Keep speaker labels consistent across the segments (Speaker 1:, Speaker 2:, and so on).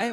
Speaker 1: 哎，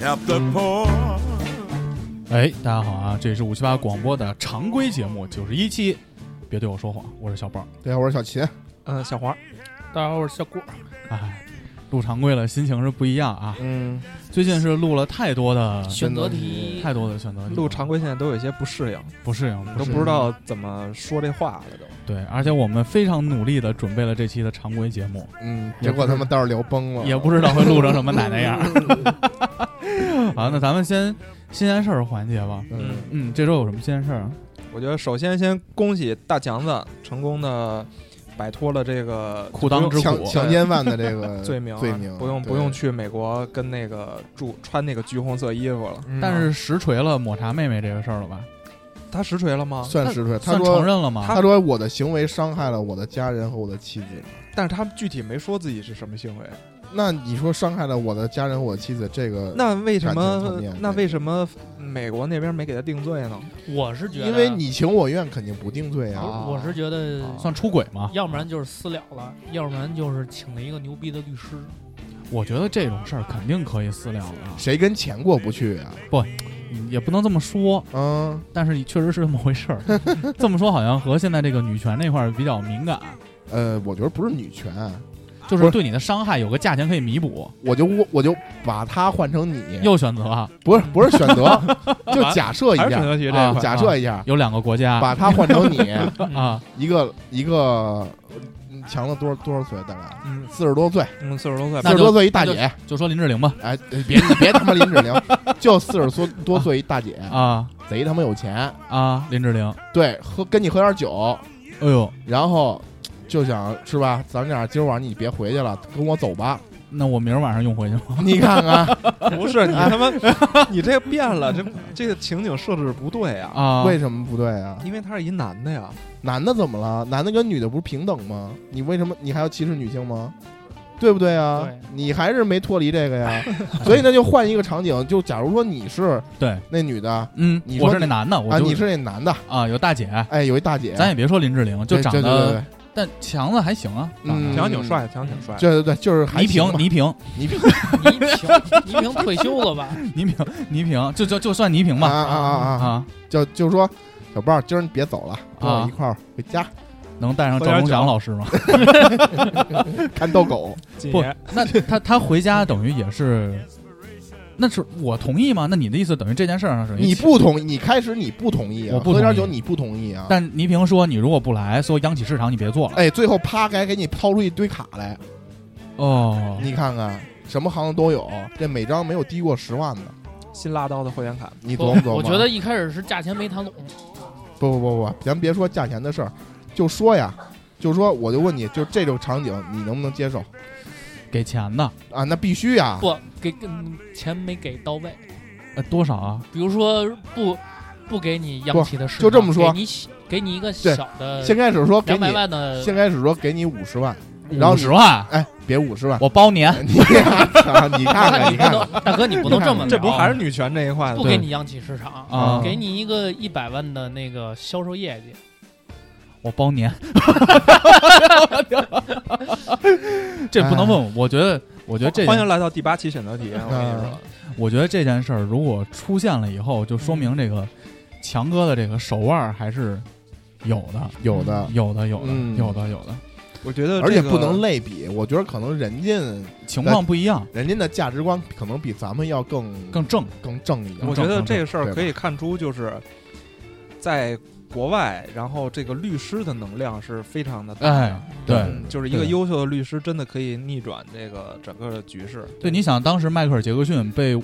Speaker 2: help the poor.
Speaker 3: 哎，大家好啊，这是五七八广播的常规节目九十一期，别对我说谎，我是小宝。
Speaker 4: 对啊，我是小秦，
Speaker 1: 嗯，小黄，
Speaker 5: 大家好，我是小郭。
Speaker 3: 哎，录常规了，心情是不一样啊。
Speaker 4: 嗯，
Speaker 3: 最近是录了太多的
Speaker 5: 选择题，
Speaker 3: 太多的选择题，
Speaker 1: 录常规现在都有一些不适应，
Speaker 3: 不适应，
Speaker 1: 都
Speaker 3: 适
Speaker 1: 不
Speaker 3: 应
Speaker 1: 知道怎么说这话了都。
Speaker 3: 对，而且我们非常努力的准备了这期的常规节目，
Speaker 4: 嗯，
Speaker 3: 也
Speaker 4: 结
Speaker 3: 不
Speaker 4: 果
Speaker 3: 是
Speaker 4: 他们倒是聊崩了，
Speaker 3: 也不知道会录成什么奶奶样儿。 好，那咱们先新鲜事儿环节吧。
Speaker 4: 嗯，
Speaker 3: 嗯，这周有什么新鲜事儿啊？
Speaker 1: 我觉得首先先恭喜大强子成功的摆脱了这个
Speaker 3: 裤裆之
Speaker 4: 强
Speaker 3: 苦，
Speaker 4: 强奸犯的这个
Speaker 1: 罪名啊，
Speaker 4: 罪名，
Speaker 1: 不用
Speaker 4: 对
Speaker 1: 不用，去美国跟那个住穿那个橘红色衣服了。
Speaker 4: 嗯
Speaker 3: 但是实锤了抹茶妹妹这个事儿了吧？
Speaker 1: 他实锤了吗？
Speaker 4: 算实锤，他
Speaker 3: 算承
Speaker 4: 说
Speaker 3: 认了吗？
Speaker 4: 他说我的行为伤害了我的家人和我的妻子，
Speaker 1: 但是他具体没说自己是什么行为。
Speaker 4: 那你说伤害了我的家人和我的妻子，这个
Speaker 1: 那为什
Speaker 4: 呃感情层
Speaker 1: 么
Speaker 4: 面？
Speaker 1: 那为什么美国那边没给他定罪呢？
Speaker 5: 我是觉得，
Speaker 4: 因为你情我愿肯定不定罪
Speaker 5: 不
Speaker 4: 啊
Speaker 5: 是，，
Speaker 1: 啊
Speaker 5: 我是觉得，
Speaker 3: 算出轨吗？
Speaker 5: 要不然就是私了了，要不然就是请了一个牛逼的律师。
Speaker 3: 我觉得这种事儿肯定可以私了了，
Speaker 4: 谁跟钱过不去啊？
Speaker 3: 嗯也不能这么说，
Speaker 4: 嗯，
Speaker 3: 但是确实是这么回事 儿。这么说好像和现在这个女权那块儿比较敏感，
Speaker 4: 呃，我觉得不是女权，
Speaker 3: 就是
Speaker 4: 不是
Speaker 3: 对你的伤害有个价钱可以弥补，
Speaker 4: 我就我我就把它换成你，
Speaker 3: 又选择啊
Speaker 4: 不是不是选择，就假设一
Speaker 1: 还是选
Speaker 4: 下，
Speaker 1: 择题这一
Speaker 3: 啊
Speaker 1: 块？
Speaker 4: 假设一下，
Speaker 3: 有两个国家
Speaker 4: 把它换成你，
Speaker 3: 啊，
Speaker 4: 一个一个嗯强了多少多少岁？大概
Speaker 1: 嗯
Speaker 4: 四十多岁，
Speaker 1: 嗯，四十多岁
Speaker 3: 那
Speaker 4: 四
Speaker 1: 吧，
Speaker 4: 十
Speaker 3: 就
Speaker 4: 多岁一大姐。
Speaker 3: 就说林志玲吧
Speaker 4: 哎，呃别你别他妈林志玲，就四十多多岁一大姐，
Speaker 3: 啊
Speaker 4: 贼他妈有钱。
Speaker 3: 啊，林志玲，
Speaker 4: 对，喝跟你喝点酒，
Speaker 3: 哎呦，
Speaker 4: 然后就想是吧？咱俩今儿晚上你别回去了，跟我走吧。
Speaker 3: 那我明儿晚上用回去吗？
Speaker 4: 你看
Speaker 3: 啊
Speaker 4: 看
Speaker 1: 不是你他妈，你这变了，这这个情景设置不对啊！
Speaker 3: 啊，
Speaker 4: 为什么不对啊？
Speaker 1: 因为他是一男的呀，
Speaker 4: 男的怎么了？男的跟女的不是平等吗？你为什么你还要歧视女性吗？对不对啊？
Speaker 5: 对
Speaker 4: 你还是没脱离这个呀。所以那就换一个场景，就假如说你是
Speaker 3: 对
Speaker 4: 那女的，
Speaker 3: 嗯
Speaker 4: 你，说
Speaker 3: 我是那男的，我
Speaker 4: 啊，
Speaker 3: 就
Speaker 4: 你是那男的，
Speaker 3: 啊，有大姐，
Speaker 4: 哎，有一大姐，
Speaker 3: 咱也别说林志玲，就
Speaker 4: 对
Speaker 3: 长
Speaker 4: 对对对
Speaker 3: 得，
Speaker 4: 对
Speaker 3: 但强子还行啊，长得
Speaker 4: 嗯
Speaker 1: 强挺帅，强挺帅。
Speaker 4: 对对对，就是还
Speaker 3: 倪萍
Speaker 4: 行，吧
Speaker 3: 倪萍，
Speaker 4: 倪萍
Speaker 5: 倪 萍，倪萍退休了吧？
Speaker 3: 倪萍，倪萍，就就就算倪萍
Speaker 4: 啊
Speaker 3: 吧
Speaker 4: 啊啊啊，
Speaker 3: 啊，
Speaker 4: 就就说小豹，今儿你别走了，跟
Speaker 3: 啊
Speaker 4: 我一块儿回家
Speaker 3: 能带上
Speaker 1: 喝
Speaker 3: 赵
Speaker 1: 点
Speaker 3: 忠祥
Speaker 1: 酒
Speaker 3: 老师 吗？
Speaker 4: 看逗狗。
Speaker 1: 谨
Speaker 3: 不
Speaker 1: 言，
Speaker 3: 那他他回家等于也是，那是我同意吗？那你的意思等于这件事儿上等于
Speaker 4: 你不同意，你开始你不同意啊，
Speaker 3: 我不
Speaker 4: 喝点
Speaker 3: 同意
Speaker 4: 酒你不同意啊，
Speaker 3: 但倪萍说你如果不来，所有央企市场你别做了。
Speaker 4: 哎，最后啪该给你抛出一堆卡来，
Speaker 3: 哦，
Speaker 4: 你看看什么行都有，这每张没有低过十万的，
Speaker 1: 新拉刀的会员卡，
Speaker 4: 你琢磨琢磨。
Speaker 5: 我我觉得一开始是价钱没谈拢，
Speaker 4: 不不不不，咱别说价钱的事儿，就说呀，就说我就问你，就这种场景你能不能接受
Speaker 3: 给钱呢？
Speaker 4: 啊？那必须呀，
Speaker 5: 不给嗯钱没给到位。
Speaker 3: 呃，多少啊？
Speaker 5: 比如说不不给你央企的市
Speaker 4: 就
Speaker 5: 场，
Speaker 4: 这么说
Speaker 5: 给你小给你一个小的
Speaker 4: 先开始说给
Speaker 5: 两
Speaker 4: 你
Speaker 5: 百万的，
Speaker 4: 先开始说给你五十万，然后
Speaker 3: 五
Speaker 4: 你
Speaker 3: 十万，
Speaker 4: 哎，别五十万，
Speaker 3: 我包年。
Speaker 4: 你看看，你看
Speaker 5: 大哥
Speaker 4: 看，
Speaker 5: 你
Speaker 4: 你
Speaker 5: 不
Speaker 4: 看看，
Speaker 5: 能，大哥你不能这么聊啊
Speaker 1: 这不还是女权这一块的
Speaker 5: 不
Speaker 1: 吗？
Speaker 5: 给你央企市
Speaker 4: 嗯
Speaker 5: 场
Speaker 3: 啊
Speaker 5: 给你一个一百万的那个销售业绩，
Speaker 3: 我包 年， 这不能问我。我觉得，我觉得这件，
Speaker 1: 欢迎来到第八期选择题，我跟你说
Speaker 4: 嗯，
Speaker 3: 我觉得这件事儿如果出现了以后，就说明这个强哥的这个手腕儿还是有的，
Speaker 4: 有的，
Speaker 3: 有的，有的，
Speaker 4: 嗯
Speaker 3: 有的，有的，
Speaker 1: 我觉得
Speaker 4: 而且
Speaker 1: 这个
Speaker 4: 不能类比，我觉得可能人家
Speaker 3: 情况不一样，
Speaker 4: 人家的价值观可能比咱们要更
Speaker 3: 更正。
Speaker 4: 更正一点
Speaker 1: 我
Speaker 3: 更。
Speaker 1: 觉得
Speaker 3: 正
Speaker 1: 这个事
Speaker 4: 对
Speaker 1: 儿
Speaker 4: 吧
Speaker 1: 可以看出，就是在国外，然后这个律师的能量是非常的大的。
Speaker 3: 哎，对
Speaker 4: 嗯
Speaker 1: 就是一个
Speaker 3: 对
Speaker 1: 优秀的律师，真的可以逆转这个整个的局势。
Speaker 3: 对，你想当时迈克尔·杰克逊被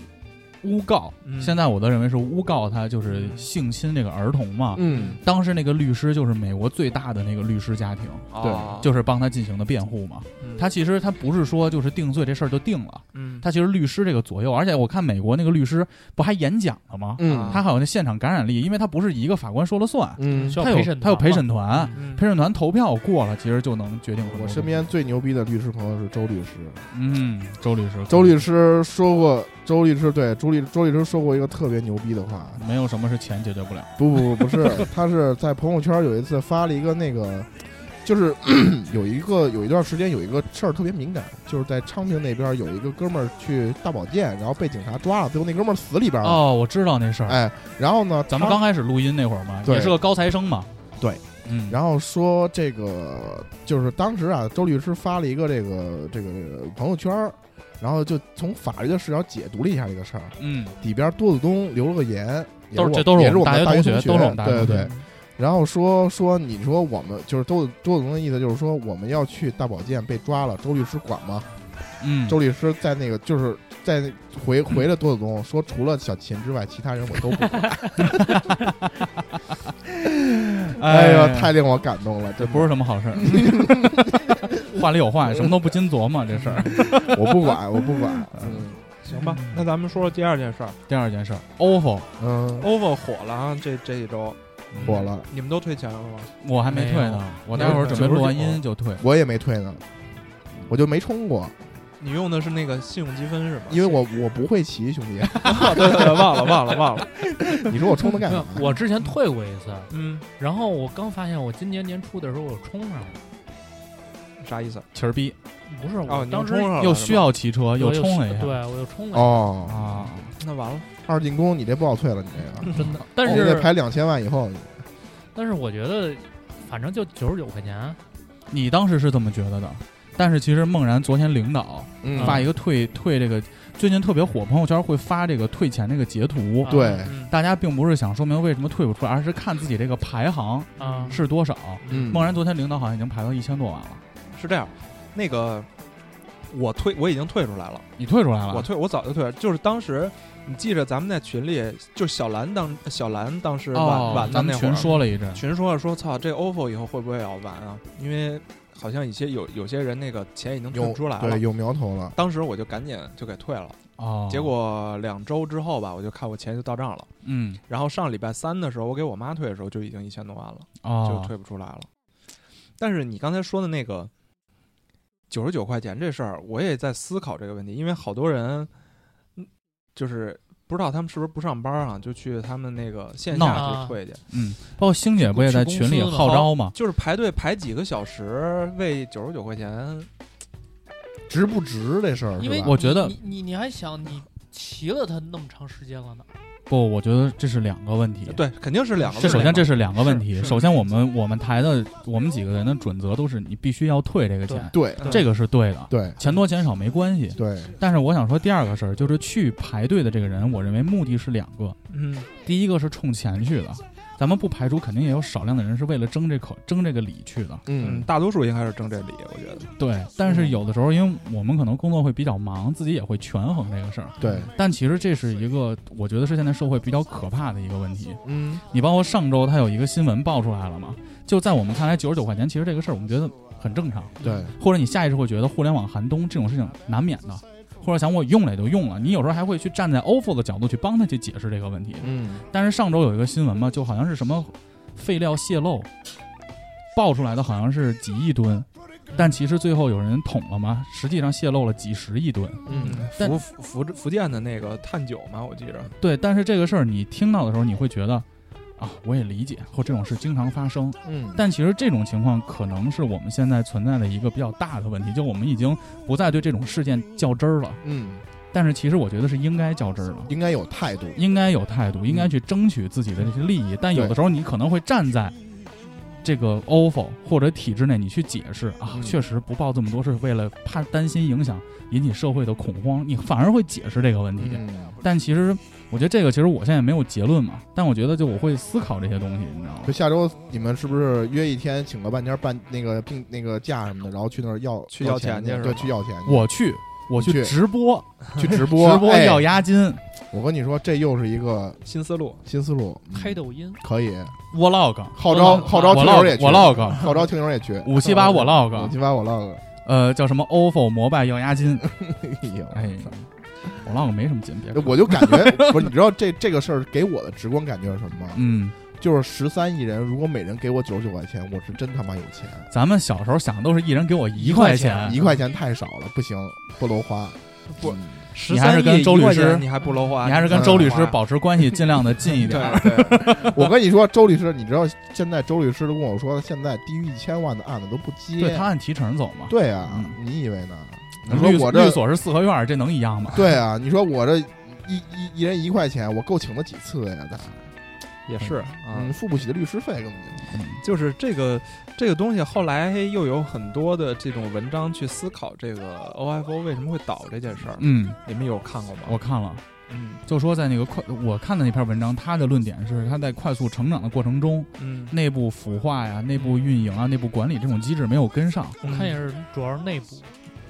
Speaker 3: 诬告，
Speaker 1: 嗯
Speaker 3: 现在我都认为是诬告他就是性侵这个儿童嘛。
Speaker 4: 嗯，
Speaker 3: 当时那个律师就是美国最大的那个律师家庭，
Speaker 1: 哦
Speaker 3: 就是帮他进行的辩护嘛。
Speaker 1: 嗯
Speaker 3: 他其实他不是说就是定罪这事儿就定了，
Speaker 1: 嗯，
Speaker 3: 他其实律师这个左右，而且我看美国那个律师不还演讲了吗？
Speaker 4: 嗯
Speaker 3: 他还有那现场感染力，因为他不是一个法官说了算，
Speaker 4: 嗯
Speaker 5: 需，要
Speaker 3: 他
Speaker 5: 陪
Speaker 3: 有
Speaker 5: 审，
Speaker 3: 他有陪审
Speaker 5: 团
Speaker 3: 团，
Speaker 1: 嗯
Speaker 3: 陪审团投票过了，其实就能决定很多
Speaker 4: 我
Speaker 3: 事
Speaker 4: 身边最牛逼的律师朋友是周律师。
Speaker 3: 嗯，周律师，
Speaker 4: 周律师说过，周律师对周律周律师说过一个特别牛逼的话，
Speaker 3: 没有什么是钱解决不了。
Speaker 4: 不不不不是，他是在朋友圈有一次发了一个那个，就是 有一个有一段时间有一个事儿特别敏感，就是在昌平那边有一个哥们儿去大保健，然后被警察抓了，最后那哥们儿死里边了。
Speaker 3: 哦，我知道那事儿，
Speaker 4: 啊哎，然后呢，
Speaker 3: 咱们
Speaker 4: 他
Speaker 3: 刚开始录音那会儿嘛，
Speaker 4: 对
Speaker 3: 也是个高材生嘛。
Speaker 4: 对，
Speaker 3: 嗯，
Speaker 4: 然后说这个就是当时啊，周律师发了一个这个这个这个朋友圈儿，然后就从法律的视角解读了一下这个事儿，
Speaker 3: 嗯，
Speaker 4: 里边多子东留了个言，也
Speaker 3: 都是
Speaker 4: 是我
Speaker 3: 这都
Speaker 4: 也
Speaker 3: 是
Speaker 4: 是
Speaker 3: 我
Speaker 4: 我
Speaker 3: 们大学
Speaker 4: 们大
Speaker 3: 同学，
Speaker 4: 学，
Speaker 3: 都是我们大学
Speaker 4: 对
Speaker 3: 同
Speaker 4: 对
Speaker 3: 学。。
Speaker 4: 然后说说你说我们就是周周子东的意思就是说我们要去大保健被抓了，周律师管吗？
Speaker 3: 嗯，
Speaker 4: 周律师在那个就是在那回回了多子东说，除了小秦之外，其他人我都不管。哎呦，太令我感动了，
Speaker 3: 这
Speaker 4: 这
Speaker 3: 不是什么好事儿。 话里有话，什么都不禁琢磨这事 儿。
Speaker 4: 我不管，我不 管。嗯
Speaker 1: 行吧。
Speaker 3: 嗯
Speaker 1: 那咱们说说第二件事儿
Speaker 3: 第二件事儿，OFO
Speaker 4: 嗯，
Speaker 1: ，OVO 火了啊，这这一周
Speaker 4: 火，了，
Speaker 1: 你们都退钱了吗？
Speaker 3: 我还没退
Speaker 5: 没
Speaker 3: 呢，我待会儿准备录完音就退。
Speaker 4: 我也没退呢，我就没充过，
Speaker 1: 你用的是那个信用积分是吗？
Speaker 4: 因为我我不会骑，兄弟，
Speaker 1: 啊对对对，忘了忘了忘了。
Speaker 4: 你说我充它干
Speaker 5: 没
Speaker 4: 嘛
Speaker 5: 有？我之前退过一次，
Speaker 1: 嗯，
Speaker 5: 然后我刚发现我今年年初的时候我冲上了，
Speaker 1: 啥意思？
Speaker 3: 气儿逼，
Speaker 5: 不是
Speaker 1: 哦，
Speaker 5: 我
Speaker 1: 你
Speaker 5: 当时
Speaker 1: 充上了
Speaker 3: 又
Speaker 1: 是吧
Speaker 3: 需要骑车，
Speaker 5: 我
Speaker 3: 又冲了一下
Speaker 5: 对我又冲了一
Speaker 4: 哦，
Speaker 3: 啊！
Speaker 1: 那完了，
Speaker 4: 二进宫你这不好退了，你这个
Speaker 5: 下，真的。但
Speaker 4: 我们得
Speaker 5: 是
Speaker 4: 哦排两千万以后，
Speaker 5: 但是我觉得，反正就九十九块钱，啊
Speaker 3: 你当时是这么觉得的，但是其实梦然昨天领导
Speaker 4: 嗯
Speaker 3: 发一个退退这个，最近特别火，朋友圈会发这个退钱这个截图
Speaker 5: 啊。
Speaker 4: 对，
Speaker 1: 嗯
Speaker 3: 大家并不是想说明为什么退不出来，而是看自己这个排行
Speaker 5: 啊
Speaker 3: 是多少。
Speaker 4: 嗯
Speaker 3: 梦然昨天领导好像已经排到一千多万了，
Speaker 1: 是这样，那个我退我已经退出来了，
Speaker 3: 你退出来了。
Speaker 1: 我退我早就退了，就是当时。你记着，咱们在群里，就是小兰当小兰当时晚
Speaker 3: 哦，
Speaker 1: 晚的
Speaker 3: 咱
Speaker 1: 那
Speaker 3: 们
Speaker 1: 会儿，
Speaker 3: 群说了一阵，
Speaker 1: 群说了说，操，这 OFO 以后会不会要完啊？因为好像一些有有些人那个钱已
Speaker 3: 嗯
Speaker 1: 经退
Speaker 4: 有
Speaker 1: 不出来
Speaker 4: 对，
Speaker 1: 了。
Speaker 4: 有苗头了。
Speaker 1: 当时我就赶紧就给退了，
Speaker 3: 哦，
Speaker 1: 结果两周之后吧，我就看我钱就到账了。
Speaker 3: 嗯
Speaker 1: 然后上礼拜三的时候，我给我妈退的时候就已经一千多万了，就
Speaker 3: 哦，
Speaker 1: 退不出来了。但是你刚才说的那个九十九块钱这事儿，我也在思考这个问题，因为好多人，嗯就是不知道他们是不是不上班啊，就去他们那个线
Speaker 5: 闹
Speaker 1: 下去退去。
Speaker 3: 嗯，包括星姐不也在群里号召吗？
Speaker 1: 就是排队排几个小时，为九十九块钱，
Speaker 4: 值不值这事儿？
Speaker 5: 因为
Speaker 4: 是吧
Speaker 3: 我觉得
Speaker 5: 你你你还想你骑了它那么长时间了呢，
Speaker 3: 不，我觉得这是两个问题。
Speaker 1: 对，肯定是两个
Speaker 3: 这
Speaker 1: 问题嘛。
Speaker 3: 首先这是两个问题。
Speaker 5: 是是
Speaker 3: 首先，我们我们台的我们几个人的准则都是你必须要退这个钱，
Speaker 4: 对
Speaker 1: 对
Speaker 3: 这个是对的，
Speaker 4: 对
Speaker 3: 钱多钱少没关系。
Speaker 4: 对，
Speaker 3: 但是我想说第二个事儿，就是去排队的这个人，我认为目的是两个，
Speaker 1: 嗯
Speaker 3: 第一个是冲钱去的，咱们不排除肯定也有少量的人是为了争这口争这个理去的，
Speaker 1: 嗯，
Speaker 4: 嗯
Speaker 1: 大多数应该是争这理，我觉得。
Speaker 3: 对。但是有的时候，因为我们可能工作会比较忙，自己也会权衡这个事儿。
Speaker 4: 对，
Speaker 3: 但其实这是一个，我觉得是现在社会比较可怕的一个问题。
Speaker 4: 嗯
Speaker 3: 你包括上周他有一个新闻爆出来了嘛，就在我们看来九十九块钱，其实这个事儿我们觉得很正常，
Speaker 4: 对
Speaker 3: 或者你下意识会觉得互联网寒冬这种事情难免的，或者想我用了也就用了，你有时候还会去站在 OFO 的角度去帮他去解释这个问题。
Speaker 4: 嗯
Speaker 3: 但是上周有一个新闻嘛，就好像是什么废料泄漏，爆出来的好像是几亿吨，但其实最后有人捅了嘛，实际上泄露了几十亿吨。
Speaker 4: 嗯
Speaker 3: 但
Speaker 1: 福福福建的那个探九嘛，我记着。
Speaker 3: 对，但是这个事儿你听到的时候，你会觉得啊，我也理解，或这种事经常发生。
Speaker 4: 嗯，
Speaker 3: 但其实这种情况可能是我们现在存在的一个比较大的问题，就我们已经不再对这种事件较真儿了。
Speaker 4: 嗯
Speaker 3: 但是其实我觉得是应该较真儿了。
Speaker 4: 应该有态度。
Speaker 3: 应该有态度，应该去争取自己的这些利益，但有的时候你可能会站在这个 offer 或者体制内你去解释啊，
Speaker 1: 嗯
Speaker 3: 确实不报这么多是为了怕担心影响引起社会的恐慌，你反而会解释这个问题。
Speaker 4: 嗯，
Speaker 3: 但其实我觉得这个其实我现在也没有结论嘛，但我觉得就我会思考这些东西，你知道吗
Speaker 4: 就？下周你们是不是约一天，请个半天半那个病那个假什么的，然后去那儿要
Speaker 1: 去要
Speaker 4: 钱
Speaker 1: 钱去是吧
Speaker 4: 对，去要钱去，
Speaker 3: 我去，我
Speaker 4: 你去
Speaker 3: 去直播，
Speaker 4: 去直播，
Speaker 3: 直播
Speaker 4: 哎
Speaker 3: 要押金
Speaker 4: 我跟你说，这又是一个
Speaker 1: 新思路，
Speaker 4: 新思路，嗯
Speaker 5: 开抖音，
Speaker 4: 可以
Speaker 3: ，vlog，
Speaker 4: 号召
Speaker 5: 我
Speaker 4: 号召
Speaker 3: 我
Speaker 4: 听友也
Speaker 3: log，
Speaker 4: 去，
Speaker 3: 我 log，
Speaker 4: 号召听友也去，嗯
Speaker 3: 五七八我
Speaker 4: 我
Speaker 3: log，
Speaker 4: 鸡巴我 log，
Speaker 3: 呃，叫什么 offer 膜拜要押金，
Speaker 4: 哎呦，
Speaker 3: 哎，我 log 没什么劲，别看
Speaker 4: 我就感 觉不是，你知道这这个事儿给我的直观感觉是什么吗？
Speaker 3: 嗯。
Speaker 4: 就是十三亿人，如果每人给我九十九块钱，我是真他妈有钱，
Speaker 3: 咱们小时候想的都是一人给我一块钱，
Speaker 4: 一块钱太少了，不行，不楼花，
Speaker 1: 不
Speaker 4: 嗯，
Speaker 1: 13
Speaker 3: 你还是跟
Speaker 1: 亿
Speaker 3: 周律
Speaker 1: 一块钱
Speaker 3: 师
Speaker 1: 你还不搂花，
Speaker 3: 你还是跟
Speaker 4: 嗯
Speaker 3: 周律师保持关系，尽量的近一
Speaker 1: 对
Speaker 3: 点。
Speaker 1: 对，
Speaker 4: 我跟你说，周律师，你知道现在周律师都跟我说，现在低于一千万的案子都不接。
Speaker 3: 对他按提成走嘛。
Speaker 4: 对啊，
Speaker 3: 嗯
Speaker 4: 你以为呢？你
Speaker 3: 律
Speaker 4: 说
Speaker 3: 所
Speaker 4: 我
Speaker 3: 律
Speaker 4: 这
Speaker 3: 所是四合院儿，这能一样吗？
Speaker 4: 对啊，你说我这一一一人一块钱，我够请了几次呀？
Speaker 3: 嗯
Speaker 4: 咱
Speaker 1: 也是 啊，
Speaker 4: 嗯，付不起的律师费根本就
Speaker 3: 嗯
Speaker 1: 就是这个这个东西，后来又有很多的这种文章去思考这个 OFO 为什么会倒这件事儿。
Speaker 3: 嗯，
Speaker 1: 你们有看过吗？
Speaker 3: 我看了，
Speaker 1: 嗯
Speaker 3: 就说在那个快，我看的那篇文章，他的论点是他在快速成长的过程中，
Speaker 1: 嗯，
Speaker 3: 内部腐化呀、内部运营啊、内部管理这种机制没有跟上。
Speaker 1: 我
Speaker 5: 看也是主要是内部，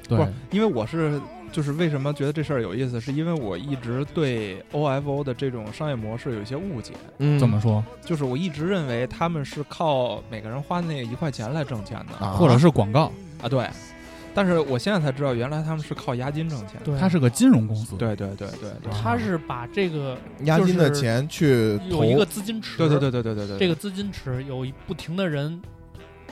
Speaker 3: 对
Speaker 1: 不，是，因为我是就是为什么觉得这事儿有意思，是因为我一直对 OFO 的这种商业模式有一些误解，
Speaker 4: 嗯
Speaker 3: 怎么说？
Speaker 1: 就是我一直认为他们是靠每个人花那一块钱来挣钱的
Speaker 4: 啊？
Speaker 3: 或者是广告，
Speaker 1: 啊对，但是我现在才知道，原来他们是靠押金挣钱的。
Speaker 5: 对，
Speaker 3: 它是个金融公司。，
Speaker 1: 对对对对对
Speaker 5: 他是把这个
Speaker 4: 押金的
Speaker 5: 就是
Speaker 4: 钱去投
Speaker 5: 有一个资金池，
Speaker 1: 对对对对对对对，
Speaker 5: 这个资金池有一不停的人，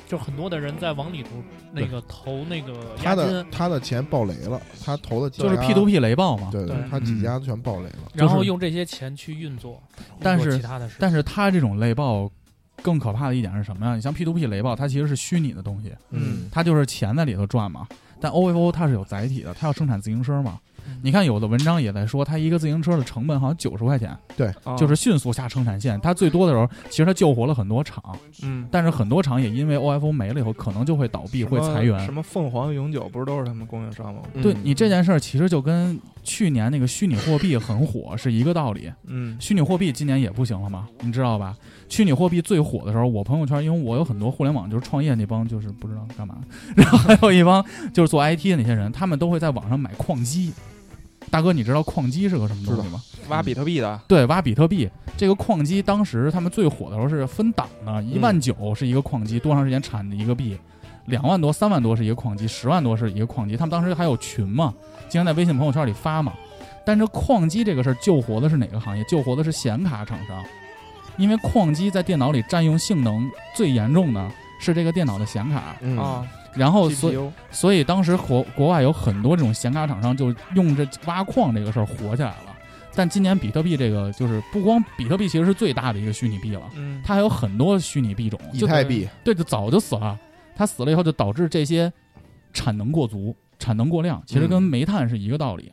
Speaker 5: 就很多的人在往里头那个投那个
Speaker 4: 他
Speaker 5: 押
Speaker 4: 的
Speaker 5: 金，
Speaker 4: 他的钱爆雷了，他投的几
Speaker 3: 就是 P to P 雷暴嘛。
Speaker 4: 对对
Speaker 5: 对，
Speaker 4: 他几家全爆雷了。
Speaker 5: 然
Speaker 3: 就
Speaker 5: 后
Speaker 3: 是
Speaker 5: 用这些钱去运作，
Speaker 3: 但
Speaker 5: 运作
Speaker 3: 是
Speaker 5: 其他的事，
Speaker 3: 但是它这种雷暴更可怕的一点是什么呀？你像 P to P 雷暴，它其实是虚拟的东西，
Speaker 1: 嗯
Speaker 3: 它就是钱在里头赚嘛。但 OFO 它是有载体的，它要生产自行车嘛。
Speaker 5: 嗯
Speaker 3: 你看有的文章也在说，它一个自行车的成本好像九十块钱，
Speaker 1: 啊
Speaker 3: 就是迅速下生产线。它最多的时候，其实它救活了很多厂，
Speaker 1: 嗯，
Speaker 3: 但是很多厂也因为 OFO 没了以后，可能就会倒闭，
Speaker 1: 什
Speaker 3: 会
Speaker 1: 么
Speaker 3: 裁
Speaker 1: 什
Speaker 3: 员。
Speaker 1: 么凤凰永久不是都是他们供应商吗？
Speaker 3: 对
Speaker 4: 嗯
Speaker 3: 你这件事儿，其实就跟去年那个虚拟货币很火是一个道理。
Speaker 1: 嗯
Speaker 3: 虚拟货币今年也不行了嘛，你知道吧？虚拟货币最火的时候，我朋友圈，因为我有很多互联网就是创业那帮就是不知道干嘛， 然后还有一帮就是做 IT 的那些人，他们都会在网上买矿机。大哥，你知道矿机是个什么东西吗？
Speaker 1: 挖比特币的，
Speaker 3: 对，挖比特币这个矿机，当时他们最火的时候是分档的，一万九是一个矿机，多长时间产的一个币，两万多、三万多是一个矿机，十万多是一个矿机。他们当时还有群嘛，经常在微信朋友圈里发嘛。但是矿机这个事儿救活的是哪个行业？救活的是显卡厂商，因为矿机在电脑里占用性能最严重的是这个电脑的显卡，
Speaker 4: 嗯
Speaker 1: 啊
Speaker 3: 然后哦所以
Speaker 1: ，GPU
Speaker 3: 所以当时国国外有很多这种显卡厂商就用这挖矿这个事儿火起来了。但今年比特币这个就是不光比特币其实是最大的一个虚拟币了，
Speaker 1: 嗯，
Speaker 3: 它还有很多虚拟币种，
Speaker 4: 以
Speaker 3: 就
Speaker 4: 太币
Speaker 3: 对，就早就死了。它死了以后就导致这些产能过足、产能过量，其实跟
Speaker 4: 嗯
Speaker 3: 煤炭是一个道理，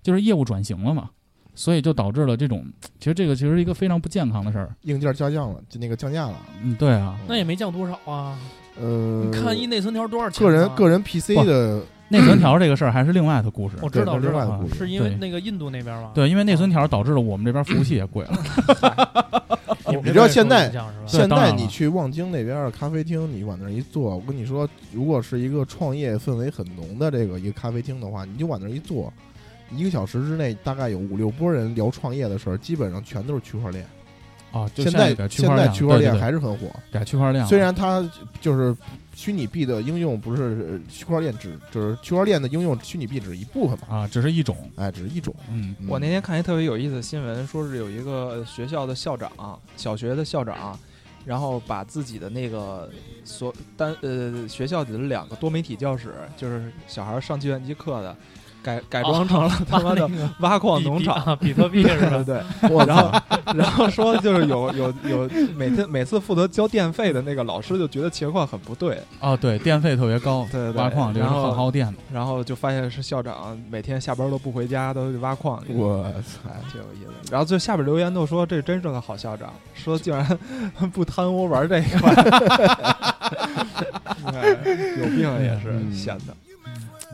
Speaker 3: 就是业务转型了嘛。所以就导致了这种，其实这个其实是一个非常不健康的事儿。
Speaker 4: 硬件下降了，就那个降价了。
Speaker 3: 嗯，对啊，
Speaker 5: 那也没降多少啊。
Speaker 4: 呃，
Speaker 5: 你看一内存条多少钱啊？
Speaker 4: 个人个人 PC 的
Speaker 3: 内存条这个事儿还是另外的故事。
Speaker 5: 我知道
Speaker 4: 对
Speaker 5: 知
Speaker 4: 另外
Speaker 5: 道啊
Speaker 4: 的，故事
Speaker 5: 是因为
Speaker 3: 对
Speaker 5: 那个印度那边吗？
Speaker 3: 对，因为内存条导致了我们这边服务器也贵了。
Speaker 5: 哦你们
Speaker 4: 你知
Speaker 5: 这边
Speaker 4: 道
Speaker 5: 有
Speaker 4: 现在
Speaker 5: 影响是吧？
Speaker 4: 现
Speaker 3: 对当
Speaker 4: 在
Speaker 3: 然
Speaker 4: 你
Speaker 3: 了
Speaker 4: 去望京那边的咖啡厅，你往那儿一坐，我跟你说，如果是一个创业氛围很浓的这个一个咖啡厅的话，你就往那儿一坐，一个小时之内大概有五六波人聊创业的事儿，基本上全都是区块链。
Speaker 3: 啊，就
Speaker 4: 现
Speaker 3: 在
Speaker 4: 在
Speaker 3: 改区
Speaker 4: 现
Speaker 3: 块
Speaker 4: 在
Speaker 3: 链，
Speaker 4: 区块链
Speaker 3: 对对对
Speaker 4: 还是很火，
Speaker 3: 改区块链了，
Speaker 4: 虽然它就是虚拟币的应用不是呃区块链只就是区块链的应用，虚拟币只是一部分嘛，
Speaker 3: 啊，只是一种，
Speaker 4: 哎，只是一种。
Speaker 3: 嗯，
Speaker 4: 嗯
Speaker 1: 我那天看一特别有意思的新闻，说是有一个学校的校长，小学的校长，然后把自己的那个所单呃学校里的两个多媒体教室，就是小孩上计算机课的，改改装成了他妈的
Speaker 5: 那个
Speaker 1: 挖矿
Speaker 5: 比
Speaker 1: 农
Speaker 5: 比
Speaker 1: 场。
Speaker 5: 啊，比特币 是吧
Speaker 1: 对？对，我然后然后说就是有有有每天每次负责交电费的那个老师就觉得情况很不对，
Speaker 3: 哦，对，电费特别高，
Speaker 1: 对对对
Speaker 3: 挖矿这个是
Speaker 1: 然后
Speaker 3: 很耗电的。
Speaker 1: 然后就发现是校长每天下班都不回家，都去挖矿去。
Speaker 4: 我操！
Speaker 1: 哎，挺有意思的。然后最下边留言都说这真是个好校长，说竟然 不贪污玩这一块， 哎有病也是
Speaker 4: 嗯
Speaker 1: 闲的、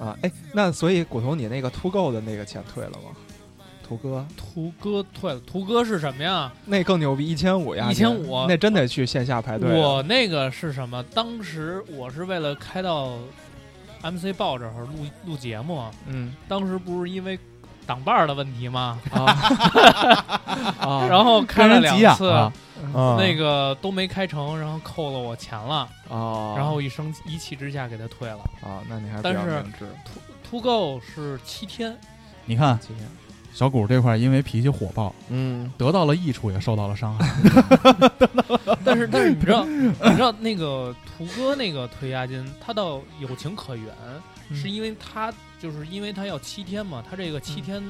Speaker 1: 啊。哎，那所以古潼，你那个秃够的那个钱退了吗？图哥
Speaker 5: 图哥退了，图哥是什么呀？
Speaker 1: 那更牛逼，一千五呀，
Speaker 5: 1500
Speaker 1: 那真得去线下
Speaker 4: 哎
Speaker 1: 排队啊
Speaker 4: 啊
Speaker 1: 了。
Speaker 5: 我那个是什么？当时我是为了开到 MC 报这儿录录节目，啊
Speaker 1: 嗯
Speaker 5: 当时不是因为挡把儿的问题吗？
Speaker 1: 啊啊，
Speaker 5: 然后
Speaker 3: 跟
Speaker 5: 开了
Speaker 3: 人
Speaker 5: 两
Speaker 3: 急眼
Speaker 5: 次，
Speaker 3: 了，
Speaker 4: 啊，
Speaker 5: 那个都没开成，然后扣了我钱了，
Speaker 1: 哦，
Speaker 4: 啊
Speaker 5: 然后一生一气之下给他退了。
Speaker 1: 啊，那你还是比
Speaker 5: 但
Speaker 1: 较
Speaker 5: 是
Speaker 1: 明智。
Speaker 5: 突突购是七天，
Speaker 3: 你看
Speaker 1: 今天
Speaker 3: 小谷这块儿因为脾气火爆，
Speaker 4: 嗯，
Speaker 3: 得到了益处，也受到了伤害。
Speaker 5: 但是但是你知道你知道那个图哥那个退押金，他倒有情可原，
Speaker 1: 嗯
Speaker 5: 是因为他就是因为他要七天嘛，他这个七天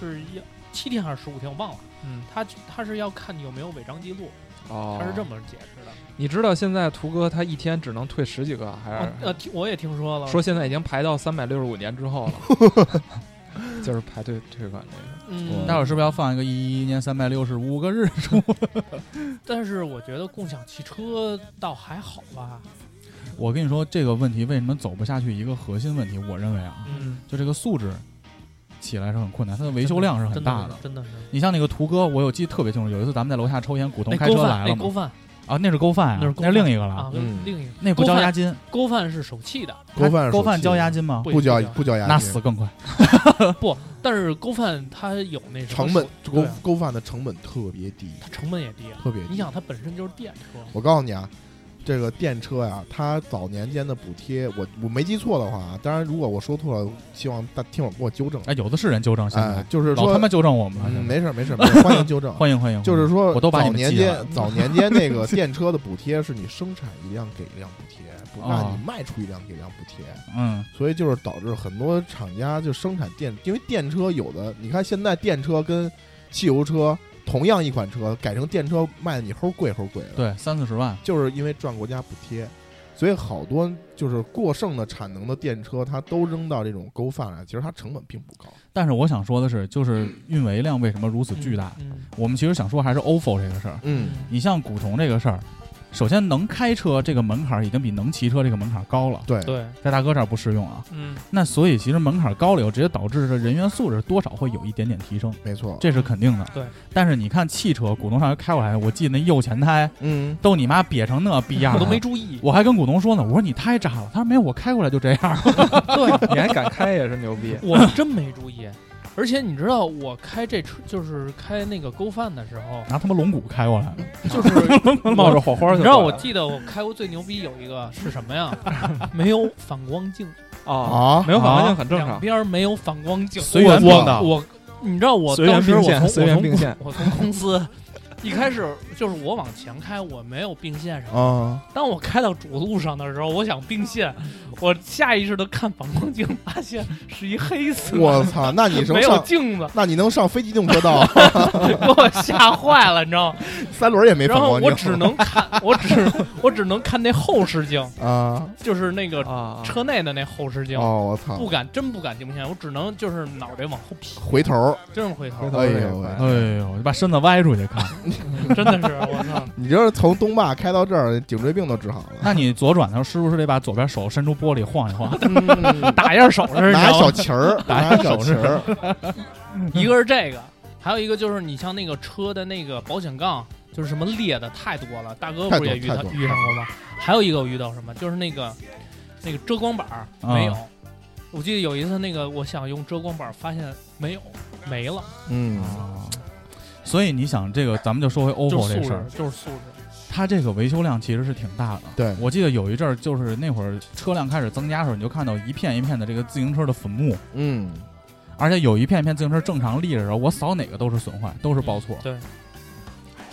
Speaker 5: 是要七天还是十五天我忘了，
Speaker 1: 嗯
Speaker 5: 他他是要看你有没有违章记录，
Speaker 1: 哦，
Speaker 5: 他是这么解释的。
Speaker 1: 你知道现在图哥他一天只能退十几个，还是、
Speaker 5: 哦呃，听我也听说了，
Speaker 1: 说现在已经排到三百六十五年之后 了，就是排队退款这
Speaker 5: 嗯，
Speaker 3: 待会儿是不是要放一个一一年三百六十五个日 出？
Speaker 5: 但是我觉得共享汽车倒还好吧，
Speaker 3: 我跟你说，这个问题为什么走不下去？一个核心问题，我认为啊，
Speaker 1: 嗯
Speaker 5: 嗯，
Speaker 3: 就这个素质起来是很困难，它的维修量是很大的。
Speaker 5: 真的是。
Speaker 3: 你像那个图哥，我有记得特别清楚，有一次咱们在楼下抽烟，股东
Speaker 5: 那
Speaker 3: 开
Speaker 5: 勾
Speaker 3: 车来
Speaker 5: 饭，
Speaker 3: 了
Speaker 5: 那
Speaker 3: 嘛
Speaker 5: 勾，饭
Speaker 3: 啊，那是勾饭啊，
Speaker 5: 那是勾
Speaker 3: 那
Speaker 5: 饭
Speaker 3: 另一个
Speaker 5: 啊
Speaker 3: 了，，
Speaker 1: 嗯
Speaker 5: 另一个
Speaker 3: 那不
Speaker 5: 勾
Speaker 3: 交
Speaker 5: 饭
Speaker 3: 押金，
Speaker 5: 勾饭是手气的，
Speaker 4: 勾
Speaker 3: 他
Speaker 4: 饭
Speaker 3: 勾饭
Speaker 4: 手气
Speaker 3: 交押金吗？
Speaker 4: 不交
Speaker 5: 不交
Speaker 4: 不交押金，
Speaker 3: 那死更快。
Speaker 5: 但是勾饭它有那什么
Speaker 4: 成本勾
Speaker 5: 手对啊
Speaker 4: 勾饭的成本特别低，
Speaker 5: 它成本也低啊。
Speaker 4: 特别低。
Speaker 5: 你想，它本身就是电车，
Speaker 4: 我告诉你啊，这个电车呀、它早年间的补贴，我我没记错的话啊，当然如果我说错了，希望大听友给我纠正。
Speaker 3: 哎，有的是人纠正，现
Speaker 4: 哎
Speaker 3: 在，
Speaker 4: 就是
Speaker 3: 老
Speaker 4: 说
Speaker 3: 他妈纠正我们了
Speaker 4: 嗯，
Speaker 3: 现在。
Speaker 4: 没事儿没事儿，没事儿欢迎纠正 啊
Speaker 3: 欢迎欢迎，
Speaker 4: 就是说，
Speaker 3: 我都把你
Speaker 4: 早
Speaker 3: 们
Speaker 4: 年
Speaker 3: 记了
Speaker 4: 间早年间那个电车的补贴是你生产一辆给一辆补贴，不 让
Speaker 3: 哦
Speaker 4: 你卖出一辆给一辆补贴，
Speaker 3: 嗯，
Speaker 4: 所以就是导致很多厂家就生产电，因为电车有的你看现在电车跟汽油车同样一款车改成电车卖的你齁贵齁贵的，
Speaker 3: 对，三四十万，
Speaker 4: 就是因为赚国家补贴，所以好多就是过剩的产能的电车，它都扔到这种勾贩来，其实它成本并不高。
Speaker 3: 但是我想说的是，就是运维量为什么如此巨大？
Speaker 5: 嗯，
Speaker 3: 我们其实想说还是 OFO 这个事儿。
Speaker 4: 嗯
Speaker 3: 你像古潼这个事儿，首先能开车这个门槛儿已经比能骑车这个门槛儿高了，
Speaker 4: 对，
Speaker 5: 嗯对，
Speaker 3: 在大哥这儿不适用啊。
Speaker 5: 嗯，
Speaker 3: 那所以其实门槛儿高了以后，直接导致这人员素质多少会有一点点提升，
Speaker 4: 没错，
Speaker 3: 这是肯定的。
Speaker 5: 对。
Speaker 3: 但是你看汽车，古潼上回开过来，我记得那右前胎
Speaker 4: 嗯，
Speaker 3: 都你妈瘪成那逼样
Speaker 5: 我
Speaker 3: 了，
Speaker 5: 都没注意。
Speaker 3: 我还跟股东说呢，我说你太渣了，他说没有，我开过来就这样。
Speaker 1: 个，你还敢开也是牛
Speaker 5: 。
Speaker 1: 逼
Speaker 5: 我真没注意。而且你知道，我开这车就是开那个勾饭的时候，
Speaker 3: 拿他妈龙骨开过来了，
Speaker 5: 就是
Speaker 1: 冒着火花就
Speaker 5: 你知道，
Speaker 1: 过
Speaker 5: 我
Speaker 1: 来了
Speaker 5: 记得我开过最牛逼有一个是什 么呀？没有反光镜，
Speaker 1: 啊，
Speaker 4: 啊
Speaker 1: 没有反光镜很正
Speaker 5: 两
Speaker 1: 常。
Speaker 5: 边没有反光镜，
Speaker 3: 随缘
Speaker 4: 我
Speaker 3: 撞的。
Speaker 5: 我你知道我
Speaker 1: 随缘
Speaker 5: 当时我
Speaker 1: 并线
Speaker 5: 从
Speaker 1: 随缘并线
Speaker 5: 我从我从公司 一开始就是我往前开，我没有并线上。
Speaker 4: 啊，
Speaker 5: 当我开到主路上的时候，我想并线，我下意识的看反光镜，发现是一黑色，
Speaker 4: 我操，那你能
Speaker 5: 没有
Speaker 4: 上？
Speaker 5: 镜子，
Speaker 4: 那你能上非机动车道？
Speaker 5: 给我吓坏了，你知道吗？
Speaker 4: 三轮也没
Speaker 5: 然
Speaker 4: 反
Speaker 5: 后
Speaker 4: 光
Speaker 5: 我
Speaker 4: 镜
Speaker 5: 只能看，我只我只能看那后视镜，
Speaker 4: 啊！
Speaker 5: 就是那个
Speaker 1: 啊，
Speaker 5: 车内的那后视镜。
Speaker 4: 哦，我操
Speaker 5: 不，敢，真不敢并线，我只能就是脑袋往后撇，
Speaker 4: 回头，
Speaker 5: 真是回头
Speaker 1: 回， 头
Speaker 4: 哎呦
Speaker 1: 这一块
Speaker 4: 喂
Speaker 3: 哎呦，就把身子歪出去看。
Speaker 5: 真的是我操！
Speaker 4: 你这是从东坝开到这儿，颈椎病都治好 了。
Speaker 3: 那你左转的时候，是不是得把左边手伸出玻璃晃一晃？
Speaker 4: 嗯
Speaker 5: 打一下手势，
Speaker 4: 拿
Speaker 5: 你知道吗
Speaker 4: 小旗儿，拿小旗儿，
Speaker 5: 一个是这个，还有一个就是你像那个车的那个保险杠，就是什么裂的太多了，大哥不是也遇
Speaker 4: 太
Speaker 5: 到
Speaker 4: 多太多
Speaker 5: 遇上过吗？还有一个我遇到什么，就是那个那个遮光板儿没有。我记得有一次，那个我想用遮光板儿，发现没有，没了，
Speaker 4: 嗯，
Speaker 3: 啊所以你想，这个咱们就说回
Speaker 5: 就
Speaker 3: OPPO
Speaker 5: 是素
Speaker 3: 这事
Speaker 5: 质
Speaker 3: 儿，，
Speaker 5: 就是素质。
Speaker 3: 它这个维修量其实是挺大的。
Speaker 4: 对
Speaker 3: 我记得有一阵儿，就是那会儿车辆开始增加的时候，你就看到一片一片的这个自行车的坟墓，
Speaker 4: 嗯，
Speaker 3: 而且有一片一片自行车正常立着的时候，我扫哪个都是损坏，都是报错。
Speaker 5: 对，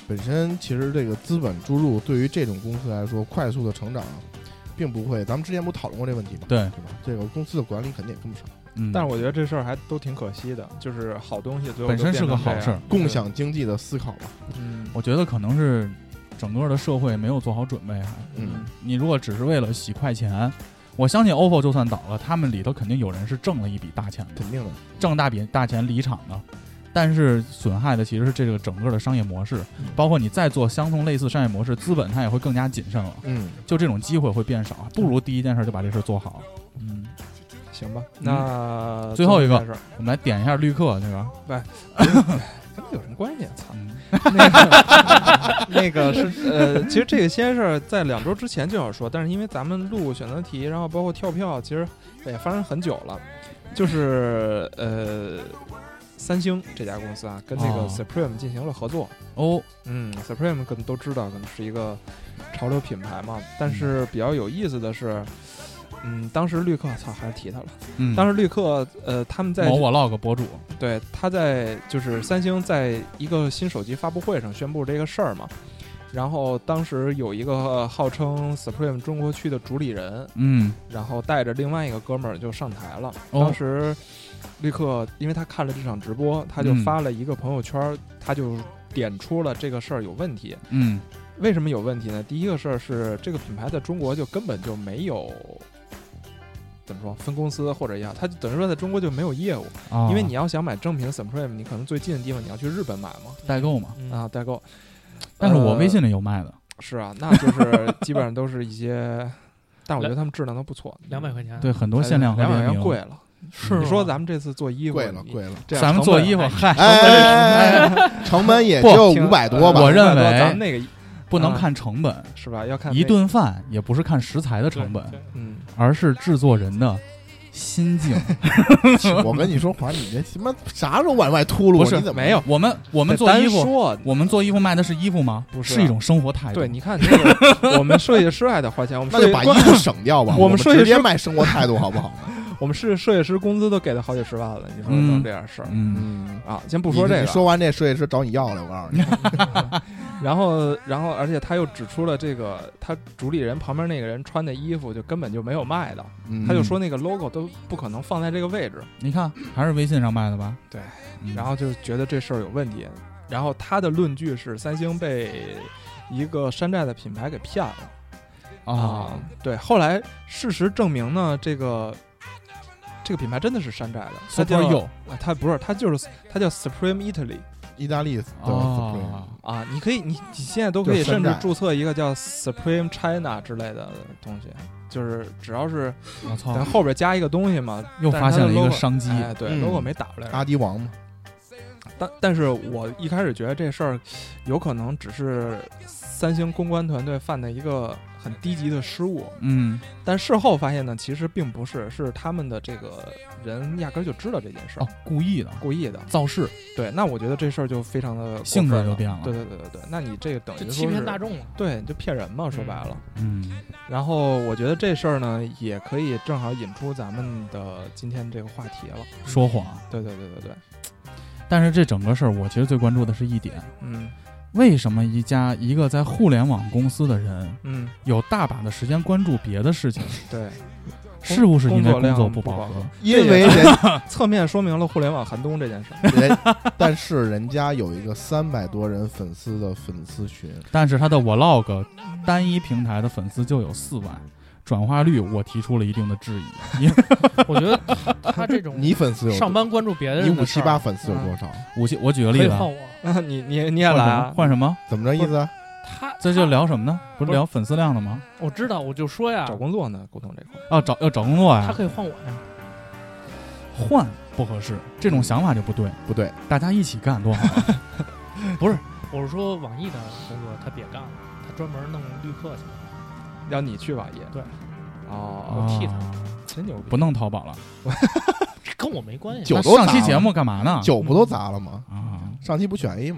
Speaker 4: 本身其实这个资本注入对于这种公司来说，快速的成长，并不会。咱们之前不讨论过这问题吗？
Speaker 3: 对
Speaker 4: 对吧？这个公司的管理肯定也跟不上。
Speaker 3: 嗯，
Speaker 1: 但是我觉得这事儿还都挺可惜的，就是好东西最后
Speaker 3: 本
Speaker 1: 都
Speaker 3: 身
Speaker 1: 变
Speaker 3: 是个
Speaker 1: 成这
Speaker 3: 好
Speaker 1: 样
Speaker 3: 事儿，
Speaker 4: 共享经济的思考吧。
Speaker 1: 嗯
Speaker 3: 我觉得可能是整个的社会没有做好准备，还啊
Speaker 4: 嗯，
Speaker 3: 你如果只是为了洗快钱，我相信 OPPO 就算倒了，他们里头肯定有人是挣了一笔大钱的，
Speaker 4: 肯定的。
Speaker 3: 挣大笔大钱离场的。但是损害的其实是这个整个的商业模式，
Speaker 1: 嗯
Speaker 3: 包括你再做相同类似商业模式，资本它也会更加谨慎了，
Speaker 4: 嗯，
Speaker 3: 就这种机会会变少，不如第一件事就把这事做好。嗯，
Speaker 1: 行吧，嗯那
Speaker 3: 最后一个
Speaker 1: 事儿，
Speaker 3: 我们来点一下绿客这个，
Speaker 1: 跟他有什么关系啊？ 操！
Speaker 3: 嗯
Speaker 1: 那个那个是呃，其实这个些事儿在两周之前就要说，但是因为咱们录选择题，然后包括跳票，其实也发生很久了。就是呃，三星这家公司啊，跟这个
Speaker 3: 哦
Speaker 1: Supreme 进行了合作。
Speaker 3: 哦，
Speaker 1: 嗯，Supreme 可能都知道，可能是一个潮流品牌嘛。但是
Speaker 3: 嗯
Speaker 1: 比较有意思的是，嗯，当时绿客，操，还是提他了。
Speaker 3: 嗯，
Speaker 1: 当时绿客，呃，他们在
Speaker 3: 某 vlog 博主，
Speaker 1: 对，他在就是三星在一个新手机发布会上宣布这个事儿嘛，然后当时有一个号称 Supreme 中国区的主理人，
Speaker 3: 嗯，
Speaker 1: 然后带着另外一个哥们儿就上台了。
Speaker 3: 哦
Speaker 1: 当时绿客因为他看了这场直播，他就
Speaker 3: 嗯
Speaker 1: 发了一个朋友圈儿，他就点出了这个事儿有问题。
Speaker 3: 嗯，
Speaker 1: 为什么有问题呢？第一个事儿是这个品牌在中国就根本就没有。怎么说分公司或者也好，它就等于说在中国就没有业务，
Speaker 3: 啊，
Speaker 1: 因为你要想买正品 Supreme，你可能最近的地方你要去日本买嘛，
Speaker 3: 代购嘛，
Speaker 5: 嗯
Speaker 1: 啊，代购。
Speaker 3: 但是我
Speaker 1: 呃
Speaker 3: 微信里有卖的，
Speaker 1: 是啊，那就是基本上都是一些，但我觉得他们质量都不错，
Speaker 5: 两百块钱
Speaker 3: 对，很多限量和
Speaker 1: 两百
Speaker 3: 联
Speaker 1: 块钱
Speaker 3: 名。
Speaker 1: 贵了。
Speaker 5: 是啊
Speaker 1: 你说
Speaker 5: 吗
Speaker 1: 咱们这次做衣服，
Speaker 4: 贵了，
Speaker 1: 你
Speaker 4: 贵了。
Speaker 1: 这样
Speaker 3: 咱们
Speaker 1: 嗯成本
Speaker 3: 做
Speaker 1: 啊
Speaker 3: 衣服， 嗨，
Speaker 4: 哎，成本也就
Speaker 1: 挺
Speaker 4: 五百多吧。
Speaker 3: 我认为
Speaker 1: 500咱们那个
Speaker 3: 不能
Speaker 1: 啊
Speaker 3: 看成本，
Speaker 1: 是吧？要看
Speaker 3: 一
Speaker 1: 那个，
Speaker 3: 顿饭也不是看食材的成本，
Speaker 5: 对
Speaker 1: 嗯，
Speaker 3: 而是制作人的心境。
Speaker 4: 我跟你说，华，你这他妈啥时候往外秃噜？啊
Speaker 3: 不是
Speaker 4: 你怎 么
Speaker 1: 没有？
Speaker 3: 我们我
Speaker 1: 我
Speaker 3: 们做衣服，
Speaker 1: 说，
Speaker 3: 我们做衣服卖的是衣服吗？
Speaker 1: 不是啊
Speaker 3: 是一种生活态度。
Speaker 1: 对，你看这个，我们设计师还得花钱，我们
Speaker 4: 那
Speaker 1: 设
Speaker 4: 就
Speaker 1: 计
Speaker 4: 把衣服省掉吧。
Speaker 1: 我们
Speaker 4: 们
Speaker 1: 设计
Speaker 4: 直接
Speaker 1: 师
Speaker 4: 卖生活态度好不好？
Speaker 1: 我们设设计师工资都给他好几十万了，你说
Speaker 3: 嗯
Speaker 1: 能这样事儿
Speaker 3: 嗯，
Speaker 4: 嗯，
Speaker 1: 啊？先不说这
Speaker 4: 你
Speaker 1: 个，
Speaker 4: 说完这设计师找你要来，我告诉你。
Speaker 1: 然后，然后，而且他又指出了这个他主理人旁边那个人穿的衣服就根本就没有卖的，
Speaker 4: 嗯
Speaker 1: 他就说那个 logo 都不可能放在这个位置，
Speaker 3: 你看还是微信上卖的吧？
Speaker 1: 对
Speaker 3: 嗯，
Speaker 1: 然后就觉得这事儿有问题。然后他的论据是三星被一个山寨的品牌给骗了
Speaker 3: 啊，
Speaker 1: 对，后来事实证明呢，这个这个品牌真的是山寨的，它叫
Speaker 3: Super You
Speaker 1: 啊，它不是，它就是它叫 Supreme Italy
Speaker 4: 意大利的
Speaker 3: 啊，
Speaker 1: 啊，你可以，你你现在都可以
Speaker 4: 就是山
Speaker 1: 甚
Speaker 4: 寨
Speaker 1: 至注册一个叫 Supreme China 之类的东西，就是只要是
Speaker 3: 我
Speaker 1: 咱
Speaker 3: 操，
Speaker 1: 后边加一个东西嘛，
Speaker 3: 又
Speaker 1: 但
Speaker 3: 发
Speaker 1: 是它
Speaker 3: 现
Speaker 1: 的
Speaker 3: 了一个
Speaker 1: logo-
Speaker 3: 商机。
Speaker 1: 哎，对
Speaker 4: 嗯
Speaker 1: ，logo 没打出
Speaker 3: 啊
Speaker 1: 来。
Speaker 4: 阿迪王嘛，
Speaker 1: 但但是我一开始觉得这事儿有可能只是三星公关团队犯的一个很低级的失误，
Speaker 3: 嗯，
Speaker 1: 但事后发现呢，其实并不是，是他们的这个人压根儿就知道这件事儿
Speaker 3: 哦。，故意的
Speaker 1: 故意的，
Speaker 3: 造势，
Speaker 1: 对，那我觉得这事儿就非常的
Speaker 3: 性质
Speaker 1: 过分
Speaker 3: 就变了
Speaker 1: 对对对对对，那你这个等于
Speaker 5: 就
Speaker 1: 说
Speaker 5: 欺骗
Speaker 1: 是
Speaker 5: 大，众了。
Speaker 1: 对，你就骗人嘛，说白了。
Speaker 3: 嗯，
Speaker 1: 然后我觉得这事儿呢，也可以正好引出咱们的今天这个话题了。
Speaker 3: 说谎。
Speaker 1: 对对对对对，
Speaker 3: 但是这整个事儿，我其实最关注的是一点：
Speaker 1: 嗯
Speaker 3: 为什么一家一个在互联网公司的人
Speaker 1: 嗯，
Speaker 3: 有大把的时间关注别的事情，
Speaker 1: 对，
Speaker 3: 是不是因为
Speaker 1: 工作
Speaker 3: 工
Speaker 1: 量
Speaker 3: 作
Speaker 1: 不
Speaker 3: 饱
Speaker 1: 饱
Speaker 3: 和
Speaker 1: 和？
Speaker 4: 因为人
Speaker 1: 啊侧面说明了互联网寒冬这件事儿。
Speaker 4: 人，但是人家有一个三百多人粉丝的粉丝群，
Speaker 3: 但是他的 vlog 单一平台的粉丝就有四万，转化率我提出了一定的质疑，因为
Speaker 5: 我觉得他他这种
Speaker 4: 你粉丝有
Speaker 5: 上班关注别人
Speaker 4: 你
Speaker 5: 的
Speaker 4: 五
Speaker 5: 事
Speaker 4: 七
Speaker 5: 儿啊
Speaker 4: 八粉丝有多少？
Speaker 3: 我举我举个
Speaker 5: 可
Speaker 3: 例
Speaker 5: 以
Speaker 3: 子啊
Speaker 5: 换，我，
Speaker 1: 啊你你你也
Speaker 3: 换
Speaker 1: 来
Speaker 3: 什么
Speaker 1: 啊？
Speaker 3: 换什么？
Speaker 4: 怎么着意思啊？
Speaker 5: 他
Speaker 3: 这就聊什么呢？不是
Speaker 5: 不是
Speaker 3: 聊粉丝量的吗？
Speaker 5: 我知道，我就说呀
Speaker 1: 找，工作呢，沟通这块儿。
Speaker 3: 哦，找要找工作
Speaker 5: 他
Speaker 3: 呀，
Speaker 5: 可以换我呀，
Speaker 3: 换不合适，这种想法就不对，
Speaker 4: 不对，
Speaker 3: 大家一起干多好。啊
Speaker 5: 我是说网易的工作他别干了，他专门弄绿客去，
Speaker 1: 让你去吧也。
Speaker 5: 对。
Speaker 1: 哦，
Speaker 5: 我替他
Speaker 3: 啊
Speaker 1: 真牛逼！
Speaker 3: 不弄淘宝了。
Speaker 5: 跟我没关系。
Speaker 4: 酒
Speaker 3: 那
Speaker 4: 都
Speaker 3: 上
Speaker 4: 砸
Speaker 3: 期
Speaker 4: 了
Speaker 3: 节目啊干嘛呢？
Speaker 4: 酒不都砸了吗？
Speaker 3: 啊，
Speaker 4: 上期不选 A 吗？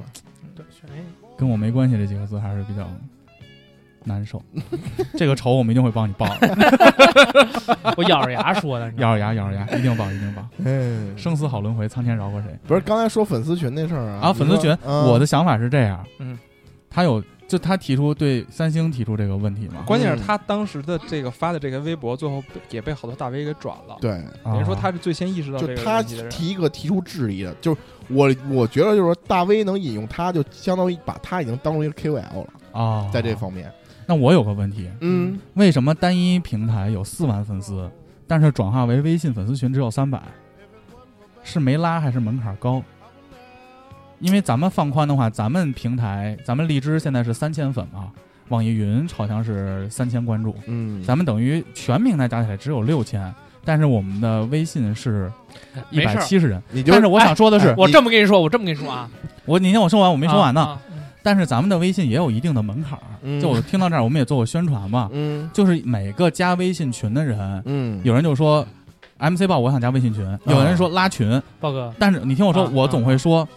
Speaker 5: 对，选 A
Speaker 3: 跟我没关系这几个字还是比较难 受。这个仇我们一定会帮你报的，
Speaker 5: 我咬着牙说的，你知道
Speaker 3: 咬
Speaker 5: 吗
Speaker 3: 着牙咬着牙，一定报一定报。
Speaker 4: 嗯，
Speaker 3: 生死好轮回，苍天饶过谁？
Speaker 4: 不是刚才说粉丝群那事儿啊
Speaker 3: 啊，粉丝群，
Speaker 4: 你说嗯
Speaker 3: 我的想法是这样，
Speaker 1: 嗯，
Speaker 3: 他有就他提出对三星提出这个问题嘛？
Speaker 1: 关键是他当时的这个发的这个微博，最后被也被好多大 V 给转了。
Speaker 4: 对，
Speaker 1: 等于说
Speaker 3: 啊
Speaker 1: 哦他是最先意识到这
Speaker 4: 就
Speaker 1: 个
Speaker 4: 他
Speaker 1: 问题的人。
Speaker 4: 提一个提出质疑的，就是我我觉得就是说大 V 能引用他，就相当于把他已经当成一个 KOL 了，
Speaker 3: 啊，
Speaker 4: 在
Speaker 1: 哦
Speaker 4: 这方面，
Speaker 3: 那我有个问题，
Speaker 4: 嗯，
Speaker 3: 为什么单一平台有四万粉丝，但是转化为微信粉丝群只有三百？是没拉还是门槛高？因为咱们放宽的话，咱们平台，咱们荔枝现在是三千粉嘛，网易云好像是三千关注，
Speaker 4: 嗯
Speaker 3: 咱们等于全平台加起来只有六千，但是我们的微信是一
Speaker 5: 没
Speaker 3: 百
Speaker 5: 事儿。哎
Speaker 3: 七十人。
Speaker 4: 嗯你就
Speaker 3: 但是我想说的是，
Speaker 5: 我
Speaker 3: 你
Speaker 5: 这么跟你说，我这么跟你说啊，
Speaker 3: 我你让我说完，我没说完呢。
Speaker 5: 啊。啊
Speaker 3: 但是咱们的微信也有一定的门槛儿，
Speaker 4: 嗯
Speaker 3: 就我听到这儿，我们也做过宣传嘛，
Speaker 4: 嗯
Speaker 3: 就是每个加微信群的人，
Speaker 4: 嗯
Speaker 3: 有人就说 MC 报我想加微信群，有人说拉群，
Speaker 5: 豹哥，
Speaker 3: 但是你听我说，
Speaker 5: 啊
Speaker 3: 我总会说。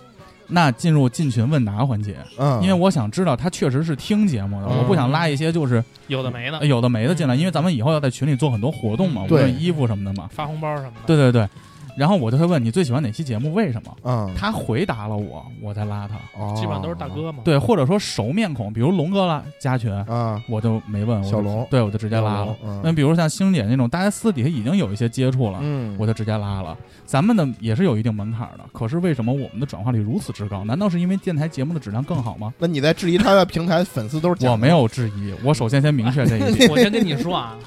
Speaker 3: 那进入进群问答环节，
Speaker 4: 嗯，
Speaker 3: 因为我想知道他确实是听节目的，
Speaker 4: 嗯
Speaker 3: 我不想拉一些就是
Speaker 5: 有的没的，
Speaker 3: 有的没的进来，因为咱们以后要在群里做很多活动嘛，无
Speaker 4: 对
Speaker 3: 论衣服什么的嘛。
Speaker 5: 发红包什么的。
Speaker 3: 对对对，然后我就会问你最喜欢哪期节目，为什么？
Speaker 4: 嗯，
Speaker 3: 他回答了我，我再拉他。
Speaker 4: 哦
Speaker 5: 基本上都是大哥嘛。，
Speaker 3: 对，或者说熟面孔，比如龙哥拉加群，
Speaker 4: 啊，
Speaker 3: 我就没问，我就
Speaker 4: 小龙
Speaker 3: 对我就直接拉了。
Speaker 4: 嗯
Speaker 3: 那比如像星姐那种，大家私底下已经有一些接触了，
Speaker 4: 嗯，
Speaker 3: 我就直接拉了。咱们的也是有一定门槛的，可是为什么我们的转化率如此之高？难道是因为电台节目的质量更好吗？
Speaker 4: 那你在质疑他的平台粉丝都是假的
Speaker 3: 我没，有质疑，我首先先明确这 一点
Speaker 5: 我先跟你说啊，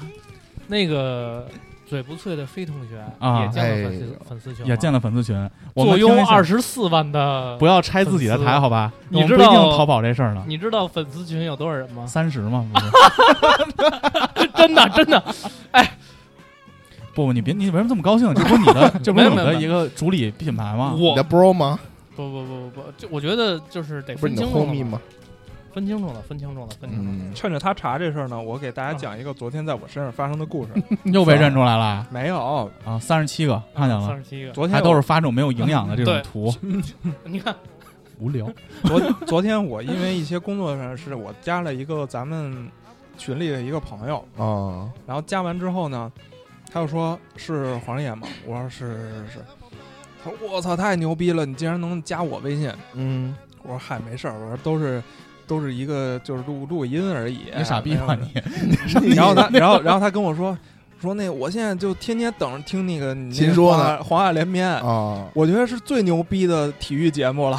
Speaker 5: 那个嘴不脆的飞同学
Speaker 3: 啊
Speaker 5: 也建了粉
Speaker 4: 哎
Speaker 5: 丝粉丝群了，
Speaker 3: 也建了粉丝群。我
Speaker 5: 坐
Speaker 3: 们
Speaker 5: 拥二
Speaker 3: 十，
Speaker 5: 十四万的
Speaker 3: 不。要拆自己的
Speaker 5: 粉
Speaker 3: 台，
Speaker 5: 丝
Speaker 3: 好吧？
Speaker 5: 你
Speaker 3: 我们
Speaker 5: 知
Speaker 3: 不一定
Speaker 5: 道
Speaker 3: 逃跑这事儿呢。
Speaker 5: 你知道粉丝群有多少人 吗？
Speaker 3: 三十嘛，不是
Speaker 5: 真的，真的，
Speaker 3: 不不，你别，你为什么这么高兴？这不是你 的，这不是你
Speaker 5: 没有没
Speaker 3: 的
Speaker 5: 有
Speaker 3: 一个主理品牌吗？
Speaker 4: 你
Speaker 5: 我
Speaker 4: 的 bro 吗？
Speaker 5: 不不不不不，就我觉得就是得
Speaker 4: 不是
Speaker 5: 分
Speaker 4: 你的
Speaker 5: 清楚
Speaker 4: homie
Speaker 5: 了，
Speaker 4: 吗？
Speaker 5: 分清楚了，分清楚了，分清楚了。
Speaker 4: 嗯，
Speaker 1: 趁着他查这事儿呢，我给大家讲一个昨天在我身上发生的故事。
Speaker 3: 又被认出来了
Speaker 1: 没有，
Speaker 3: 啊！三十七个，看见
Speaker 5: 三
Speaker 3: 了，
Speaker 5: 十七个，
Speaker 1: 昨天
Speaker 3: 还
Speaker 1: 我
Speaker 3: 都是发这种没有营养的这种
Speaker 5: 对
Speaker 3: 图，
Speaker 5: 你看
Speaker 3: 无聊。
Speaker 1: 昨昨天我因为一些工作上的事，我加了一个咱们群里的一个朋友，
Speaker 4: 啊，
Speaker 1: 然后加完之后呢，他就说是黄仁野吗？我说是是是是。他说我操，太牛逼了！你竟然能加我微信？
Speaker 4: 嗯，
Speaker 1: 我说嗨，没事儿，我说都是都是一个就是录录音而已。
Speaker 3: 你傻逼
Speaker 1: 哎没
Speaker 3: 吧
Speaker 1: 有
Speaker 3: 你？
Speaker 1: 然后他，然后然后他跟我说说那个我现在就天天等着听那个你那个
Speaker 4: 秦说呢
Speaker 1: 黄海黄海连篇，
Speaker 4: 啊，
Speaker 1: 我觉得是最牛逼的体育节目 了。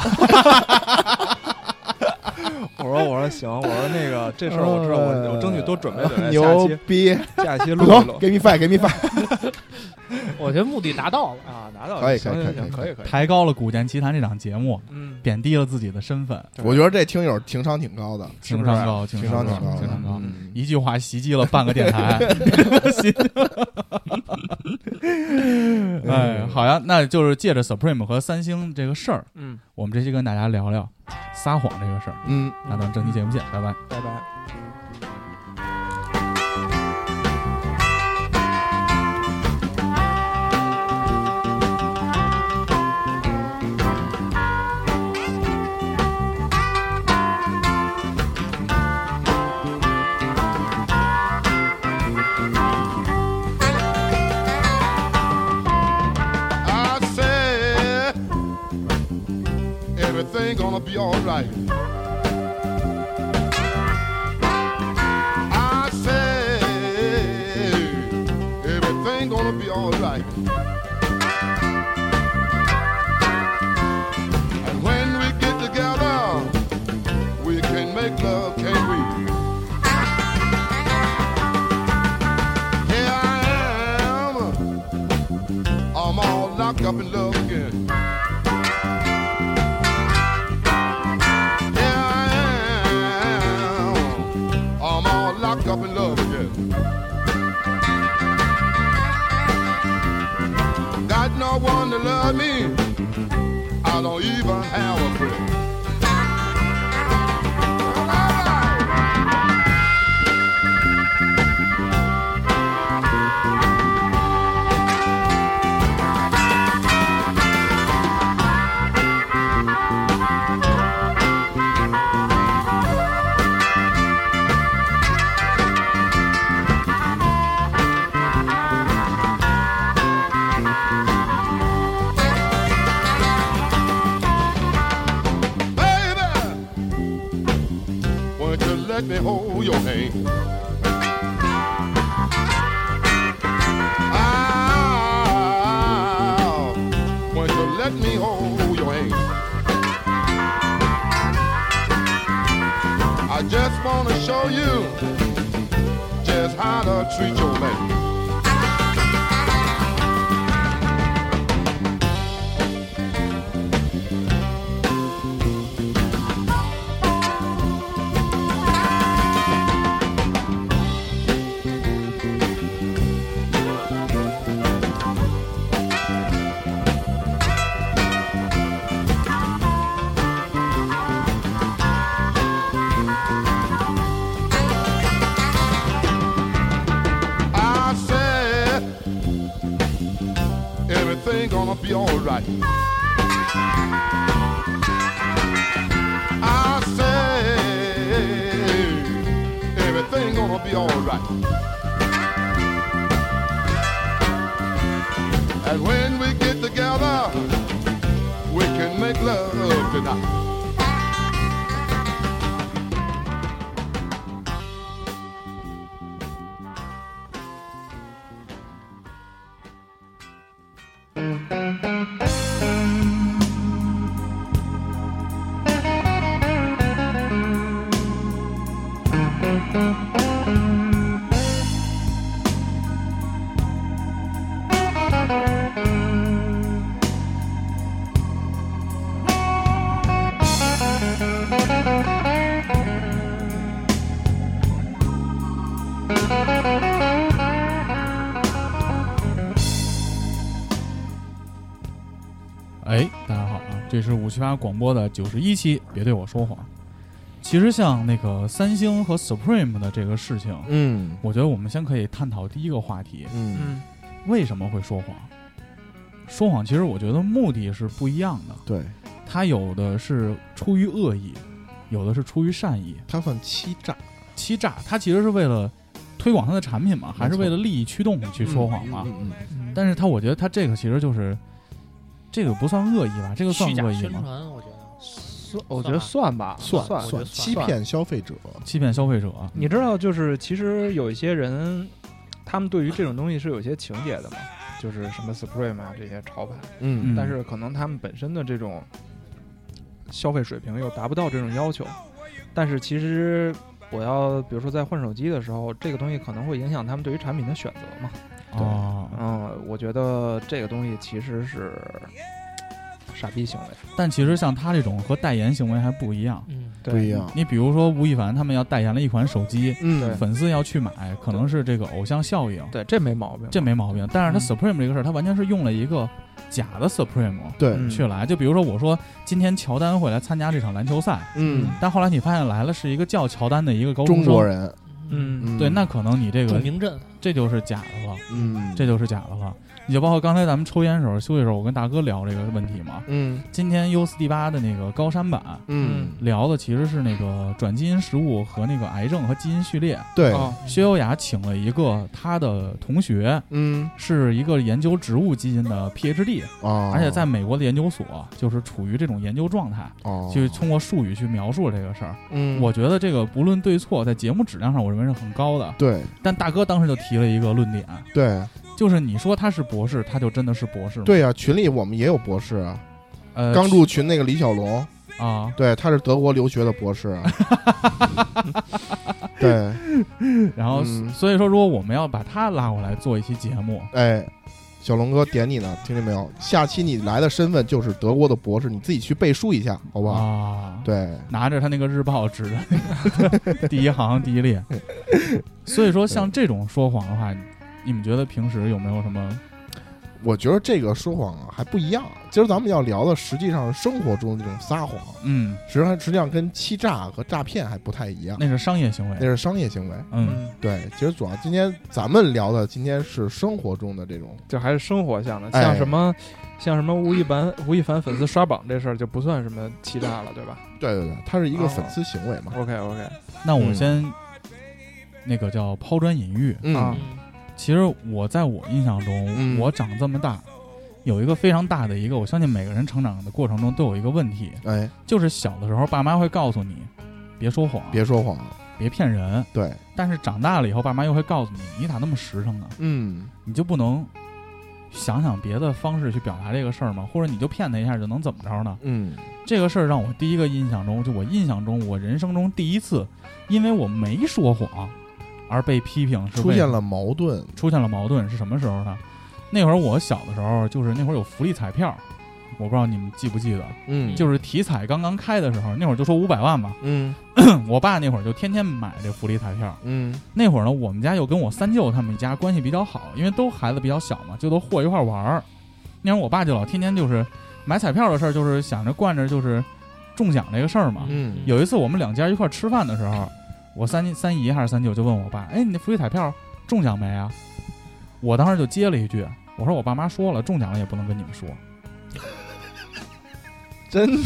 Speaker 1: 我说我说行，我说那个这事儿我知道，我我争取多准备准备，下
Speaker 4: 牛
Speaker 1: 期
Speaker 4: 逼，
Speaker 1: 下期录一
Speaker 4: 走
Speaker 1: 录
Speaker 4: ，give me five，give me five，
Speaker 5: 我觉得目的达到了，
Speaker 1: 啊，拿到
Speaker 4: 可以
Speaker 1: 行
Speaker 4: 可以
Speaker 1: 行行，
Speaker 4: 可
Speaker 1: 可
Speaker 4: 以
Speaker 1: 以可以，
Speaker 3: 抬高了《古剑奇谭》这档节目，
Speaker 1: 嗯，
Speaker 3: 贬低了自己的身份，
Speaker 1: 对
Speaker 4: 我觉得这听友情商挺高的，是
Speaker 3: 情
Speaker 4: 不是
Speaker 3: 商高，情
Speaker 4: 情
Speaker 3: 商
Speaker 4: 挺高的，
Speaker 3: 情商高。
Speaker 4: 嗯
Speaker 3: 一句话袭击了半个电台，袭哎，好呀，那就是借着 Supreme 和三星这个事儿，
Speaker 1: 嗯，
Speaker 3: 我们这期跟大家聊聊撒谎这个事儿。
Speaker 4: 嗯。
Speaker 3: 那咱们正期节目见，拜拜。
Speaker 1: 拜拜。
Speaker 2: I said everything gonna be alright. I said everything gonna be alright. And when we get together, we can make love, can't we? Here I am. I'm all locked up in love again. Here I am. I'm all locked up in love again. Got no one to love me. I don't even have a friend. All right. me hold your hand. Ah, won't you let me hold your hand? I just wanna show you just how to treat your man. I said everything gonna be alright. I said everything gonna be alright. And when we get together, we can make love tonight.
Speaker 3: 哎，大家好啊，这是五七八广播的九十一期，别对我说谎。其实像那个三星和 Supreme 的这个事情，
Speaker 4: 嗯
Speaker 3: 我觉得我们先可以探讨第一个话题，
Speaker 4: 嗯，
Speaker 5: 嗯，
Speaker 3: 为什么会说谎？说谎其实我觉得目的是不一样的，
Speaker 4: 对
Speaker 3: 它有的是出于恶意，有的是出于善意。
Speaker 4: 他算欺诈，
Speaker 3: 欺诈，它其实是为了推广它的产品嘛，还是
Speaker 4: 没错
Speaker 3: 为了利益驱动去说谎嘛？
Speaker 4: 嗯嗯
Speaker 3: 但是它，我觉得它这个其实就是，这个不算恶意吧？这个算
Speaker 5: 虚假
Speaker 3: 恶意
Speaker 5: 宣
Speaker 3: 吗？
Speaker 5: 传，我觉得
Speaker 1: 我觉得算吧，
Speaker 5: 算
Speaker 1: 算
Speaker 5: 我觉
Speaker 4: 算
Speaker 5: 得
Speaker 4: 欺
Speaker 5: 算
Speaker 4: 骗消费者，
Speaker 3: 欺骗消费者，
Speaker 1: 你知道，就是其实有一些人，他们对于这种东西是有一些情节的嘛，就是什么 Supreme 啊这些潮牌，
Speaker 4: 嗯
Speaker 3: 嗯
Speaker 1: 但是可能他们本身的这种消费水平又达不到这种要求，但是其实。我要比如说在换手机的时候，这个东西可能会影响他们对于产品的选择嘛？
Speaker 3: 哦，
Speaker 1: 嗯，我觉得这个东西其实是傻逼行为，
Speaker 3: 但其实像他这种和代言行为还不一样。
Speaker 5: 嗯，
Speaker 4: 不一样，
Speaker 3: 你比如说吴亦凡他们要代言了一款手机，
Speaker 4: 嗯
Speaker 3: 粉丝要去买，可能是这个偶像效应，
Speaker 1: 对，这没毛病。
Speaker 3: 这没毛病。但是他
Speaker 5: 嗯
Speaker 3: Supreme 这个事儿，他完全是用了一个假的 Supreme
Speaker 4: 对，
Speaker 1: 嗯
Speaker 3: 去来。就比如说我说今天乔丹会来参加这场篮球赛，
Speaker 4: 嗯，
Speaker 3: 但后来你发现来了是一个叫乔丹的一个高中
Speaker 4: 中
Speaker 3: 生
Speaker 4: 国，人，
Speaker 1: 嗯，
Speaker 4: 嗯
Speaker 3: 对，那可能你这
Speaker 5: 著
Speaker 3: 个
Speaker 5: 名镇，
Speaker 3: 这就是假的了，
Speaker 4: 嗯
Speaker 3: 这就是假的了。你就包括刚才咱们抽烟的时候、休息的时候，我跟大哥聊这个问题嘛。
Speaker 4: 嗯
Speaker 3: 今天 U 四 D 八的那个高山版
Speaker 4: 嗯
Speaker 3: 聊的其实是那个转基因食物和那个癌症和基因序列。
Speaker 4: 对，
Speaker 1: 哦，
Speaker 3: 薛优雅请了一个她的同学，
Speaker 4: 嗯
Speaker 3: 是一个研究植物基因的 PhD，
Speaker 4: 啊，
Speaker 3: 哦而且在美国的研究所就是处于这种研究状态，
Speaker 4: 哦
Speaker 3: 去通过术语去描述这个事儿。
Speaker 4: 嗯
Speaker 3: 我觉得这个不论对错，在节目质量上我认为是很高的。
Speaker 4: 对
Speaker 3: 但大哥当时就提了一个论点，
Speaker 4: 对
Speaker 3: 就是你说他是博士，他就真的是博士吗？，
Speaker 4: 对啊，群里我们也有博士啊，
Speaker 3: 呃，
Speaker 4: 刚入群那个李小龙，
Speaker 3: 啊，
Speaker 4: 对，他是德国留学的博士，啊 对，
Speaker 3: 然后、
Speaker 4: 嗯
Speaker 3: 所以说，如果我们要把他拉过来做一期节目，
Speaker 4: 哎。小龙哥点你呢，听见没有？下期你来的身份就是德国的博士，你自己去背书一下，好不好？
Speaker 3: 啊，
Speaker 4: 对，
Speaker 3: 拿着他那个日报指着那 个第一行第一列，所以说像这种说谎的话，你们觉得平时有没有什么？
Speaker 4: 我觉得这个说谎啊还不一样。今儿咱们要聊的，实际上是生活中这种撒谎，
Speaker 3: 嗯，
Speaker 4: 实际上实际上跟欺诈和诈骗还不太一样，
Speaker 3: 那是商业行
Speaker 4: 那
Speaker 3: 为，
Speaker 4: 是商业行为。
Speaker 3: 嗯，
Speaker 4: 对，其实主要今天咱们聊的，今天是生活中的这种，
Speaker 1: 就还是生活向的，
Speaker 4: 哎
Speaker 1: 像什么，像什么吴亦凡吴亦凡粉丝刷榜这事儿就不算什么欺诈了，对吧
Speaker 4: 对对对，它是一
Speaker 3: 啊
Speaker 4: 个
Speaker 1: 哦
Speaker 4: 粉丝行为嘛。
Speaker 1: ？OK OK，
Speaker 3: 那我
Speaker 4: 嗯
Speaker 3: 先、那个叫抛砖引玉，
Speaker 1: 啊
Speaker 5: 嗯
Speaker 3: 其实我在我印象中，
Speaker 4: 嗯
Speaker 3: 我长这么大，有一个非常大的一个，我相信每个人成长的过程中都有一个问题，
Speaker 4: 哎，
Speaker 3: 就是小的时候爸妈会告诉你，别说谎，
Speaker 4: 别说谎，
Speaker 3: 别骗人。
Speaker 4: 对，
Speaker 3: 但是长大了以后，爸妈又会告诉你，你咋那么实诚呢？啊
Speaker 4: 嗯，
Speaker 3: 你就不能想想别的方式去表达这个事儿吗？或者你就骗他一下就能怎么着呢？
Speaker 4: 嗯，
Speaker 3: 这个事儿让我第一个印象中，就我印象中，我人生中第一次，因为我没说谎而被批评是
Speaker 4: 出
Speaker 3: 为
Speaker 4: 现了矛盾，
Speaker 3: 出现了矛盾是什么时候呢？那会儿我小的时候，就是那会儿有福利彩票，我不知道你们记不记得，
Speaker 4: 嗯
Speaker 3: 就是体彩刚刚开的时候，那会儿就说五百万嘛，
Speaker 4: 嗯
Speaker 3: 我爸那会儿就天天买这福利彩票。
Speaker 4: 嗯
Speaker 3: 那会儿呢，我们家又跟我三舅他们家关系比较好，因为都孩子比较小嘛，就都和一块儿玩儿。那会儿我爸就老天天就是买彩票的事儿，就是想着惯着就是中奖这个事儿嘛。
Speaker 4: 嗯，
Speaker 3: 有一次我们两家一块儿吃饭的时候，我三三姨还是三舅就问我爸：“哎，你那福利彩票中奖没啊？”我当时就接了一句：“我说我爸妈说了，中奖了也不能跟你们说。
Speaker 1: 真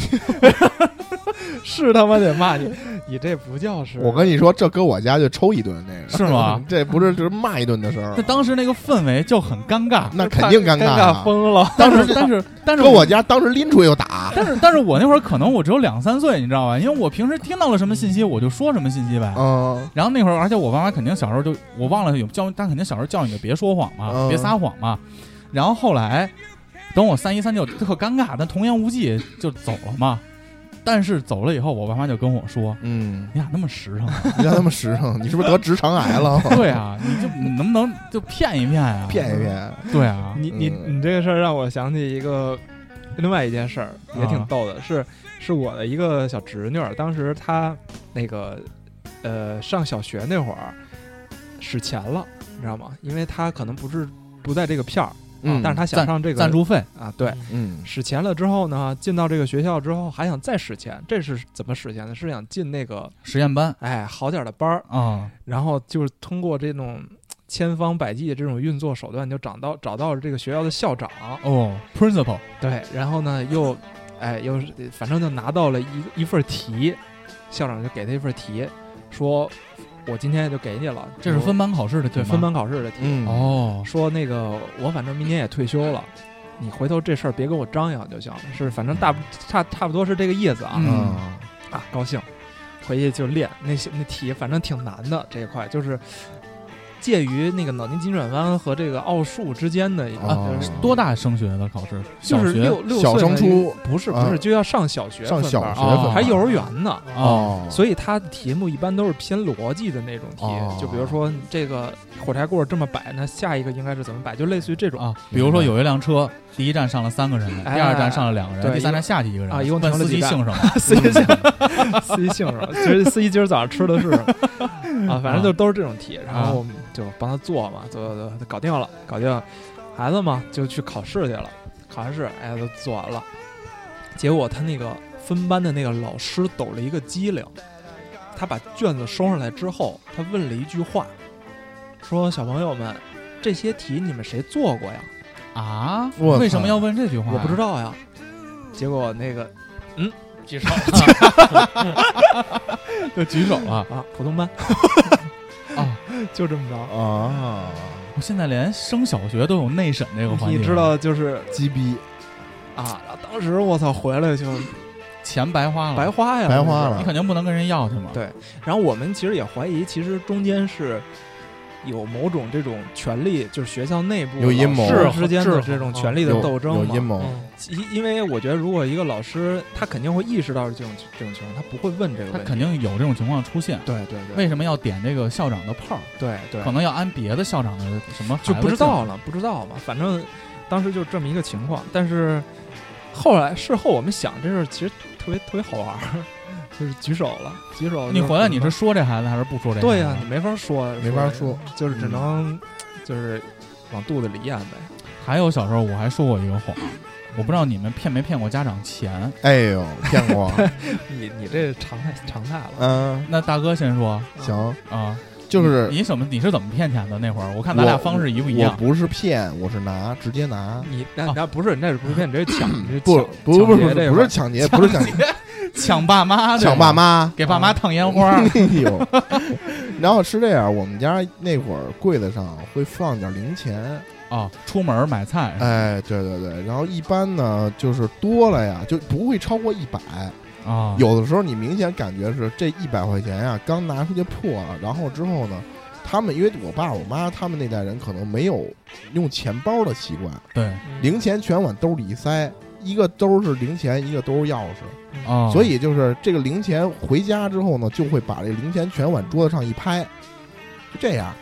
Speaker 1: 是他妈得骂你，你这不叫是。
Speaker 4: 我跟你说，这搁我家就抽一顿，这个
Speaker 3: 是吗？
Speaker 4: 这不是就是骂一顿的事”儿
Speaker 3: 那，当时那个氛围就很尴尬。
Speaker 4: 那肯定
Speaker 1: 尴
Speaker 4: 尴啊！
Speaker 1: 疯了。
Speaker 3: 当 时，但是，但是
Speaker 4: 搁我家当时拎出去就打，
Speaker 3: 但 是，但是我那会儿可能我只有两三岁，你知道吧？因为我平时听到了什么信息，我就说什么信息
Speaker 1: 哦
Speaker 3: 呗。
Speaker 4: 嗯
Speaker 3: 然后那会儿，而且我爸妈肯定小时候就我忘了有教，但肯定小时候教你就别说谎嘛，
Speaker 1: 哦
Speaker 4: 嗯
Speaker 3: 别撒谎嘛。然后后来，等我三一三舅特尴尬，但童言无忌就走了嘛。但是走了以后，我爸妈就跟我说
Speaker 4: 嗯：“，
Speaker 3: 你咋那么实 诚啊？
Speaker 4: 你让他们实诚，你是不是得直肠癌了？
Speaker 3: 对啊，你就你能不能就骗一骗啊？
Speaker 4: 骗一骗，
Speaker 3: 对啊，
Speaker 1: 你你
Speaker 4: 嗯
Speaker 1: 你这个事儿让我想起一个另外一件事儿，也挺
Speaker 3: 啊
Speaker 1: 逗的，是是我的一个小侄女儿，当时她那个呃上小学那会儿使钱了，你知道吗？因为她可能不是不在这个片儿，啊
Speaker 4: 嗯
Speaker 1: 但是她想
Speaker 3: 赞
Speaker 1: 上这个
Speaker 3: 赞助费
Speaker 1: 啊，对，
Speaker 4: 嗯
Speaker 1: 使钱了之后呢，进到这个学校之后还想再使钱，这是怎么使钱呢？是想进那个
Speaker 3: 实验班
Speaker 1: 哎好点儿的班儿，
Speaker 3: 啊，
Speaker 1: 然后就是通过这种千方百计的这种运作手段，就找到找到了这个学校的校长，
Speaker 3: 哦，principal
Speaker 1: 对，然后呢又哎又是反正就拿到了一一份题，校长就给他一份题，说我今天就给你了，
Speaker 3: 这是
Speaker 1: 我
Speaker 3: 分班考试的题
Speaker 1: 哦对
Speaker 3: 吗
Speaker 1: 分班考试的题，
Speaker 4: 嗯
Speaker 3: 哦，
Speaker 1: 说那个我反正明年也退休了，你回头这事儿别跟我张扬就行了，是反正大不差差不多是这个意思啊、
Speaker 3: 嗯
Speaker 4: 嗯
Speaker 1: 啊，高兴，回去就练那些那题，反正挺难的这一块就是。介于那个脑筋急转弯和这个奥数之间的一个，
Speaker 4: 哦
Speaker 1: 就是
Speaker 3: 多大升学的考试？
Speaker 1: 就
Speaker 3: 小
Speaker 1: 是
Speaker 3: 学
Speaker 1: 六六
Speaker 4: 小
Speaker 1: 岁
Speaker 4: 升
Speaker 1: 的一个
Speaker 4: 初
Speaker 1: 不是
Speaker 4: 啊
Speaker 1: 不是，就要上小学
Speaker 4: 上
Speaker 1: 分
Speaker 4: 小
Speaker 1: 班儿啊
Speaker 4: 学
Speaker 3: 哦
Speaker 4: 分
Speaker 1: 还幼儿园呢。
Speaker 4: 哦，
Speaker 1: 所以它的题目一般都是偏逻辑的那种题，
Speaker 4: 哦
Speaker 1: 就比如说这个火柴棍儿这么摆，那下一个应该是怎么摆，就类似于这种。
Speaker 3: 啊，比如说有一辆车，第一站上了三个人，
Speaker 1: 哎
Speaker 3: 第二站上了两个人，
Speaker 1: 对
Speaker 3: 第三站下去一个人，
Speaker 1: 啊一共
Speaker 3: 问
Speaker 1: 停了
Speaker 3: 司
Speaker 1: 几
Speaker 3: 机
Speaker 1: 站
Speaker 3: 姓什么？
Speaker 1: 司机姓，司机姓什么？其实司机今儿早上吃的是什么？啊，反正就都是这种题，然后我们就帮他做嘛，做做做搞定了，搞定了，孩子嘛就去考试去了，考完试哎都做完了，结果他那个分班的那个老师抖了一个机灵，他把卷子收上来之后，他问了一句话，说小朋友们，这些题你们谁做过呀？
Speaker 3: 啊？
Speaker 4: 我操
Speaker 3: 为什么要问这句话？
Speaker 1: 我不知。道呀。结果那个
Speaker 5: 几少？
Speaker 3: 就举手 了
Speaker 1: 啊，普通班
Speaker 3: 啊！
Speaker 1: 就这么着。
Speaker 4: 啊，
Speaker 3: 我现在连升小学都有内审这个环节，
Speaker 1: 你知道就是
Speaker 4: 鸡逼
Speaker 1: 啊，当时我操回来就
Speaker 3: 啊钱白花了，
Speaker 1: 白花呀，
Speaker 4: 白花
Speaker 1: 就是
Speaker 4: 了
Speaker 3: 你肯定不能跟人要去嘛。
Speaker 1: 对然后我们其实也怀疑，其实中间是有某种这种权利，就是学校内部
Speaker 4: 有阴谋
Speaker 1: 老师之间的
Speaker 5: 制衡
Speaker 1: 这种权力的
Speaker 4: 有
Speaker 1: 斗争
Speaker 4: 有
Speaker 1: 嘛
Speaker 4: 阴。谋，
Speaker 5: 嗯
Speaker 1: 因因为我觉得，如果一个老师他肯定会意识到这种这种情况，他不会问这个
Speaker 3: 他
Speaker 1: 问题。
Speaker 3: 肯定有这种情况出现。
Speaker 1: 对对对，
Speaker 3: 为什么要点这个校长的炮？
Speaker 1: 对对
Speaker 3: 可能要安别的校长的什么？
Speaker 1: 就不知道。了，不知道嘛。反正当时就这么一个情况，但是后来事后我们想，这事儿其实特别特别好玩儿，就是举手了，举手。
Speaker 3: 你回来你是说这孩子还是不说这？
Speaker 1: 对呀、你没法说，
Speaker 4: 没法
Speaker 1: 这个
Speaker 4: 说，嗯
Speaker 1: 就是只能就是往肚子里咽呗。
Speaker 3: 还有小时候我还说过一个谎，我不知道你们骗没骗过家长钱。
Speaker 4: 哎呦，骗过，
Speaker 1: 你你这常态常态了，
Speaker 4: 嗯，
Speaker 3: 那大哥先说
Speaker 4: 行，
Speaker 3: 啊，
Speaker 4: 就是
Speaker 3: 你怎么你是怎么骗钱的那会儿？我看咱俩
Speaker 4: 我
Speaker 3: 方式一不一
Speaker 4: 我
Speaker 3: 样。
Speaker 4: 不是骗，我是拿，直接拿。
Speaker 1: 你那
Speaker 3: 啊
Speaker 1: 那不是那是不是骗，你这是抢，你这
Speaker 4: 不
Speaker 1: 抢
Speaker 4: 不不
Speaker 1: 抢劫这
Speaker 4: 是不是
Speaker 1: 块
Speaker 4: 不
Speaker 1: 儿
Speaker 4: 是抢劫，不是抢劫，
Speaker 3: 抢爸妈，
Speaker 4: 抢爸，妈。
Speaker 3: 给爸妈烫烟花
Speaker 4: 哎呦，然后是这样，我们家那会儿柜子上会放点零钱，哎
Speaker 3: 啊！出门买菜，
Speaker 4: 哎，对对对，然后一般呢就是多了呀，就不会超过一百，
Speaker 3: 啊，
Speaker 4: 有的时候你明显感觉是这一百块钱呀、刚拿出去破了，然后之后呢，他们因为我爸我妈他们那代人可能没有用钱包的习惯，
Speaker 3: 对
Speaker 5: 嗯
Speaker 4: 零钱全往兜里一塞，一个兜是零钱，一个兜是钥匙，
Speaker 3: 啊，
Speaker 4: 所以就是这个零钱回家之后呢，就会把这零钱全往桌子上一拍，就这样。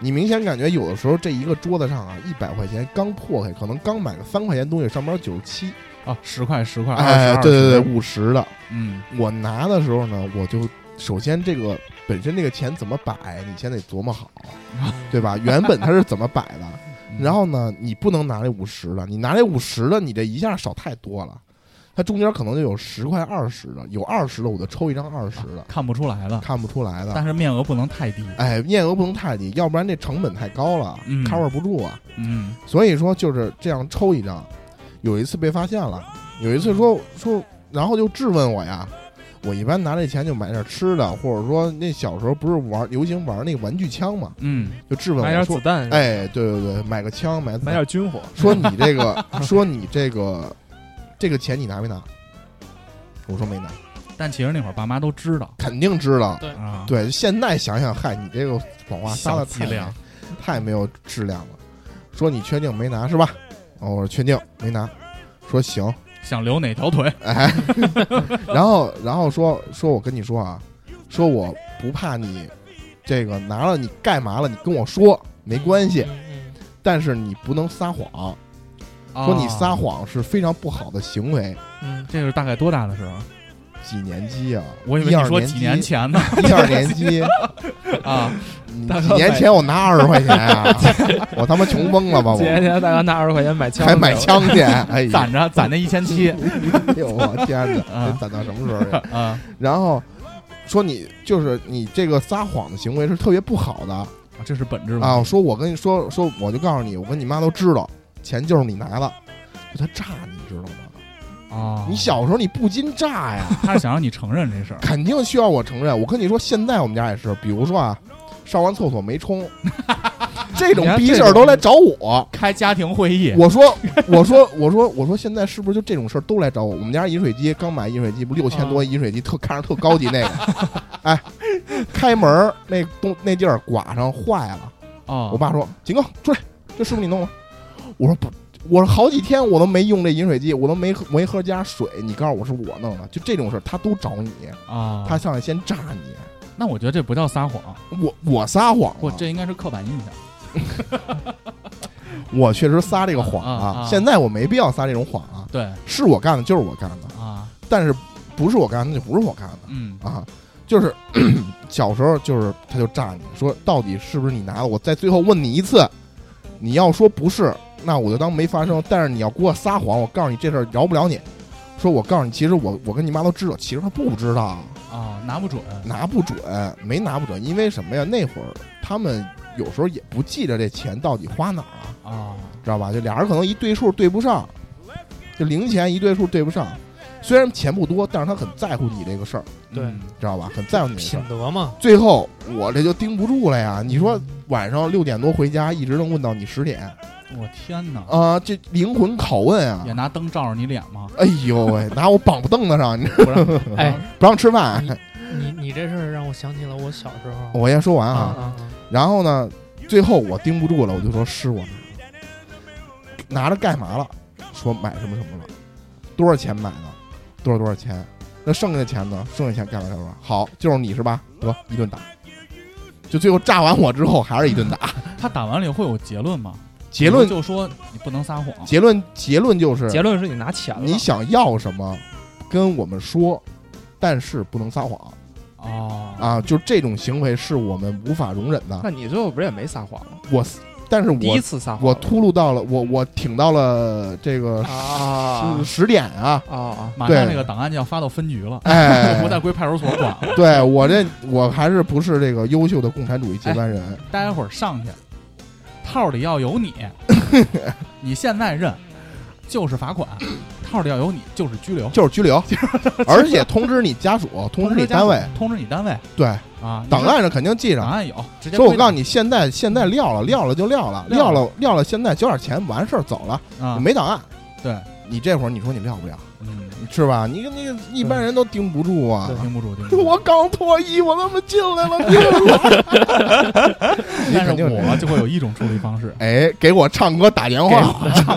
Speaker 4: 你明显感觉有的时候这一个桌子上啊，一百块钱刚破开，可能刚买了三块钱东西，上边九十七，
Speaker 3: 啊，十块十块，
Speaker 4: 哎
Speaker 3: 二十，
Speaker 4: 对对对，
Speaker 3: 二十
Speaker 4: 五十的，
Speaker 3: 嗯
Speaker 4: 我拿的时候呢，我就首先这个本身这个钱怎么摆，你先得琢磨好，对吧？原本它是怎么摆的，
Speaker 3: 嗯
Speaker 4: 然后呢，你不能拿这五十的，你拿这五十的，你这一下少太多了，它中间可能就有十块、二十的，有二十的我就抽一张二十的，
Speaker 3: 啊看不出来了，
Speaker 4: 看不出来的。
Speaker 3: 但是面额不能太低，
Speaker 4: 哎，面额不能太低，要不然这成本太高了、
Speaker 3: 嗯
Speaker 4: c o v e r 不住啊。
Speaker 3: 嗯
Speaker 4: 所以说就是这样抽一张。有一次被发现了，有一次说说，然后就质问我呀。我一般拿这钱就买点吃的，或者说那小时候不是玩流行玩那个玩具枪嘛，
Speaker 3: 嗯，
Speaker 4: 就质问
Speaker 1: 买
Speaker 4: 我
Speaker 1: 点
Speaker 4: 说
Speaker 1: 子：“弹，，
Speaker 4: 哎，啊对对对，买个枪，买
Speaker 1: 买点军火，
Speaker 4: 说你这个， 说你这个，这个钱你拿没拿？”我说没拿，
Speaker 3: 但其实那会儿爸妈都知道
Speaker 4: 肯定知道。
Speaker 3: 啊，
Speaker 4: 对，现在想想，嗨，你这个谎话撒
Speaker 3: 小
Speaker 4: 的
Speaker 3: 伎
Speaker 4: 太
Speaker 3: 俩
Speaker 4: 太没有质量了。说你确定没拿是吧？哦，我说确定没拿。说行，
Speaker 3: 想留哪条腿，
Speaker 4: 哎，然后然后说说我跟你说啊，说我不怕你这个拿了你干嘛了，你跟我说没关系，
Speaker 5: 嗯
Speaker 4: 但是你不能撒谎，说你撒，谎是非常不好的行为。
Speaker 5: 嗯
Speaker 3: 啊这是大概多大的时候？
Speaker 4: 几年级啊？
Speaker 3: 我以为
Speaker 4: 一
Speaker 3: 你
Speaker 4: 二
Speaker 3: 说
Speaker 4: 年
Speaker 3: 几
Speaker 4: 级
Speaker 3: 年，前呢
Speaker 4: 一二年 级，
Speaker 3: 啊，
Speaker 4: 你
Speaker 1: 大
Speaker 4: 几
Speaker 1: 哥
Speaker 4: 年
Speaker 1: 买
Speaker 4: 前我拿二十块钱 啊，我他妈穷疯了吧
Speaker 1: 几
Speaker 4: 我。
Speaker 1: 年前大哥拿二十块钱买枪，
Speaker 4: 还买，枪 去，哎呀，
Speaker 3: 攒着攒着一千七
Speaker 4: 哎呦我天 哪，
Speaker 3: 啊
Speaker 4: 得攒到什么时候呀？
Speaker 3: 啊，
Speaker 4: 然后说你就是你这个撒谎的行为是特别不好的
Speaker 3: 这是本质问题
Speaker 4: 啊！说我跟你说说，我就告诉你，我跟你妈都知道，钱就是你拿的，就他诈你，知道吗？
Speaker 3: 啊，
Speaker 4: 你小时候你不禁诈呀，
Speaker 3: 他是想让你承认这事 儿，
Speaker 4: 肯定需要我承认。我跟你说，现在我们家也是，比如说啊，上完厕所没冲，这种逼事儿都来找我。
Speaker 3: 开家庭会议，
Speaker 4: 我说，我说，我说，我说，现在是不是就这种事儿都来找我？我们家饮水机刚买饮水机，不六千多饮水机，特看着特高级那个。哎，开门儿那东那地儿刮上坏了，
Speaker 3: 啊，
Speaker 4: 我爸说：“警哥出来，这是不是你弄的？”我说：“不，我说好几天我都没用这饮水机，我都没喝没喝加水。你告诉我是我弄的，就这种事儿他都找你，
Speaker 3: 啊，
Speaker 4: 他上来先炸你。
Speaker 3: 那我觉得这不叫撒谎，
Speaker 4: 我我撒谎
Speaker 3: 不，
Speaker 4: 了，
Speaker 3: 这应该是刻板印象，
Speaker 4: 我确实撒这个谎
Speaker 3: 啊啊啊
Speaker 4: 现在我没必要撒这种谎啊，
Speaker 3: 对
Speaker 4: 是我干的就是我干的。”
Speaker 3: 啊，
Speaker 4: 但是不是我干的就不是我干的
Speaker 3: 嗯
Speaker 4: 啊，就是 小时候就是他就炸你说到底是不是你拿的，我再最后问你一次，你要说不是，那我就当没发生，但是你要给我撒谎，我告诉你这事儿饶不了你。说我告诉你，其实我我跟你妈都知道，其实她不知道，
Speaker 3: 啊，拿不准，
Speaker 4: 拿不准，没拿不准，因为什么呀？那会儿他们有时候也不记得这钱到底花哪儿了。
Speaker 3: 啊，
Speaker 4: 知道吧？就俩人可能一对数对不上，就零钱一对数对不上。虽然钱不多，但是他很在乎你这个事儿，
Speaker 5: 对
Speaker 3: 嗯
Speaker 4: 知道吧？很在乎你这事
Speaker 5: 品
Speaker 4: 儿。
Speaker 5: 德嘛，
Speaker 4: 最后我这就盯不住了呀！你说晚上六点多回家，一直能问到你十点
Speaker 3: 我天哪，
Speaker 4: 啊，这灵魂拷问啊
Speaker 3: 也！拿灯照着你脸吗？
Speaker 4: 哎呦喂，拿我绑凳子上，你知道
Speaker 3: 不是，
Speaker 5: 哎，
Speaker 4: 不让吃饭。啊
Speaker 5: 嗯你你这事儿让我想起了我小时候，
Speaker 4: 我先说完
Speaker 5: 啊
Speaker 4: 啊，
Speaker 5: 啊，
Speaker 4: 然后呢，最后我盯不住了，我就说是我拿拿着干嘛了？说买什么什么了？多少钱买的？多少多少钱？那剩下的钱呢？剩下钱干嘛干嘛？好，就是你是吧？得一顿打，就最后炸完我之后还是一顿打。
Speaker 3: 他打完了以后有结论吗？
Speaker 4: 结论
Speaker 3: 就说你不能撒谎，
Speaker 4: 结论结论就是
Speaker 1: 结论是你拿钱了，
Speaker 4: 你想要什么，跟我们说，但是不能撒谎
Speaker 3: 哦
Speaker 4: 啊！就这种行为是我们无法容忍的。
Speaker 1: 那你最后不是也没撒谎吗？
Speaker 4: 我但是
Speaker 1: 第一
Speaker 4: 我
Speaker 1: 次撒谎
Speaker 4: 我秃噜到了，我我挺到了这个
Speaker 1: 啊
Speaker 4: 十十点 啊，
Speaker 1: 啊啊！
Speaker 3: 马上
Speaker 4: 对
Speaker 3: 那个档案就要发到分局了，
Speaker 4: 哎
Speaker 3: 不，再归派出所管了。
Speaker 4: 对我这我还是不是这个优秀的共产主义接班人？
Speaker 3: 待会儿上去，套里要 有你，你现在认就是罚款，套里要有你就是拘留，
Speaker 4: 就是拘留，而且通知你家属，通知你单位
Speaker 3: 家，属，啊通知你单位
Speaker 4: 对，
Speaker 3: 啊，你
Speaker 4: 档
Speaker 3: 说
Speaker 4: 案上肯定记
Speaker 3: 档
Speaker 4: 上。
Speaker 3: 案有，直接
Speaker 4: 说我
Speaker 3: 归
Speaker 4: 告诉
Speaker 3: 档
Speaker 4: 你，现在现在撂了，撂了就撂了，
Speaker 3: 撂
Speaker 4: 撂
Speaker 3: 了
Speaker 4: 了撂了，现在交点钱完事儿走了，
Speaker 3: 啊，
Speaker 4: 没档案。
Speaker 3: 对，
Speaker 4: 你这会儿你说你撂不撂？
Speaker 3: 嗯，
Speaker 4: 是吧？你跟那个一般人都盯不住啊。
Speaker 3: 盯不住， 盯不住。
Speaker 4: 我刚脱衣，我他妈进 来了，
Speaker 3: 但是
Speaker 4: 肯定是，
Speaker 3: 我就会有一种处理方式
Speaker 4: 哎，给我唱歌打电话，
Speaker 3: 打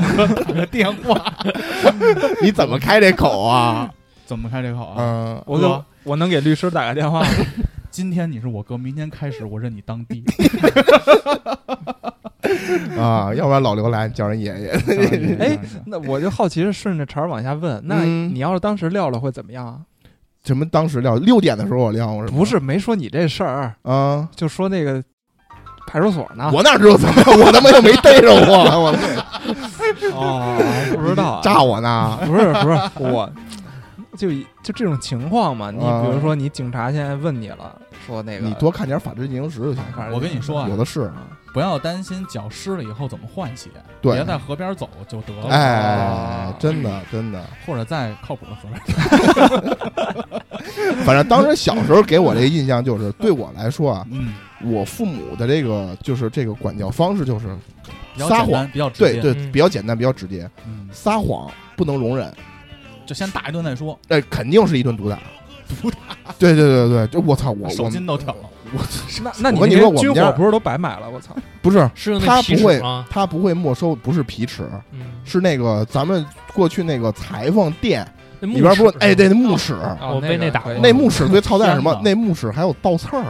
Speaker 3: 个电话，
Speaker 4: 你怎么开这口啊？
Speaker 3: 怎么开这口 啊？
Speaker 4: 嗯，
Speaker 1: 我
Speaker 3: 哥
Speaker 1: 就我能给律师打个电话吗？
Speaker 3: 今天你是我哥，明天开始我认你当 爹。
Speaker 4: 啊，要不然老刘来叫人爷爷。
Speaker 1: 哎 那我就好奇是顺着茬儿往下问，那
Speaker 4: 嗯
Speaker 1: 你要是当时撂了会怎么样啊？
Speaker 4: 什么？当时撂六点的时候我撂是吧
Speaker 1: 不是没说你这事儿，
Speaker 4: 啊，
Speaker 1: 就说那个派出所
Speaker 3: 啊
Speaker 1: 呢。
Speaker 4: 我哪知道怎么样？我他妈又没逮着我， 我
Speaker 1: 哦，不知道、啊，
Speaker 4: 炸我呢？
Speaker 1: 不是不是我，就就这种情况嘛。你
Speaker 4: 啊
Speaker 1: 比如说，你警察现在问你了，说那个
Speaker 4: 你多看点法制进行时就行，
Speaker 1: 反正
Speaker 3: 我跟你说啊
Speaker 4: 有，的是。
Speaker 3: 不要担心脚湿了以后怎么换鞋，
Speaker 4: 对
Speaker 3: 别在河边走就得了，
Speaker 4: 哎，真的真的，
Speaker 3: 或者在靠谱的河边
Speaker 4: 反正当时小时候给我这印 象就是，对我来说啊，
Speaker 3: 嗯，
Speaker 4: 我父母的这个就是这个管教方式就是
Speaker 3: 比较
Speaker 4: 撒
Speaker 3: 简单，比较直
Speaker 4: 对
Speaker 3: 接，
Speaker 4: 对
Speaker 5: 嗯
Speaker 4: 比较简单，比较直接，
Speaker 3: 嗯，
Speaker 4: 撒谎不能容忍，
Speaker 3: 就先打一顿再说，
Speaker 4: 哎，肯定是一顿毒打，毒打，对对对对，就我操我
Speaker 3: 手
Speaker 4: 我
Speaker 3: 筋都挑了。
Speaker 1: 那那你
Speaker 4: 我跟你
Speaker 1: 那
Speaker 4: 说
Speaker 1: 些
Speaker 4: 我们
Speaker 1: 军
Speaker 4: 家
Speaker 1: 火不是都白买了？我操！
Speaker 4: 不是
Speaker 5: 是用
Speaker 4: 他
Speaker 5: 那皮
Speaker 4: 不
Speaker 5: 尺
Speaker 4: 会
Speaker 5: 吗？
Speaker 4: 他不会没收，不是皮尺，
Speaker 5: 嗯，
Speaker 4: 是那个咱们过去那个裁缝店
Speaker 5: 那
Speaker 4: 里边不
Speaker 5: 木尺
Speaker 4: 哎
Speaker 5: 是
Speaker 4: 对
Speaker 5: 吗
Speaker 4: 那木尺，
Speaker 1: 哦
Speaker 5: 我
Speaker 1: 那
Speaker 5: 被那
Speaker 1: 个
Speaker 5: 打
Speaker 1: 可以
Speaker 5: 过，
Speaker 4: 那木尺最操蛋是什
Speaker 3: 天
Speaker 4: 么
Speaker 3: 哪？
Speaker 4: 那木尺还有倒刺儿，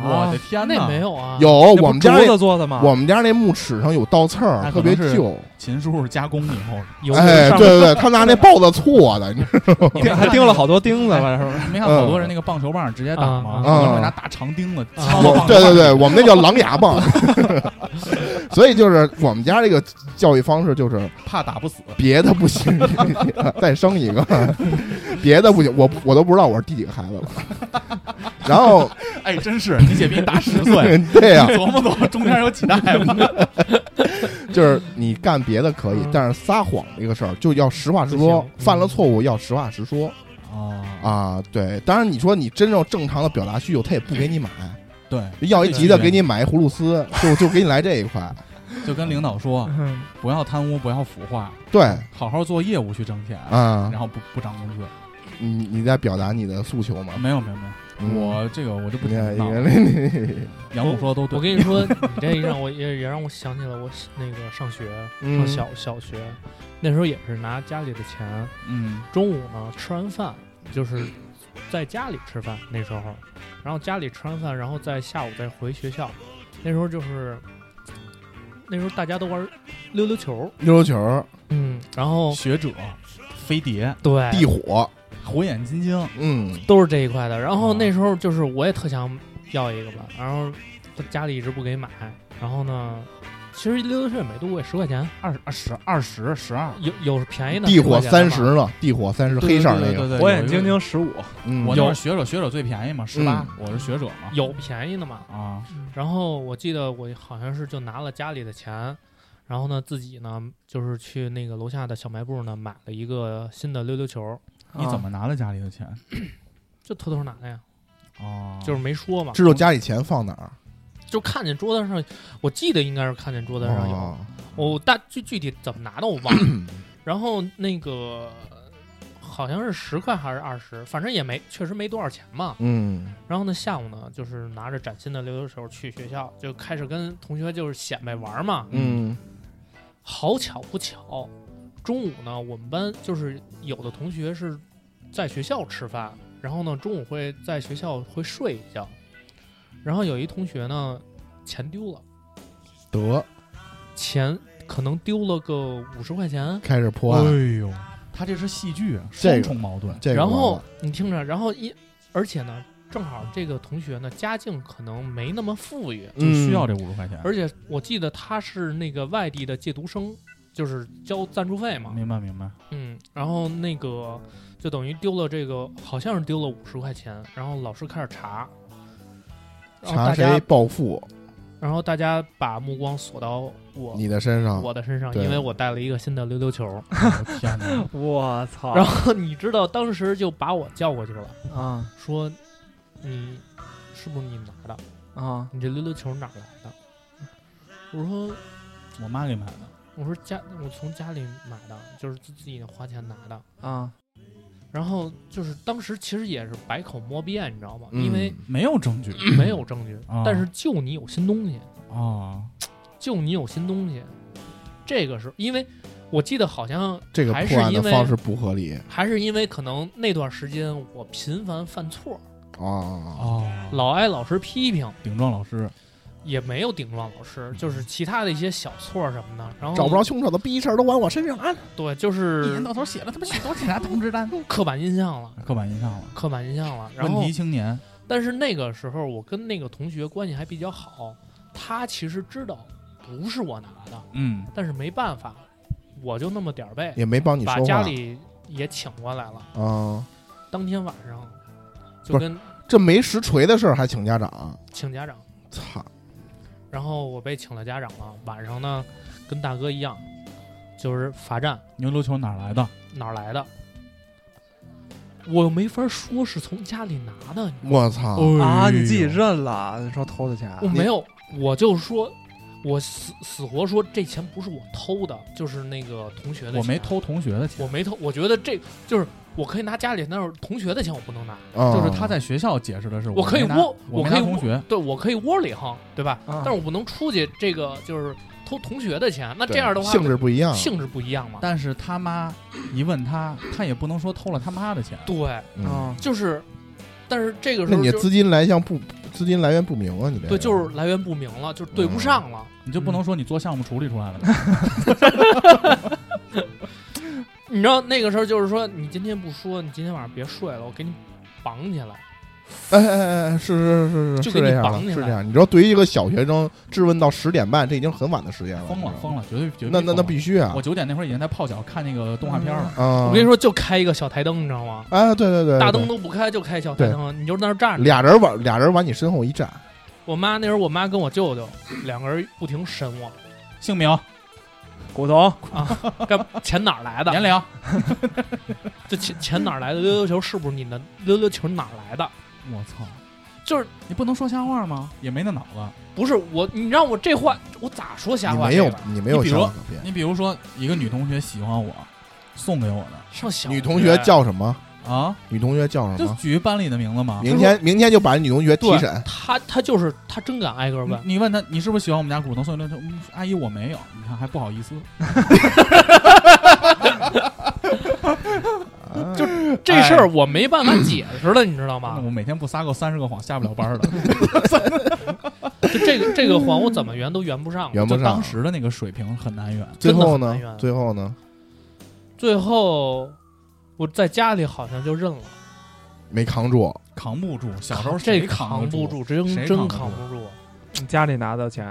Speaker 3: 我的天哪！
Speaker 5: 那没有啊，
Speaker 4: 有
Speaker 1: 那不
Speaker 4: 我们家
Speaker 1: 竹
Speaker 4: 那
Speaker 1: 子做的吗？
Speaker 4: 我们家那木尺上有倒刺
Speaker 3: 那
Speaker 4: 儿，
Speaker 3: 可
Speaker 4: 特
Speaker 3: 能
Speaker 4: 别
Speaker 3: 是
Speaker 4: 旧。
Speaker 3: 秦叔叔加工以后，
Speaker 5: 有
Speaker 4: 哎，
Speaker 5: 上
Speaker 4: 对对对，他拿那刨子锉的，你知道
Speaker 3: 你没
Speaker 1: 钉还
Speaker 3: 看
Speaker 1: 钉了好多钉子吧？是不是？
Speaker 3: 没看好
Speaker 4: 嗯
Speaker 3: 多人那个棒球棒直接打吗？
Speaker 5: 嗯
Speaker 3: 有的时候拿大长钉子
Speaker 5: 啊
Speaker 3: 敲到棒球
Speaker 4: 我
Speaker 3: 棒
Speaker 4: 对对对，我们那叫狼牙棒。 所以就是我们家这个教育方式就是
Speaker 3: 怕打不死。
Speaker 4: 别的不行， 再生一个， 别的不行，我我都不知道我是第几个孩子了。 然后
Speaker 3: 哎，真是你姐比你大十岁，
Speaker 4: 对 呀、
Speaker 3: 琢磨琢磨中间有几代吧？
Speaker 4: 就是你干别的可以
Speaker 5: 嗯，
Speaker 4: 但是撒谎这个事儿就要实话实
Speaker 5: 不
Speaker 4: 说
Speaker 5: 行，嗯
Speaker 4: 犯了错误要实话实说
Speaker 3: 啊，
Speaker 4: 啊。对，当然你说你真正正常的表达需求，他也不给你买，
Speaker 3: 对，
Speaker 4: 要一急的给你买一葫芦丝，就就给你来这一块。
Speaker 3: 就跟领导说，
Speaker 4: 嗯
Speaker 3: 不要贪污，不要腐化，
Speaker 4: 对
Speaker 3: 好好做业务去挣钱，
Speaker 4: 啊
Speaker 3: 然，后不不涨工资。
Speaker 4: 你你在表达你的诉求吗？
Speaker 3: 没有没有没有，
Speaker 4: 嗯哎
Speaker 3: 我这个我就不
Speaker 4: 你
Speaker 3: 听
Speaker 4: 看，你
Speaker 3: 了。
Speaker 4: 看，你看
Speaker 3: 杨总说的都对，
Speaker 5: 我跟你说，你这让我也也让我想起了我那个上学，上
Speaker 4: 嗯
Speaker 5: 小小学那时候也是拿家里的钱，
Speaker 3: 嗯
Speaker 5: 中午呢吃完饭就是在家里吃饭那时候，然后家里吃完饭，然后在下午再回学校，那时候就是那时候大家都玩溜溜球，
Speaker 4: 溜溜球儿、
Speaker 5: 嗯，然后
Speaker 3: 学者、飞碟、
Speaker 5: 对
Speaker 4: 地火，
Speaker 3: 火眼金睛，
Speaker 4: 嗯，
Speaker 5: 都是这一块的。然后
Speaker 3: 哦
Speaker 5: 那时候就是我也特想要一个吧，然后家里一直不给买，然后呢，其实溜溜球也没多贵，十块钱。
Speaker 3: 二二十二十十二，
Speaker 5: 有有是便宜的，
Speaker 4: 地火
Speaker 5: 10块钱
Speaker 4: 三
Speaker 5: 的
Speaker 4: 十
Speaker 5: 嘛，
Speaker 4: 呢，地火三十黑色儿那个，
Speaker 3: 个
Speaker 1: 火眼金睛十五，
Speaker 4: 嗯，
Speaker 3: 我那是学者，学者最便宜嘛，十八、我是学者嘛，
Speaker 5: 有便宜的嘛。
Speaker 3: 啊，
Speaker 5: 然后我记得我好像是就拿了家里的钱，然后呢自己呢就是去那个楼下的小卖部呢买了一个新的溜溜球，
Speaker 3: 你怎么拿了家里的钱？
Speaker 5: 就偷偷拿的呀，
Speaker 3: 哦，
Speaker 5: 就是没说嘛，
Speaker 4: 知道家里钱放哪儿？
Speaker 5: 就看见桌子上，我记得应该是看见桌子上有，
Speaker 4: 哦
Speaker 5: 我大具具体怎么拿的我忘了，然后那个。好像是十块还是二十，反正也没，确实没多少钱嘛。
Speaker 4: 嗯，
Speaker 5: 然后呢，下午呢，就是拿着崭新的溜溜球去学校，就开始跟同学就是显摆玩嘛。
Speaker 4: 嗯
Speaker 5: 好巧不巧，中午呢，我们班就是有的同学是在学校吃饭，然后呢，中午会在学校会睡一觉，然后有一同学呢，钱丢了，
Speaker 4: 得
Speaker 5: 钱可能丢了个五十块钱，
Speaker 4: 开始破
Speaker 3: 哎
Speaker 4: 案，
Speaker 3: 呦，他这是戏剧，啊
Speaker 4: 这
Speaker 3: 双
Speaker 4: 个
Speaker 3: 重矛盾，
Speaker 4: 这个
Speaker 5: 然
Speaker 4: 完
Speaker 5: 后
Speaker 4: 了
Speaker 5: 你听着，然后一而且呢，正好这个同学呢，家境可能没那么富裕，
Speaker 3: 就需要
Speaker 4: 嗯
Speaker 3: 这五十块钱。
Speaker 5: 而且我记得他是那个外地的借读生，就是交赞助费嘛，
Speaker 3: 明白 明白，
Speaker 5: 嗯，然后那个就等于丢了这个，好像是丢了五十块钱，然后老师开始查，然后
Speaker 4: 查
Speaker 5: 大
Speaker 4: 谁
Speaker 5: 家，
Speaker 4: 暴富
Speaker 5: 然后大家把目光锁到我
Speaker 4: 你的身上，
Speaker 5: 我的身上，
Speaker 4: 对
Speaker 5: 因为我带了一个新的溜溜 球。
Speaker 3: 我的天哪！
Speaker 1: 我操！
Speaker 5: 然后你知道，当时就把我叫过去了，
Speaker 1: 啊
Speaker 5: 说你是不是你拿的？
Speaker 1: 啊，
Speaker 5: 你这溜溜球哪儿来的？我说
Speaker 3: 我妈给买的，
Speaker 5: 我说家我从家里买的，就是自己花钱拿的。
Speaker 1: 啊，
Speaker 5: 然后就是当时其实也是百口莫辩，你知道吗？
Speaker 4: 嗯
Speaker 5: 因为
Speaker 3: 没有证据
Speaker 5: 没有证据，
Speaker 3: 啊
Speaker 5: 但是就你有新东西，
Speaker 3: 啊，
Speaker 5: 就你有新东西。这个时候，因为我记得好像
Speaker 4: 这个
Speaker 5: 还是
Speaker 4: 破案的
Speaker 5: 因为
Speaker 4: 方式不合理
Speaker 5: 还是因为可能那段时间我频繁犯错，
Speaker 4: 啊
Speaker 3: 哦，
Speaker 5: 老挨老师批评，
Speaker 3: 顶撞老师，
Speaker 5: 也没有顶撞老师，就是其他的一些小错什么的，然后
Speaker 4: 找不着凶手的逼事儿都往我身上安，
Speaker 5: 对，就是
Speaker 3: 到头写了他妈许多警察通知 单，
Speaker 5: 刻板印象了，
Speaker 3: 刻板印象了，
Speaker 5: 刻板印象了。然
Speaker 3: 问
Speaker 5: 后
Speaker 3: 题，青年
Speaker 5: 但是那个时候我跟那个同学关系还比较好，他其实知道不是我拿的，
Speaker 3: 嗯，
Speaker 5: 但是没办法，我就那么点儿背，
Speaker 4: 也没帮你
Speaker 5: 把
Speaker 4: 说
Speaker 5: 家
Speaker 4: 话
Speaker 5: 里也请过来了。
Speaker 4: 啊。
Speaker 5: 当天晚上就
Speaker 4: 不是
Speaker 5: 跟
Speaker 4: 这没实锤的事儿还请家长，
Speaker 5: 请家长，
Speaker 4: 操！
Speaker 5: 然后我被请了家长了。晚上呢，跟大哥一样，就是罚站。
Speaker 3: 牛头球哪儿来的？
Speaker 5: 哪儿来的？我没法说是从家里拿的，你
Speaker 4: 我操！
Speaker 5: 哦
Speaker 1: 啊，
Speaker 3: 哎呦
Speaker 1: 你自己认了，你说偷的钱，
Speaker 5: 我没有，我就说，我死死活说这钱不是我偷的，就是那个同学的钱，
Speaker 3: 我没，偷同学的钱
Speaker 5: 我，没偷，我觉得这就是我可以拿家里那儿同学的钱，我不能拿，
Speaker 4: 啊
Speaker 3: 就是他在学校解释的是
Speaker 5: 我可以
Speaker 3: 没拿
Speaker 5: 窝，
Speaker 3: 我没
Speaker 5: 可
Speaker 3: 拿
Speaker 5: 以
Speaker 3: 同
Speaker 5: 窝
Speaker 3: 学，
Speaker 5: 对我可以窝里横，对吧？
Speaker 1: 啊
Speaker 5: 但是我不能出去，这个就是偷同学的钱，那
Speaker 4: 对
Speaker 5: 这样的话
Speaker 4: 性质不一样，
Speaker 5: 性质不一样嘛？
Speaker 3: 但是他妈一问他，他也不能说偷了他妈的钱，
Speaker 5: 对，
Speaker 4: 嗯。
Speaker 1: 啊，
Speaker 5: 就是，但是这个时
Speaker 4: 那
Speaker 5: 候
Speaker 4: 你
Speaker 5: 哦就
Speaker 4: 的资金来源不资金来源不明啊？你这个
Speaker 5: 对，就是来源不明了，就是对不上了。
Speaker 4: 嗯
Speaker 3: 你就不能说你做项目处理出来了。
Speaker 5: 你知道那个时候就是说，你今天不说，你今天晚上别睡了，我给你绑起来。
Speaker 4: 哎哎哎，哎是是是是，
Speaker 5: 就是给你
Speaker 4: 这样
Speaker 5: 绑
Speaker 4: 的，
Speaker 5: 起来
Speaker 4: 是这样。你知道，对于一个小学生质问到十点半，这已经很晚的时间 了，
Speaker 3: 疯了，疯
Speaker 4: 了。
Speaker 3: 了，绝对绝对疯
Speaker 4: 那
Speaker 3: 了。
Speaker 4: 那那必须啊
Speaker 3: 我！九点那会儿已经在泡脚看那个动画片了。
Speaker 4: 啊，
Speaker 5: 我跟你说，就开一个小台灯，你知道吗？
Speaker 4: 哎，对对对，对
Speaker 5: 大灯都不开，就开小台灯，你就在那儿站着。
Speaker 4: 俩人往俩人往你身后一站，
Speaker 5: 我妈那时候，我妈跟我舅舅两个人不停审我，
Speaker 4: 嗯
Speaker 3: 姓名、
Speaker 1: 古董，
Speaker 4: 啊
Speaker 5: 干钱哪儿来
Speaker 3: 年
Speaker 5: 的？
Speaker 3: 龄，
Speaker 5: 这钱钱哪儿来的？溜溜球是不是你的？溜溜球哪儿来的？
Speaker 3: 我操，
Speaker 5: 就是
Speaker 3: 你不能说瞎话吗？也没那脑子。
Speaker 5: 不是我？你让我这话，我咋说瞎
Speaker 4: 你
Speaker 5: 话？
Speaker 4: 没有
Speaker 5: 这个
Speaker 4: 你没有
Speaker 3: 你比如
Speaker 4: 想法改变
Speaker 3: 你比如说，一个女同学喜欢我，送给我
Speaker 5: 上小
Speaker 4: 女同学叫什
Speaker 3: 的
Speaker 4: 么？
Speaker 3: 啊，
Speaker 4: 女同学叫什
Speaker 3: 就
Speaker 4: 么？
Speaker 3: 举班里的名字嘛。
Speaker 4: 明天明天就把女同学提审。
Speaker 5: 他，他就是他真敢挨个
Speaker 3: 你
Speaker 5: 问。
Speaker 3: 你问他，你是不是喜欢我们家古董？送你溜溜球嗯阿姨我没有，你看还不好意思。
Speaker 4: 就
Speaker 5: 这事
Speaker 4: 哎
Speaker 5: 儿我没办法解释了，你知道吗
Speaker 3: 那？我每天不撒够三十个谎，下不了班儿的。
Speaker 5: 就这个这个谎，我怎么圆都圆不上。
Speaker 4: 圆不
Speaker 3: 就当
Speaker 4: 上。
Speaker 3: 时的那个水平很难圆。
Speaker 4: 最
Speaker 5: 真的
Speaker 4: 后
Speaker 5: 很难
Speaker 4: 呢
Speaker 5: 圆？
Speaker 4: 最后呢？
Speaker 5: 最后我在家里好像就认了，
Speaker 4: 没扛住，
Speaker 3: 扛不住，小时候
Speaker 5: 这
Speaker 3: 谁扛
Speaker 5: 扛
Speaker 3: 得
Speaker 5: 不
Speaker 3: 住，
Speaker 5: 住，真
Speaker 3: 谁
Speaker 5: 真
Speaker 3: 扛
Speaker 5: 扛
Speaker 3: 不
Speaker 5: 不住。
Speaker 1: 你家里拿的钱，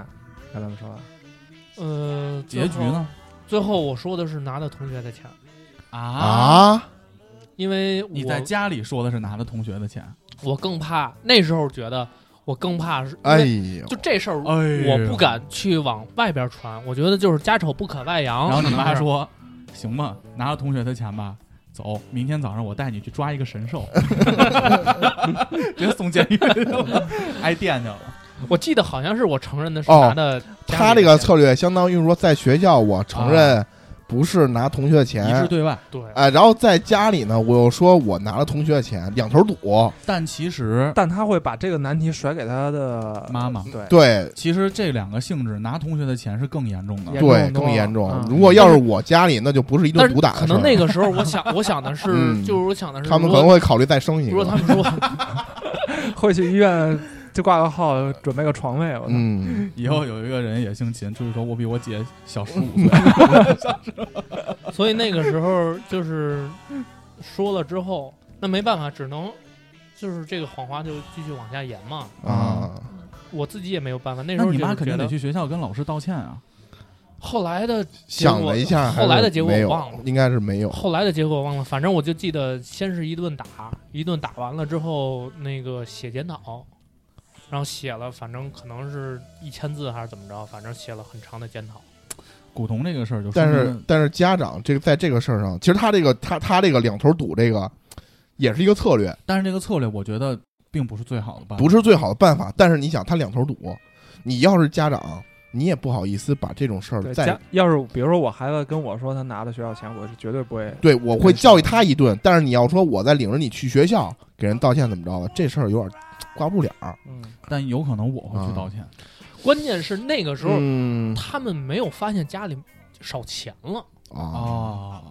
Speaker 1: 跟他们说，
Speaker 5: 呃，
Speaker 3: 结局呢？
Speaker 5: 最后？最后我说的是拿的同学的钱，
Speaker 3: 啊！
Speaker 4: 啊？
Speaker 5: 因为我
Speaker 3: 你在家里说的是拿了同学的钱，
Speaker 5: 我更怕那时候觉得我更怕是，
Speaker 4: 哎
Speaker 5: 因为
Speaker 4: 呦，
Speaker 5: 就这事儿
Speaker 3: 哎呦
Speaker 5: 我不敢去往外边传，我觉得就是家丑不可外扬。
Speaker 3: 然后你妈
Speaker 5: 是不是，
Speaker 3: 说：“行吧，拿了同学的钱吧，走，明天早上我带你去抓一个神 兽，直接送监狱去了，挨电去了。
Speaker 5: 我记得好像是我承认的是
Speaker 4: 哦
Speaker 5: 拿的家里的钱，
Speaker 4: 他这个策略相当于说，在学校我承认不是拿同学的
Speaker 3: 啊一致
Speaker 4: 钱，
Speaker 3: 对外。
Speaker 5: 对，
Speaker 4: 哎，然后在家里呢，我又说我拿了同学的钱，两头堵。
Speaker 3: 但其实，
Speaker 1: 但他会把这个难题甩给他的
Speaker 3: 妈妈
Speaker 1: 对，
Speaker 5: 哎
Speaker 4: 对
Speaker 3: 其实这两个性质，拿同学的钱是更严重的
Speaker 1: 严。重多
Speaker 4: 对
Speaker 1: 了，
Speaker 4: 更严重
Speaker 1: 嗯。
Speaker 4: 如果要是我家里，那就不是一
Speaker 5: 啊但
Speaker 4: 顿
Speaker 5: 是
Speaker 4: 毒打的
Speaker 5: 可能
Speaker 4: 事儿
Speaker 5: 那个时候我想，我想的是，
Speaker 4: 嗯
Speaker 5: 就是我想的是，
Speaker 4: 他们可能会考虑再生一
Speaker 5: 如果他
Speaker 4: 个。
Speaker 5: 们说。
Speaker 1: 会去医院就挂个号，准备个床位，我操，
Speaker 4: 嗯，
Speaker 3: 以后有一个人也姓秦，就是说我比我姐小十五岁。
Speaker 5: 所以那个时候就是说了之后，那没办法，只能就是这个谎话就继续往下延嘛。
Speaker 4: 啊，
Speaker 5: 我自己也没有办法， 那时
Speaker 3: 那
Speaker 5: 候
Speaker 3: 你
Speaker 5: 就
Speaker 3: 妈
Speaker 5: 是
Speaker 3: 肯
Speaker 5: 觉
Speaker 3: 定得
Speaker 5: 得。
Speaker 3: 去学校跟老师道歉啊。
Speaker 5: 后来的
Speaker 4: 想了一下，
Speaker 5: 结果后来的结果
Speaker 4: 没有
Speaker 5: 我忘了嗯
Speaker 4: 应该是没有。
Speaker 5: 后来的结果我忘了，反正我就记得先是一顿打，一顿打完了之后，那个写检讨，然后写了，反正可能是一千字还是怎么着，反正写了很长的检讨。
Speaker 3: 古潼这个事儿就说
Speaker 4: 但是
Speaker 3: 明
Speaker 4: 但是家长这个在这个事儿上，其实他这个他他这个两头堵这个，也是一个策略，
Speaker 3: 但是这个策略，我觉得并不是最好的办法。
Speaker 4: 不是最好的办法。但是你想，他两头堵，你要是家长，你也不好意思把这种事儿
Speaker 1: 对
Speaker 4: 再
Speaker 1: 家要是比如说我孩子跟我说他拿了学校钱，我是绝对不会。
Speaker 4: 对我会教育他一顿，但是你要说我在领着你去学校给人道歉怎么着的，这事儿有点挂不了。
Speaker 1: 嗯，
Speaker 3: 但有可能我会去
Speaker 4: 啊
Speaker 3: 道歉。
Speaker 5: 关键是那个时候、
Speaker 4: 嗯
Speaker 5: 他们没有发现家里少钱了，
Speaker 4: 啊，
Speaker 3: 哦，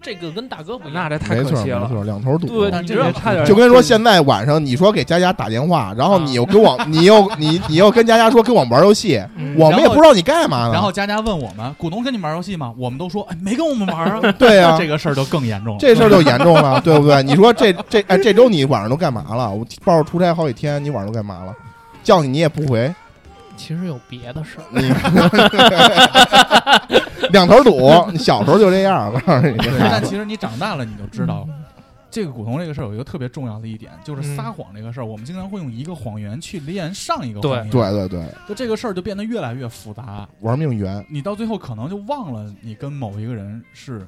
Speaker 5: 这个跟大哥不一
Speaker 1: 那
Speaker 5: 样。
Speaker 1: 这太
Speaker 4: 没
Speaker 1: 可
Speaker 4: 错
Speaker 1: 惜
Speaker 4: 没
Speaker 1: 了。
Speaker 4: 错，两头堵。
Speaker 5: 嗯对，
Speaker 3: 但
Speaker 5: 你
Speaker 3: 这
Speaker 5: 知道
Speaker 3: 个
Speaker 5: 吗
Speaker 3: 差点
Speaker 4: 就跟说现在晚上你说给佳佳打电话，然后你又跟我，你又你你又跟佳佳说跟我们玩游戏，
Speaker 5: 嗯
Speaker 4: 我们也不知道你干嘛呢。
Speaker 3: 然后佳佳问我们，股东跟你们玩游戏吗？我们都说，哎，没跟我们玩啊。
Speaker 4: 对啊
Speaker 3: 那这个事儿就更严重了。
Speaker 4: 这事儿就严重了，对不对？你说这这哎，这周你晚上都干嘛了？我抱着出差好几天，你晚上都干嘛了？叫你你也不回，
Speaker 5: 其实有别的事儿，
Speaker 4: 你 两头堵。你小时候就这样，我告诉你，这
Speaker 3: 对
Speaker 4: 孩
Speaker 3: 但
Speaker 4: 子
Speaker 3: 其实你长大了，你就知
Speaker 4: 嗯
Speaker 3: 道，
Speaker 5: 嗯
Speaker 3: 这个股东这个事儿有一个特别重要的一点，就是撒谎这个事儿，我们经常会用一个谎言去连上一个谎言，
Speaker 4: 对，对对，
Speaker 3: 就这个事儿就变得越来越复杂，
Speaker 4: 玩命圆。
Speaker 3: 你到最后可能就忘了你跟某一个人是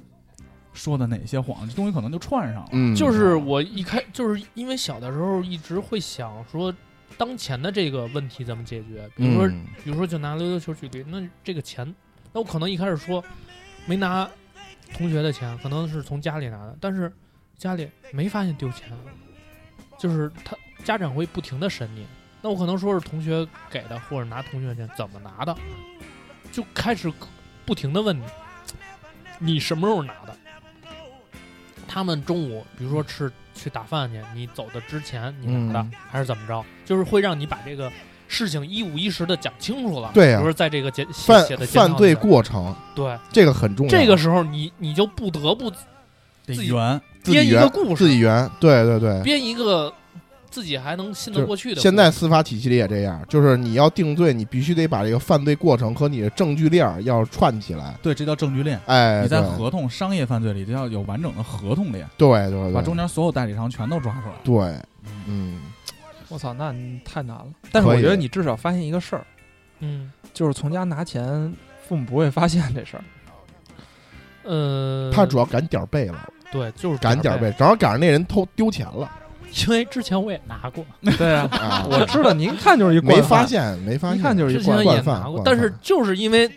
Speaker 3: 说的哪些谎，这东西可能就串上了。
Speaker 4: 嗯，
Speaker 5: 就是我一开，就是因为小的时候一直会想说，当前的这个问题怎么解决？比如说，
Speaker 4: 嗯
Speaker 5: 比如说就拿溜溜球举例，那这个钱，那我可能一开始说没拿同学的钱，可能是从家里拿的，但是家里没发现丢钱，就是他家长会不停的审你。那我可能说是同学给的，或者拿同学的钱怎么拿的，就开始不停的问你，你什么时候拿的？他们中午比如说吃去打饭去，你走的之前你拿的、
Speaker 4: 嗯
Speaker 5: 还是怎么着？就是会让你把这个事情一五一十的讲清楚了。
Speaker 4: 对呀
Speaker 5: 比如说在这个检写
Speaker 4: 犯
Speaker 5: 写的检讨
Speaker 4: 犯
Speaker 5: 里
Speaker 4: 罪
Speaker 5: 面
Speaker 4: 过程，
Speaker 5: 对，
Speaker 4: 这个很重要。
Speaker 5: 这个时候你你就不得不
Speaker 3: 得
Speaker 4: 嗯
Speaker 5: 自己
Speaker 3: 圆，
Speaker 4: 自己
Speaker 5: 编一
Speaker 4: 圆
Speaker 5: 个故
Speaker 4: 自
Speaker 5: 事，
Speaker 4: 己圆，对对对。
Speaker 5: 编一个自己还能信得过去的故事。
Speaker 4: 现在司法体系里也这样，就是你要定罪，你必须得把这个犯罪过程和你的证据链儿要串起来。
Speaker 3: 对，这叫证据链。
Speaker 4: 哎，
Speaker 3: 你在
Speaker 4: 对
Speaker 3: 合同商业犯罪里，这要有完整的合同链，
Speaker 4: 对对
Speaker 3: 把
Speaker 4: 对，
Speaker 3: 中间所有代理商全都抓出来。
Speaker 4: 对，嗯，
Speaker 1: 我操，那你太难了。但是我
Speaker 4: 可以
Speaker 1: 觉得你至少发现一个事儿，
Speaker 5: 嗯
Speaker 1: 就是从家拿钱，父母不会发现这事儿。
Speaker 5: 呃，
Speaker 4: 他主要赶点儿背了，
Speaker 5: 对就是
Speaker 4: 赶点儿背，正好赶上那人偷丢钱了
Speaker 5: 因为之前我也拿过，
Speaker 1: 对啊，！
Speaker 4: 啊
Speaker 1: 我知道您看就是一
Speaker 4: 没
Speaker 1: 惯犯
Speaker 4: 发，现，没发
Speaker 1: 一
Speaker 4: 现，
Speaker 1: 看就是
Speaker 5: 之
Speaker 1: 一惯
Speaker 5: 前
Speaker 1: 犯
Speaker 5: 也
Speaker 4: 惯犯
Speaker 5: 拿过，
Speaker 4: 惯
Speaker 5: 但是
Speaker 4: 犯
Speaker 5: 就是因为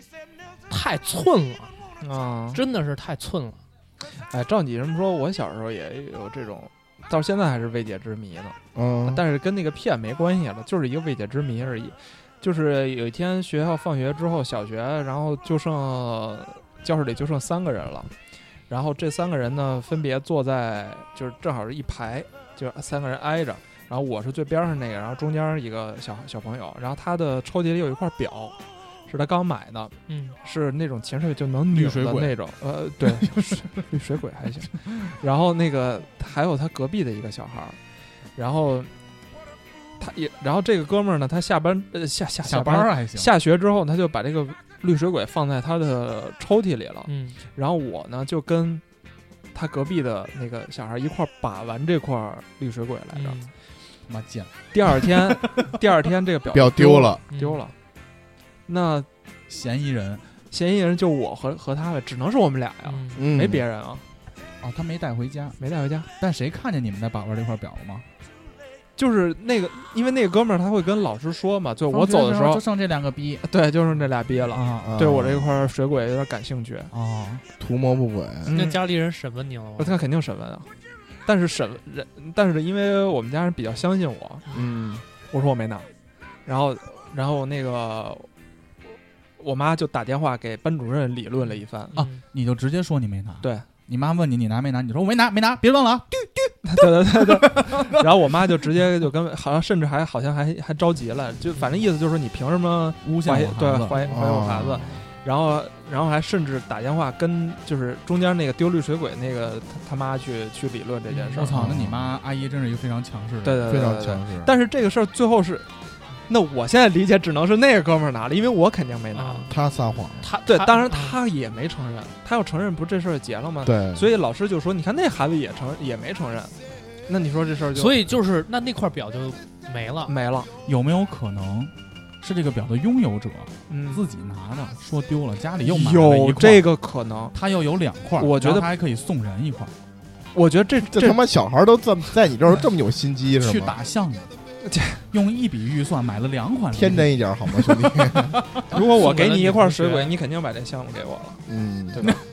Speaker 5: 太寸了，
Speaker 1: 啊。
Speaker 5: 真的是太寸了。
Speaker 1: 哎，照你这么说，我小时候也有这种，到现在还是未解之谜呢。
Speaker 4: 嗯，
Speaker 1: 但是跟那个骗没关系了，就是一个未解之谜而已。就是有一天学校放学之后，小学，然后就剩教室里就剩三个人了，然后这三个人呢分别坐在就是正好是一排，就是三个人挨着，然后我是最边上那个，然后中间一个小小朋友，然后他的抽屉里有一块表，是他刚买的，
Speaker 5: 嗯，
Speaker 1: 是那种潜水就能拧
Speaker 3: 绿水
Speaker 1: 的
Speaker 3: 鬼
Speaker 1: 那种，呃，对， 水绿水鬼还行。然后那个还有他隔壁的一个小孩儿，然后他也，然后这个哥们儿呢，他下班呃下下
Speaker 3: 下班
Speaker 1: 班
Speaker 3: 儿啊还行，
Speaker 1: 下学之后，他就把这个绿水鬼放在他的抽屉里了。
Speaker 5: 嗯，
Speaker 1: 然后我呢就跟他隔壁的那个小孩儿一块儿把玩这块儿绿水鬼来着。
Speaker 5: 嗯
Speaker 3: 妈贱，
Speaker 1: 第二 天，第二天这个表
Speaker 4: 表丢
Speaker 1: 丢，
Speaker 4: 了，
Speaker 5: 嗯
Speaker 1: 丢了。那
Speaker 3: 嫌疑人
Speaker 1: 嫌疑人就我和和他了，只能是我们俩呀。
Speaker 5: 嗯嗯
Speaker 4: 嗯，
Speaker 1: 没别人啊，
Speaker 3: 哦，他没带回家，
Speaker 1: 没带回家。
Speaker 3: 但谁看见你们在把玩这块表了吗？
Speaker 1: 就是那个，因为那个哥们儿他会跟老师说嘛，对我
Speaker 3: 放学
Speaker 1: 走的时候
Speaker 3: 就，剩这两个逼
Speaker 1: 对，就剩这俩憋了。
Speaker 3: 啊
Speaker 4: 啊
Speaker 1: 对我这块儿水鬼有点感兴趣，
Speaker 3: 啊！
Speaker 4: 图谋不轨，
Speaker 5: 那
Speaker 1: 嗯
Speaker 5: 家里人审问你了吗？
Speaker 1: 他肯定审问啊。但是审问人，但是因为我们家人比较相信我，
Speaker 4: 嗯，
Speaker 1: 我说我没拿，然后然后那个我妈就打电话给班主任理论了一 番，
Speaker 3: 啊
Speaker 5: 嗯
Speaker 3: 你就直接说你没拿。
Speaker 1: 对，
Speaker 3: 你妈问你你拿没拿，你说我没拿没拿，别问了啊。
Speaker 1: 对对对对，然后我妈就直接就跟好像甚至还好像还还着急了，就反正意思就是你凭什么
Speaker 3: 诬陷
Speaker 1: 怀疑
Speaker 3: 我
Speaker 1: 对
Speaker 3: 孩子啊
Speaker 1: 怀疑怀疑我孩子
Speaker 4: 哦，
Speaker 1: 然后然后还甚至打电话跟就是中间那个丢绿水鬼那个他他妈去去理论这件事
Speaker 3: 嗯
Speaker 1: 儿
Speaker 3: 我，操，那你妈阿姨真是一个非常强势的人。
Speaker 1: 对对
Speaker 4: 非
Speaker 1: 对
Speaker 4: 常
Speaker 1: 对对
Speaker 4: 强势。
Speaker 1: 但是这个事儿最后是，那我现在理解只能是那个哥们儿拿了，因为我肯定没拿
Speaker 5: 啊。，
Speaker 4: 他撒谎，
Speaker 5: 他嗯
Speaker 1: 对，当
Speaker 3: 嗯
Speaker 1: 然
Speaker 5: 他
Speaker 1: 他也没承认，他要承认不是这事儿结了吗？
Speaker 4: 对，
Speaker 1: 所以老师就说，你看那孩子也承也没承认，那你说这事儿就
Speaker 5: 所以就是那那块表就没了。
Speaker 1: 没了，
Speaker 3: 有没有可能是这个表的拥有者
Speaker 1: 嗯。
Speaker 3: 自己拿的，说丢了，家里又买了
Speaker 1: 有
Speaker 3: 一块
Speaker 1: 这，个可能，
Speaker 3: 他又有两块，
Speaker 1: 我觉
Speaker 3: 然
Speaker 1: 得
Speaker 3: 后他还可以送人一块
Speaker 1: 我觉得这
Speaker 4: 这他妈小孩儿都这么在你这儿这么有心机是
Speaker 3: 去
Speaker 4: 吗？
Speaker 3: 打项目。用一笔预算买了两款礼品
Speaker 4: 天真一点好吗，兄弟？
Speaker 1: 如果我给
Speaker 5: 送给了
Speaker 1: 你一
Speaker 5: 女
Speaker 1: 块
Speaker 5: 同
Speaker 1: 水
Speaker 5: 学
Speaker 3: 啊
Speaker 1: 鬼，你肯定把这项目给我了
Speaker 4: 嗯，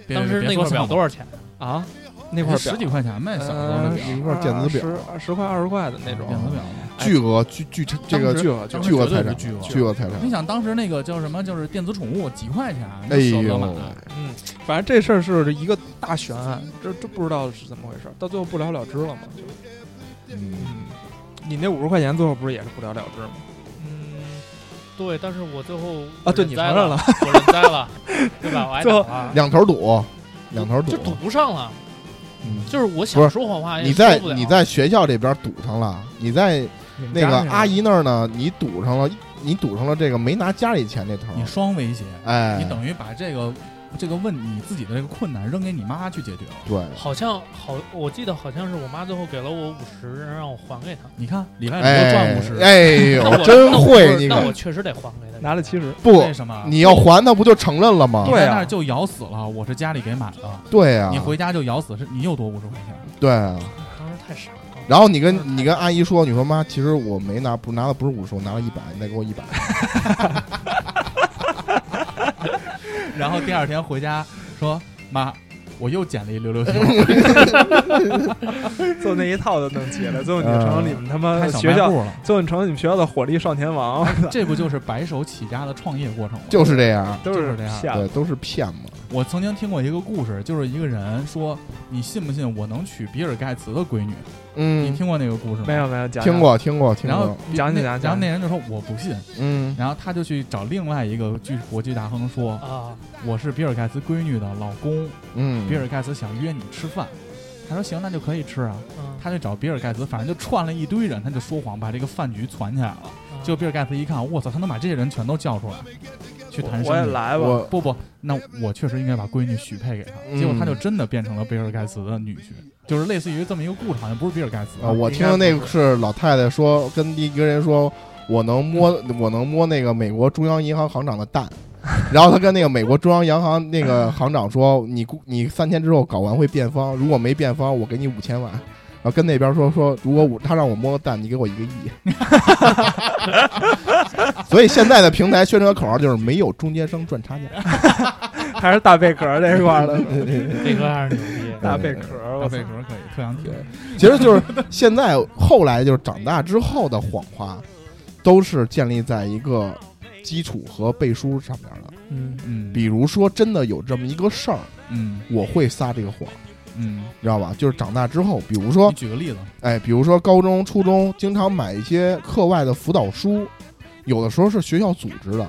Speaker 3: 别
Speaker 5: 当时
Speaker 3: 别
Speaker 5: 那
Speaker 3: 说
Speaker 5: 块表
Speaker 3: 表
Speaker 5: 多少钱？
Speaker 1: 啊。那块表
Speaker 3: 十几块钱呗，小时候的
Speaker 1: 呃
Speaker 3: 表，
Speaker 4: 一块电子表
Speaker 1: 十二十块二十块的那种啊
Speaker 3: 电子表。
Speaker 4: 巨额巨巨这个
Speaker 3: 当时
Speaker 4: 巨
Speaker 1: 额
Speaker 3: 当时
Speaker 4: 巨
Speaker 3: 绝
Speaker 4: 额
Speaker 3: 对
Speaker 4: 财
Speaker 3: 是
Speaker 4: 产，
Speaker 3: 巨额嗯
Speaker 4: 巨额财产
Speaker 3: 你。想当时那个叫什么，就是电子宠物几块钱，
Speaker 4: 哎
Speaker 3: 舍不得买
Speaker 4: 呦，
Speaker 1: 嗯，反正这事儿是一个大悬案，这这不知道是怎么回事，到最后不了了之了嘛。就
Speaker 4: 嗯
Speaker 1: 嗯，你那五十块钱最后不是也是不了了之吗？
Speaker 5: 嗯，对，但是我最后
Speaker 1: 啊
Speaker 5: 我
Speaker 1: 对
Speaker 5: 认
Speaker 1: 你
Speaker 5: 栽
Speaker 1: 承认
Speaker 5: 了，我认栽了，对吧？我挨打
Speaker 1: 最后
Speaker 5: 了，啊
Speaker 4: 两头堵，两头
Speaker 5: 就
Speaker 4: 堵
Speaker 5: 堵。不上了。
Speaker 4: 嗯
Speaker 5: 就是我
Speaker 4: 不
Speaker 5: 想
Speaker 4: 是
Speaker 5: 说谎话，也
Speaker 4: 你
Speaker 5: 说
Speaker 4: 在
Speaker 5: 不了
Speaker 4: 你在学校这边堵上了，你在
Speaker 1: 你们
Speaker 4: 那
Speaker 1: 家
Speaker 4: 个
Speaker 1: 是
Speaker 4: 阿姨那儿呢，你堵上了，你堵上了这个没拿家里钱这头儿。
Speaker 3: 你双威胁，
Speaker 4: 哎，
Speaker 3: 你等于把这个这个问你自己的这个困难扔给你妈去解决了。
Speaker 4: 对，
Speaker 5: 好像好，我记得好像是我妈最后给了我五十，让我还给她。
Speaker 3: 你看李爱
Speaker 4: 哎
Speaker 3: 博赚五十，
Speaker 4: 哎
Speaker 5: 那
Speaker 4: 呦，
Speaker 5: 我
Speaker 4: 真
Speaker 5: 那我
Speaker 4: 会你
Speaker 5: 那我
Speaker 4: 可
Speaker 5: 确实得还给她。
Speaker 1: 拿了七，十，
Speaker 4: 不
Speaker 3: 为？什么？啊
Speaker 4: 你要还他不就承认了吗
Speaker 3: 你？
Speaker 1: 对
Speaker 3: 在
Speaker 1: 啊
Speaker 3: 那儿就咬死了，我是家里给买的，
Speaker 4: 对呀
Speaker 3: 你，回家就咬死，是你又多五十块 钱，
Speaker 4: 对啊。
Speaker 5: 当时太傻了。
Speaker 4: 然后你跟你跟阿姨说，你说妈，其实我没拿，不拿的不是五十，我拿了一百，你再给我一百。
Speaker 3: 然后第二天回家说妈，我又捡了一溜 溜球，
Speaker 1: 做那一套都弄起来，最后你就成了你们他妈
Speaker 3: 开小
Speaker 1: 学
Speaker 3: 卖
Speaker 1: 校，
Speaker 3: 部了，
Speaker 1: 最后你成了你们学校的火力少年王，
Speaker 3: 这不就是白手起家的创业过程吗？
Speaker 4: 就是这样，
Speaker 1: 都
Speaker 3: 就是这样
Speaker 1: 骗
Speaker 4: 对
Speaker 1: 子，，
Speaker 4: 都是骗嘛。
Speaker 3: 我曾经听过一个故事，就是一个人说：“你信不信我能娶比尔盖茨的闺女？”你
Speaker 4: 嗯，
Speaker 3: 听过那个故事吗？
Speaker 1: 没有。没有讲
Speaker 4: 听，过听过听
Speaker 3: 然
Speaker 4: 过
Speaker 3: 后。
Speaker 1: 讲
Speaker 3: 那
Speaker 1: 讲
Speaker 3: 然
Speaker 1: 讲
Speaker 3: 后那人就说我不信，
Speaker 4: 嗯，
Speaker 3: 然后他就去找另外一个巨国际大亨说
Speaker 5: 啊，
Speaker 3: 我是比尔盖茨闺女的老公，
Speaker 4: 嗯，
Speaker 3: 比尔盖茨想约你吃饭，他说行，那就可以吃啊。
Speaker 5: 嗯
Speaker 3: 他就找比尔盖茨，反正就串了一堆人，他就说谎把这个饭局攒起来了。
Speaker 5: 啊
Speaker 3: 结果比尔盖茨一看，我操，他能把这些人全都叫出来，去谈
Speaker 1: 我也
Speaker 3: 生意。
Speaker 1: 来吧，
Speaker 4: 我
Speaker 3: 不不，那我确实应该把闺女许配给他。
Speaker 4: 嗯
Speaker 3: 结果他就真的变成了比尔盖茨的女婿，就是类似于这么一个故事，好像不是比尔盖茨
Speaker 4: 啊，我听的 那个是老太太说，跟一个人说，我能摸，我能摸那个美国中央银行行长的蛋， 然后他跟那个美国中央银行那个行长说，你估你三天之后搞完会变方，如果没变方，我给你五千万。然后跟那边说说，如果我他让我摸个蛋，你给我一个亿。 所以现在的平台宣传口号就是没有中间商赚差价。
Speaker 1: 还是大贝壳这一块儿的
Speaker 5: 这 哥还是牛逼。
Speaker 1: 大贝壳，
Speaker 3: 大
Speaker 1: 我
Speaker 3: 贝
Speaker 1: 操，
Speaker 3: 壳可以，特想听。
Speaker 4: 其实就是现在后来就是长大之后的谎话，都是建立在一个基础和背书上面的。
Speaker 1: 嗯，
Speaker 3: 嗯，
Speaker 4: 比如说，真的有这么一个事儿，
Speaker 3: 嗯
Speaker 4: 我会撒这个谎，
Speaker 3: 嗯，
Speaker 4: 你知道吧？就是长大之后，比如
Speaker 3: 你
Speaker 4: 说，
Speaker 3: 举个例子，
Speaker 4: 哎，比如说高中、初中，经常买一些课外的辅导书，有的时候是学校组织的，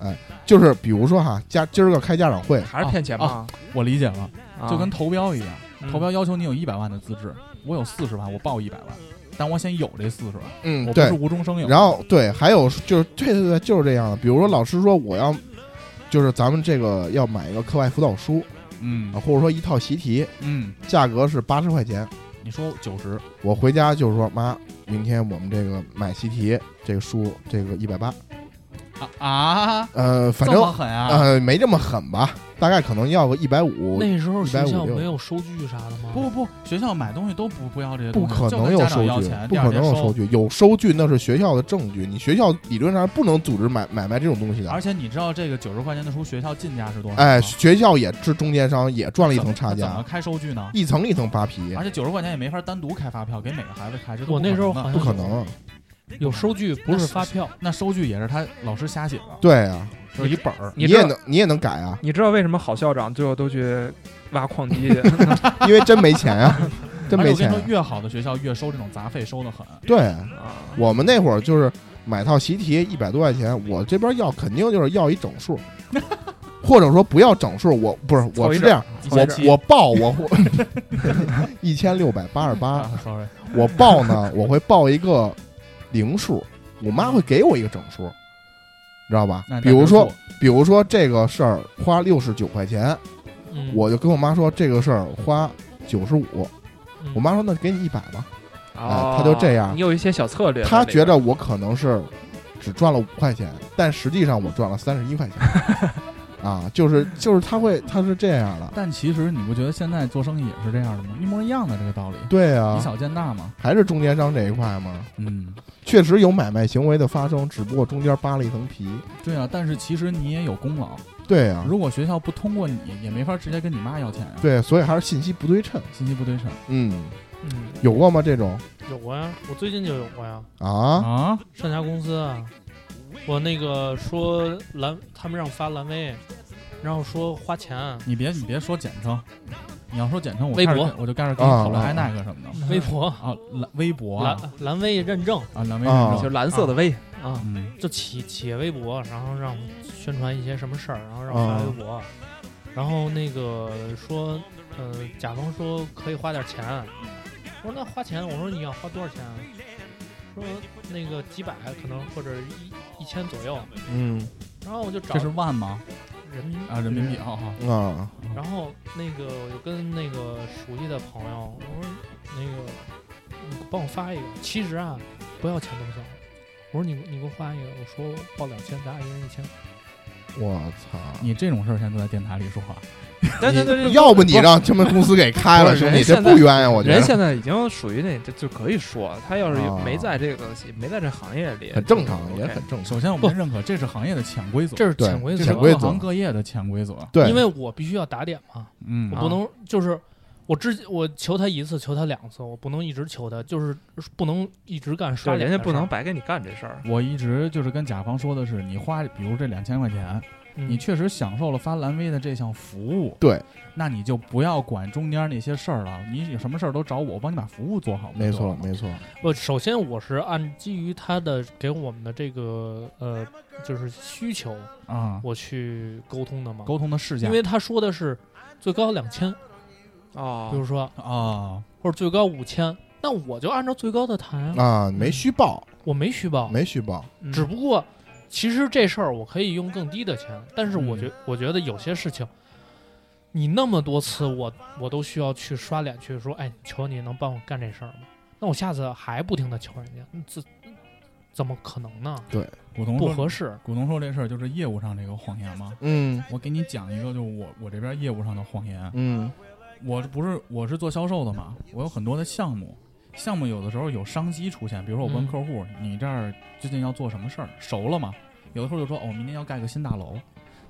Speaker 4: 哎，就是比如说哈，家今儿个开家长会，
Speaker 1: 还是骗钱吧，
Speaker 3: 我理解了，
Speaker 1: 哦啊
Speaker 3: 就跟投标一样，
Speaker 1: 嗯
Speaker 3: 投标要求你有一百万的资质，我有四十万，我报一百万，但我先有这四十万，
Speaker 4: 嗯
Speaker 3: 我不
Speaker 4: 对
Speaker 3: 是，无中生有。
Speaker 4: 然后对，还有就是对对对，就是这样的。比如说老师说我要，就是咱们这个要买一个课外辅导书
Speaker 3: 嗯
Speaker 4: 啊，或者说一套习题，
Speaker 3: 嗯，
Speaker 4: 价格是八十块钱。
Speaker 3: 你说九十，
Speaker 4: 我回家就是说妈，明天我们这个买习题，这个书这个一百八，
Speaker 3: 啊啊，
Speaker 4: 呃，反
Speaker 3: 这么
Speaker 4: 正
Speaker 3: 狠啊！
Speaker 4: 呃没这么狠吧，大概可能要个一百五。
Speaker 5: 那时候学校
Speaker 4: 156
Speaker 5: 没有收据啥的吗？
Speaker 3: 不不不，学校买东西都不不要这些
Speaker 4: 不
Speaker 3: 东西，
Speaker 4: 可
Speaker 3: 就
Speaker 4: 能
Speaker 3: 跟
Speaker 4: 有
Speaker 3: 家
Speaker 4: 收
Speaker 3: 长要
Speaker 4: 据
Speaker 3: 钱，，
Speaker 4: 不
Speaker 3: 第
Speaker 4: 可
Speaker 3: 二天
Speaker 4: 能有
Speaker 3: 收
Speaker 4: 收据。有收据那是学校的证据，你学校理论上不能组织买买卖这种东西的
Speaker 3: 而。且你知道这个九十块钱的书，学校进价是多少吗？
Speaker 4: 哎，学校也是中间商，也赚了一
Speaker 3: 怎么
Speaker 4: 层差
Speaker 3: 怎么
Speaker 4: 价，
Speaker 3: 开收据呢？
Speaker 4: 一层一层扒皮
Speaker 3: 而。且九十块钱也没法单独开发票给每个孩子开，这都
Speaker 5: 我那时候
Speaker 3: 不可
Speaker 5: 好
Speaker 3: 能
Speaker 5: 像
Speaker 3: 的
Speaker 4: 不可能，
Speaker 5: 有收据，不是发票。
Speaker 3: 那收据也是他老师瞎写的，
Speaker 4: 对啊，
Speaker 3: 就是一本儿。
Speaker 1: 你
Speaker 4: 你
Speaker 1: 知
Speaker 4: 也
Speaker 1: 道
Speaker 4: 能你也能改啊，
Speaker 1: 你知道为什么好校长最后都去挖矿机去？
Speaker 4: 因为真没 钱啊， 真
Speaker 3: 而且
Speaker 4: 没
Speaker 3: 我跟
Speaker 4: 钱
Speaker 3: 你说，
Speaker 4: 啊、
Speaker 3: 越好的学校越收这种杂费，收的很。
Speaker 4: 对
Speaker 1: 啊
Speaker 4: 我们那会儿就是买套习题一百多块钱，我这边要肯定就是要一整 数，或者说不要整数，我不是
Speaker 1: 凑
Speaker 4: 我
Speaker 1: 一
Speaker 4: 是
Speaker 1: 整
Speaker 4: 这样，
Speaker 3: 一
Speaker 4: 我
Speaker 3: 千七
Speaker 4: 我报 我会一千六百八十八，
Speaker 3: 啊，sorry，
Speaker 4: 我报呢我会报一个零数，我妈会给我一个整数，你知道吧
Speaker 3: 那？
Speaker 4: 比如说
Speaker 3: 那就
Speaker 4: 比如说这个事儿花六十九块钱，
Speaker 5: 嗯
Speaker 4: 我就跟我妈说这个事儿花九十五，
Speaker 5: 嗯
Speaker 4: 我妈说那给你一百吧。
Speaker 1: 哦
Speaker 4: 啊他就这样
Speaker 1: 你有一些小策略在里边，
Speaker 4: 她觉得 我可能是只赚了五块钱，但实际上我赚了三十一块钱。啊，就是就是他会他是这样的，
Speaker 3: 但其实你不觉得现在做生意也是这样的吗？一模一样的这个道理，
Speaker 4: 对
Speaker 3: 以
Speaker 4: 啊，
Speaker 3: 小见大嘛。
Speaker 4: 还是中间商这一块嘛，
Speaker 3: 嗯，
Speaker 4: 确实有买卖行为的发生，只不过中间扒了一层皮，
Speaker 3: 对啊，但是其实你也有功劳。
Speaker 4: 对啊，
Speaker 3: 如果学校不通过你，也没法直接跟你妈要钱啊。，
Speaker 4: 对，所以还是信息不对称，
Speaker 3: 信息不对称
Speaker 4: 嗯，
Speaker 5: 嗯，
Speaker 4: 有过吗这种
Speaker 5: 有过呀，我最近就有过呀，
Speaker 4: 啊？
Speaker 3: 啊。
Speaker 5: 上家公司啊，我那个说蓝，他们让发蓝威，然后说花钱，
Speaker 3: 你别你别说简称，你要说简称，我
Speaker 5: 微
Speaker 3: 开始
Speaker 5: 博
Speaker 3: 跟我就开始跟你讨论
Speaker 4: 啊啊啊
Speaker 3: i 那个什么的
Speaker 5: 微博
Speaker 3: 啊，蓝微博啊
Speaker 5: 蓝蓝威认证，
Speaker 3: 啊，蓝微
Speaker 4: 啊
Speaker 3: 认
Speaker 4: 就
Speaker 3: 证，
Speaker 1: 蓝色的 V 啊，
Speaker 3: 嗯，
Speaker 5: 就企企业微博，然后让宣传一些什么事儿，然后让
Speaker 3: 啊
Speaker 5: 发微博，然后那个说，呃，甲方说可以花点钱，我说那花钱，我说你要花多少钱啊？说那个几百可能或者一一千左右，
Speaker 1: 嗯，
Speaker 5: 然后我就找
Speaker 3: 这是万吗？
Speaker 5: 人民
Speaker 3: 啊，人民币，好好，
Speaker 1: 嗯
Speaker 4: 啊，
Speaker 5: 然后那个我就跟那个熟悉的朋友，我说那个你帮我发一个，其实啊不要钱都行。我说你你给我发一个，我说报两千，咱俩一人一千。
Speaker 4: 我操！
Speaker 3: 你这种事儿现在在电台里说话，
Speaker 1: 但但但
Speaker 4: 要不你让他们公司给开了，
Speaker 1: 不是
Speaker 4: 兄
Speaker 1: 人
Speaker 4: 弟，这
Speaker 1: 现在
Speaker 4: 不冤呀！我觉
Speaker 1: 人
Speaker 4: 得
Speaker 1: 现在已经属于那这就可以说，他要是
Speaker 4: 啊
Speaker 1: 没在这个没在这行业里，
Speaker 4: 很正常，
Speaker 1: OK
Speaker 4: 也很正常。
Speaker 3: 首先我们认可这是行业的潜规则，
Speaker 5: 这是
Speaker 4: 对
Speaker 5: 潜规
Speaker 3: 这
Speaker 5: 则，
Speaker 3: 是
Speaker 4: 潜规则
Speaker 3: 各行各业的潜规则，
Speaker 4: 对，
Speaker 5: 因为我必须要打点嘛，
Speaker 3: 嗯
Speaker 5: 我
Speaker 3: 啊
Speaker 5: 不能、就是我之我求他一次，求他两次，我不能一直求他，就是不能一直干刷
Speaker 1: 对，
Speaker 5: 脸
Speaker 1: 人
Speaker 5: 的
Speaker 1: 家
Speaker 5: 事儿，
Speaker 1: 不能白给你干这事儿。
Speaker 3: 我一直就是跟甲方说的是，你花比如这两千块钱，
Speaker 5: 嗯
Speaker 3: 你确实享受了发蓝 V 的这项服务，
Speaker 4: 对，
Speaker 3: 那你就不要管中间那些事儿了，你有什么事儿都找我，我帮你把服务做好。
Speaker 4: 没
Speaker 3: 不就
Speaker 4: 错
Speaker 3: 完了吗
Speaker 4: 没错，
Speaker 5: 我首先我是按基于他的给我们的这个呃就是需求
Speaker 3: 啊，
Speaker 5: 我去沟通的嘛，
Speaker 3: 沟通的事件，
Speaker 5: 因为他说的是最高两千，
Speaker 1: 哦
Speaker 5: 比如说
Speaker 3: 啊，
Speaker 5: 或者最高五千，那我就按照最高的
Speaker 3: 嗯
Speaker 5: 谈啊，
Speaker 4: 啊，没虚报，
Speaker 5: 我没虚
Speaker 3: 哦
Speaker 5: 报，
Speaker 4: 没虚报，
Speaker 1: 嗯
Speaker 5: 只不过其实这事儿我可以用更低的钱，但是我觉、
Speaker 3: 嗯
Speaker 5: 我觉得有些事情，你那么多次我我都需要去刷脸去说，哎，求你能帮我干这事儿吗？那我下次还不停的求人家，这怎么可能呢？
Speaker 3: 股东
Speaker 5: 不
Speaker 3: 说，
Speaker 5: 合适。
Speaker 3: 股东说这事儿就是业务上这个谎言嘛。
Speaker 4: 嗯
Speaker 3: 我给你讲一个，就我我这边业务上的谎言。
Speaker 4: 嗯
Speaker 3: 我这不是我是做销售的嘛，我有很多的项目，项目有的时候有商机出现。比如说我问
Speaker 5: 嗯
Speaker 3: 客户，你这儿最近要做什么事儿，熟了吗？有的客户就说，哦，明年要盖个新大楼。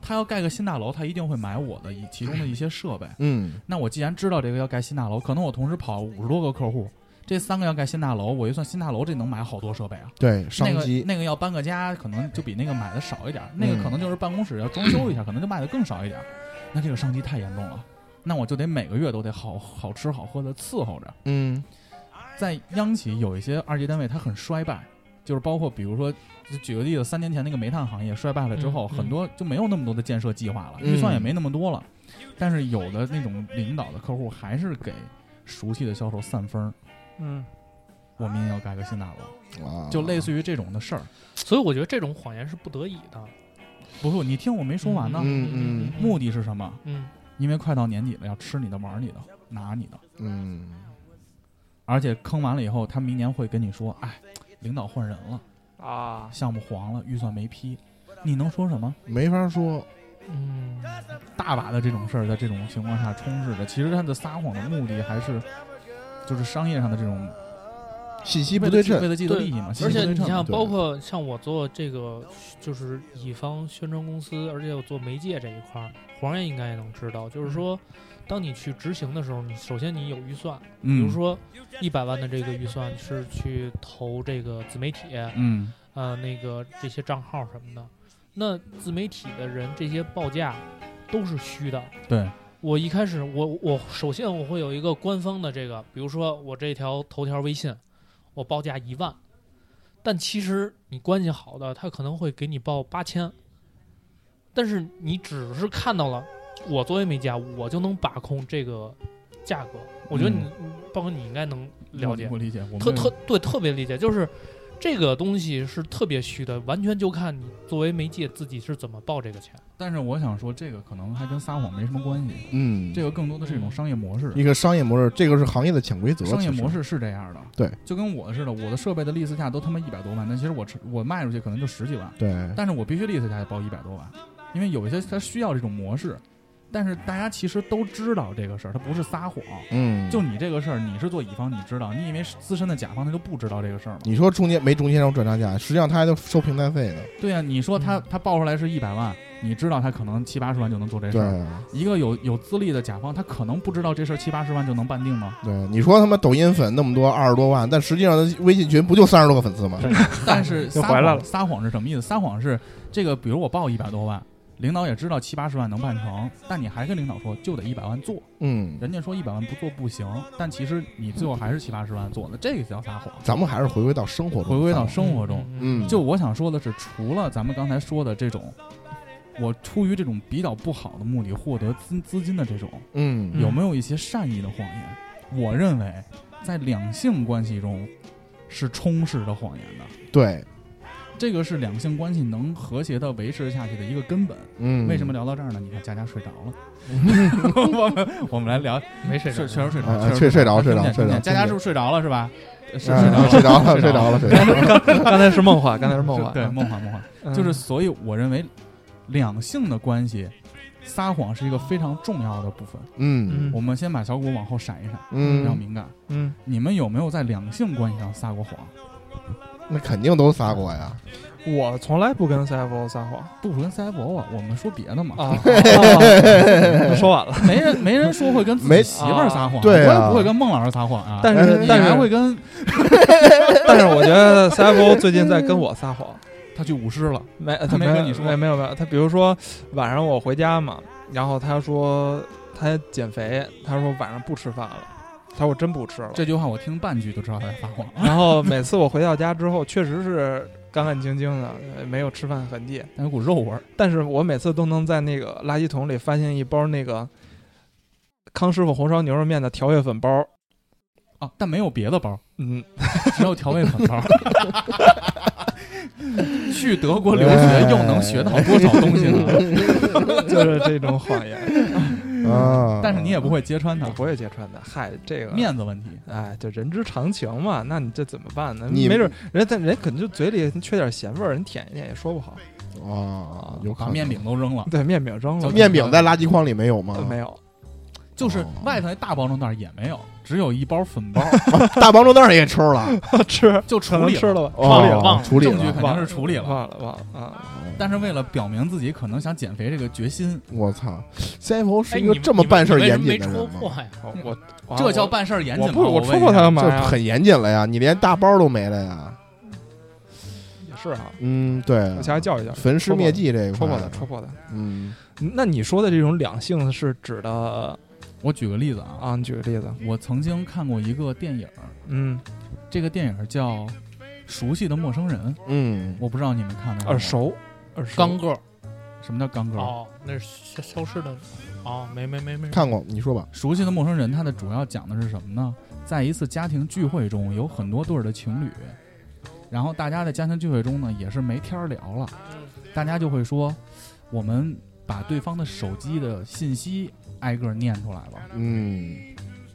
Speaker 3: 他要盖个新大楼，他一定会买我的一其中的一些设备。
Speaker 4: 嗯，
Speaker 3: 那我既然知道这个要盖新大楼，可能我同时跑五十多个客户，这三个要盖新大楼，我一算新大楼这能买好多设备啊。
Speaker 4: 对，商机，
Speaker 3: 那个那个要搬个家，可能就比那个买的少一点儿，那个
Speaker 4: 嗯
Speaker 3: 可能就是办公室要装修一下，可能就卖的更少一点儿。那这个商机太严重了，那我就得每个月都得好好吃好喝的伺候着。
Speaker 4: 嗯
Speaker 3: 在央企有一些二级单位，它很衰败，就是包括比如说，就举个例子，三年前那个煤炭行业衰败了之后，
Speaker 5: 嗯嗯
Speaker 3: 很多就没有那么多的建设计划了，
Speaker 4: 嗯
Speaker 3: 预算也没那么多了。但是有的那种领导的客户还是给熟悉的销售散风儿，
Speaker 1: 嗯，
Speaker 3: 我明年要盖个新大楼，
Speaker 4: 啊，
Speaker 3: 就类似于这种的事儿。
Speaker 5: 所以我觉得这种谎言是不得已的。
Speaker 3: 不不，你听我没说完呢。
Speaker 4: 嗯嗯
Speaker 3: 目的是什么？
Speaker 5: 嗯
Speaker 3: 因为快到年底了，要吃你的、玩你的、拿你的，
Speaker 4: 嗯
Speaker 3: 而且坑完了以后，他明年会跟你说：“哎，领导换人了，
Speaker 1: 啊，
Speaker 3: 项目黄了，预算没批。”你能说什么？
Speaker 4: 没法说，
Speaker 5: 嗯，
Speaker 3: 大把的这种事儿在这种情况下充斥着。其实他的撒谎的目的还是，就是商业上的这种
Speaker 4: 信息
Speaker 3: 为
Speaker 4: 不
Speaker 3: 了
Speaker 4: 对
Speaker 3: 既为
Speaker 4: 称，
Speaker 3: 了既得利益嘛。
Speaker 5: 而
Speaker 3: 信息
Speaker 5: 且
Speaker 3: 不对
Speaker 5: 你
Speaker 3: 称嘛
Speaker 5: 像
Speaker 4: 对
Speaker 5: 包括像我做这个，就是乙方宣传公司，而且我做媒介这一块儿，黄爷应该也能知道，
Speaker 3: 嗯
Speaker 5: 就是说，当你去执行的时候，你首先你有预算，比
Speaker 3: 嗯
Speaker 5: 如，说一百万的这个预算是去投这个自媒体，
Speaker 3: 嗯
Speaker 5: 呃，那个这些账号什么的，那自媒体的人这些报价都是虚的，
Speaker 3: 嗯，对，
Speaker 5: 我一开始，我我首先我会有一个官方的这个，比如说我这条头条微信，我报价一万，但其实你关系好的，他可能会给你报八千，但是你只是看到了，我作为媒介，我就能把控这个价格。我觉得你，包括你应该能了解
Speaker 3: 嗯我，我理解，我们
Speaker 5: 特特对特别理解，就是这个东西是特别虚的，完全就看你作为媒介自己是怎么报这个钱。
Speaker 3: 但是我想说，这个可能还跟撒谎没什么关系，
Speaker 4: 嗯，
Speaker 3: 这个更多的是一种商业模式。
Speaker 4: 一个商业模式，这个是行业的潜规则，
Speaker 3: 商业模
Speaker 4: 其实，
Speaker 3: 式是这样的，
Speaker 4: 对，
Speaker 3: 就跟我似的，我的设备的利次价都他妈一百多万，但其实我吃我卖出去可能就十几万，
Speaker 4: 对，
Speaker 3: 但是我必须利次价也报一百多万，因为有一些他需要这种模式，但是大家其实都知道这个事儿，他不是撒谎。
Speaker 4: 嗯，
Speaker 3: 就你这个事儿，你是做乙方，你知道，你以为是资深的甲方他就不知道这个事儿吗？
Speaker 4: 你说中间没中间商转账价，实际上他还得收平台费呢。
Speaker 3: 对呀、你说他
Speaker 5: 嗯
Speaker 3: 他报出来是一百万，你知道他可能七八十万就能做这事儿。
Speaker 4: 对
Speaker 3: 一个有有资历的甲方，他可能不知道这事儿七八十万就能办定吗？
Speaker 4: 对，你说他妈抖音粉那么多二十多万，但实际上他微信群不就三十多个粉丝吗？
Speaker 3: 但是
Speaker 6: 又
Speaker 3: 撒
Speaker 6: 回来
Speaker 3: 谎
Speaker 6: 了
Speaker 3: 撒谎是什么意思？撒谎是这个，比如我报一百多万，领导也知道七八十万能办成，但你还跟领导说就得一百万做，
Speaker 4: 嗯，
Speaker 3: 人家说一百万不做不行，但其实你最后还是七八十万做的，这个叫撒谎。
Speaker 4: 咱们还是回归到生活中，
Speaker 3: 回归到生活中，
Speaker 4: 嗯，
Speaker 3: 就我想说的是，除了咱们刚才说的这种，我出于这种比较不好的目的获得资资金的这种，
Speaker 4: 嗯
Speaker 3: 有没有一些善意的谎言？我认为，在两性关系中是充实的谎言的，
Speaker 4: 对，
Speaker 3: 这个是两性关系能和谐的维持下去的一个根本。
Speaker 4: 嗯，
Speaker 3: 为什么？聊到这儿呢？你看佳佳睡着 了，我们我们来聊，
Speaker 5: 没事，
Speaker 3: 确确实睡着
Speaker 4: 哎哎
Speaker 3: 了，
Speaker 4: 睡睡着
Speaker 3: 听不见
Speaker 4: 睡
Speaker 3: 听不见
Speaker 4: 着睡着
Speaker 3: 佳佳是不是睡着了是吧？是睡着
Speaker 4: 啊
Speaker 3: 了，
Speaker 4: 睡着了，睡
Speaker 3: 睡着
Speaker 4: 着了，睡着 了。
Speaker 1: 刚才是梦 话，刚才是梦话，
Speaker 3: 对，梦幻梦幻。
Speaker 1: 嗯
Speaker 3: 就是所以我认为两性的关系，撒谎是一个非常重要的部分。
Speaker 4: 嗯
Speaker 1: 嗯
Speaker 3: 我们先把小谷往后闪一闪，比较
Speaker 4: 嗯，
Speaker 3: 敏感。
Speaker 1: 嗯，
Speaker 3: 你们有没有在两性关系上撒过谎？
Speaker 4: 那肯定都撒过呀。
Speaker 1: 我从来不跟 CFO 撒 谎
Speaker 3: 不跟 CFO 啊，我们说别的嘛，
Speaker 1: 啊。哦说完了，
Speaker 3: 没人没人说会跟自
Speaker 4: 没
Speaker 3: 己媳妇儿撒谎，
Speaker 4: 对啊
Speaker 3: 我也不会跟孟老师撒谎啊。
Speaker 1: 但
Speaker 4: 哎
Speaker 1: 是但
Speaker 3: 你还
Speaker 1: 是
Speaker 3: 会跟
Speaker 1: 但是我觉得 CFO 最近在跟我撒谎，
Speaker 3: 他去舞狮了，
Speaker 1: 没
Speaker 3: 他没
Speaker 1: 有
Speaker 3: 跟你说
Speaker 1: 没没有没有，他比如说晚上我回家嘛，然后他说他减肥，他说晚上不吃饭了，他说我真不吃了。
Speaker 3: 这句话我听半句就知道他在撒谎了。
Speaker 1: 然后每次我回到家之后，确实是干干净净的，呃没有吃饭痕迹。
Speaker 3: 但有股肉味儿，
Speaker 1: 但是我每次都能在那个垃圾桶里发现一包那个康师傅红烧牛肉面的调味粉包。
Speaker 3: 啊，但没有别的包，
Speaker 1: 嗯，
Speaker 3: 只有调味粉包。 去德国留学又能学到多少东西呢？
Speaker 1: 就是这种谎 言，
Speaker 4: 啊，
Speaker 3: 但是你也不会揭穿他
Speaker 1: 我，不会揭穿的。嗨，这个，
Speaker 3: 面子问题。
Speaker 1: 哎，这人之常情嘛。那你这怎么办呢？
Speaker 4: 你
Speaker 1: 没准人家人可能就嘴里缺点咸味儿，人舔一舔也说不好。
Speaker 4: 嗯啊，有可
Speaker 3: 把
Speaker 4: 能
Speaker 3: 面饼都扔了，
Speaker 1: 对，面饼扔了，
Speaker 4: 面饼在啊垃圾筐里没有吗
Speaker 1: 呃？没有，
Speaker 3: 就是外头那大包装袋也没有，只有一包粉包，
Speaker 4: 大王中袋也抽了，
Speaker 1: 吃
Speaker 3: 就
Speaker 1: 可
Speaker 3: 处
Speaker 1: 能
Speaker 3: 理
Speaker 1: 吃了啊吧。
Speaker 5: 忘了
Speaker 4: 哦，
Speaker 5: 忘了
Speaker 4: 处理
Speaker 3: 证据
Speaker 4: 了。
Speaker 3: 肯定是处理了。
Speaker 1: 忘了忘了啊！
Speaker 3: 但是为了表明自己可能想减肥这个决心，
Speaker 4: 我操，CFO
Speaker 5: 哎
Speaker 4: 是一
Speaker 5: 你
Speaker 4: 个
Speaker 5: 们
Speaker 4: 这么办事儿
Speaker 5: 你
Speaker 4: 严
Speaker 5: 们为
Speaker 4: 谨
Speaker 5: 什
Speaker 4: 的
Speaker 5: 么没戳
Speaker 4: 人吗
Speaker 5: 破？呀？
Speaker 1: 我我
Speaker 3: 嗯
Speaker 1: 哇
Speaker 3: 这叫
Speaker 1: 我
Speaker 3: 办事儿严谨
Speaker 1: 我
Speaker 3: 吗？
Speaker 1: 不我戳
Speaker 3: 问
Speaker 1: 破
Speaker 3: 一下
Speaker 1: 他干嘛
Speaker 4: 这
Speaker 1: 呀？
Speaker 4: 很严谨了呀，你连大包都没了呀。
Speaker 1: 也是哈，
Speaker 4: 嗯，对
Speaker 1: 我，下来教育教育。
Speaker 4: 焚尸灭迹这一
Speaker 1: 戳
Speaker 4: 块，
Speaker 1: 破他，戳破他。
Speaker 4: 嗯，
Speaker 1: 那你说的这种两性是指的
Speaker 3: 我举个例子啊，
Speaker 1: 啊？你举个例子，
Speaker 3: 我曾经看过一个电影儿，
Speaker 1: 嗯，
Speaker 3: 这个电影儿叫《熟悉的陌生人》，
Speaker 4: 嗯，
Speaker 3: 我不知道你们看没看过
Speaker 1: 耳。熟，耳熟，
Speaker 5: 刚个
Speaker 3: 什么叫刚哥？
Speaker 5: 哦，那是消消失的哦，没没没没，
Speaker 4: 看过，你说吧。
Speaker 3: 熟悉的陌生人，它的主要讲的是什么呢？在一次家庭聚会中，有很多对儿的情侣，然后大家在家庭聚会中呢，也是没天儿聊了，大家就会说，我们把对方的手机的信息挨个儿念出来了。
Speaker 4: 嗯，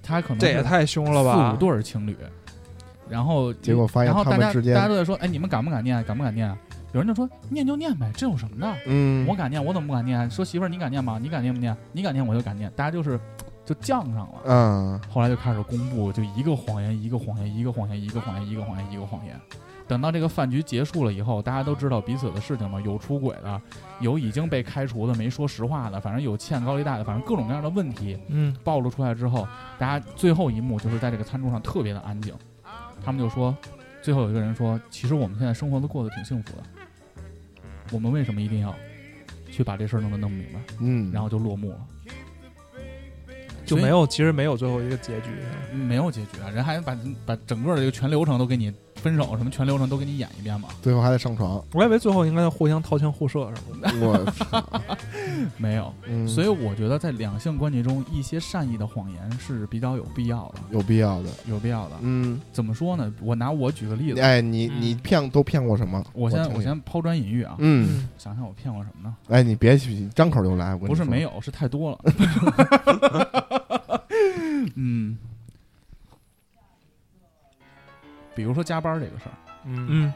Speaker 3: 他可能
Speaker 1: 这也
Speaker 3: 是
Speaker 1: 太凶了吧？
Speaker 3: 四五对儿情侣，然后
Speaker 4: 结果发现
Speaker 3: 然后
Speaker 4: 他
Speaker 3: 大
Speaker 4: 们
Speaker 3: 家
Speaker 4: 之间
Speaker 3: 大家都在说，哎，你们敢不敢念啊？敢不敢念啊？有人就说念就念呗，这有什么的？
Speaker 4: 嗯，
Speaker 3: 我敢念，我怎么不敢念啊？说媳妇儿你敢念吗？你敢念不念？你敢念我就敢念，大家就是就犟上了。
Speaker 4: 嗯，
Speaker 3: 后来就开始公布，就一个谎言，一个谎言，一个谎言，一个谎言，一个谎言，一个谎言。等到这个饭局结束了以后，大家都知道彼此的事情嘛，有出轨的，有已经被开除的，没说实话的，反正有欠高利贷的，反正各种各样的问题
Speaker 1: 嗯
Speaker 3: 暴露出来之后，大家最后一幕就是在这个餐桌上特别的安静。他们就说，最后有一个人说，其实我们现在生活的过得挺幸福的，我们为什么一定要去把这事儿弄得弄明白？
Speaker 4: 嗯，
Speaker 3: 然后就落幕了，
Speaker 1: 就
Speaker 3: 所以
Speaker 1: 没有，其实没有最后一个结局。
Speaker 3: 没有结局啊，人还把把整个的这个全流程都给你分手什么全流程都给你演一遍嘛？
Speaker 4: 最后还得上床，
Speaker 1: 我以为最后应该要互相掏枪互射什么的。
Speaker 4: 我，
Speaker 3: 没有，
Speaker 4: 嗯
Speaker 3: 所以我觉得在两性关系中，一些善意的谎言是比较有必要的，
Speaker 4: 有必要的。
Speaker 3: 有必要的。
Speaker 4: 嗯，
Speaker 3: 怎么说呢？我拿我举个例子，
Speaker 4: 哎，你你骗都骗过什么？
Speaker 3: 嗯我先
Speaker 4: 听
Speaker 3: 我
Speaker 4: 听，
Speaker 3: 先抛砖引玉啊，
Speaker 4: 嗯，
Speaker 3: 想想我骗过什么呢？
Speaker 4: 哎，你别去张口就来，我跟你
Speaker 3: 不是
Speaker 4: 说
Speaker 3: 没，有，是太多 了。嗯，比如说加班这个事儿，
Speaker 5: 嗯
Speaker 1: 嗯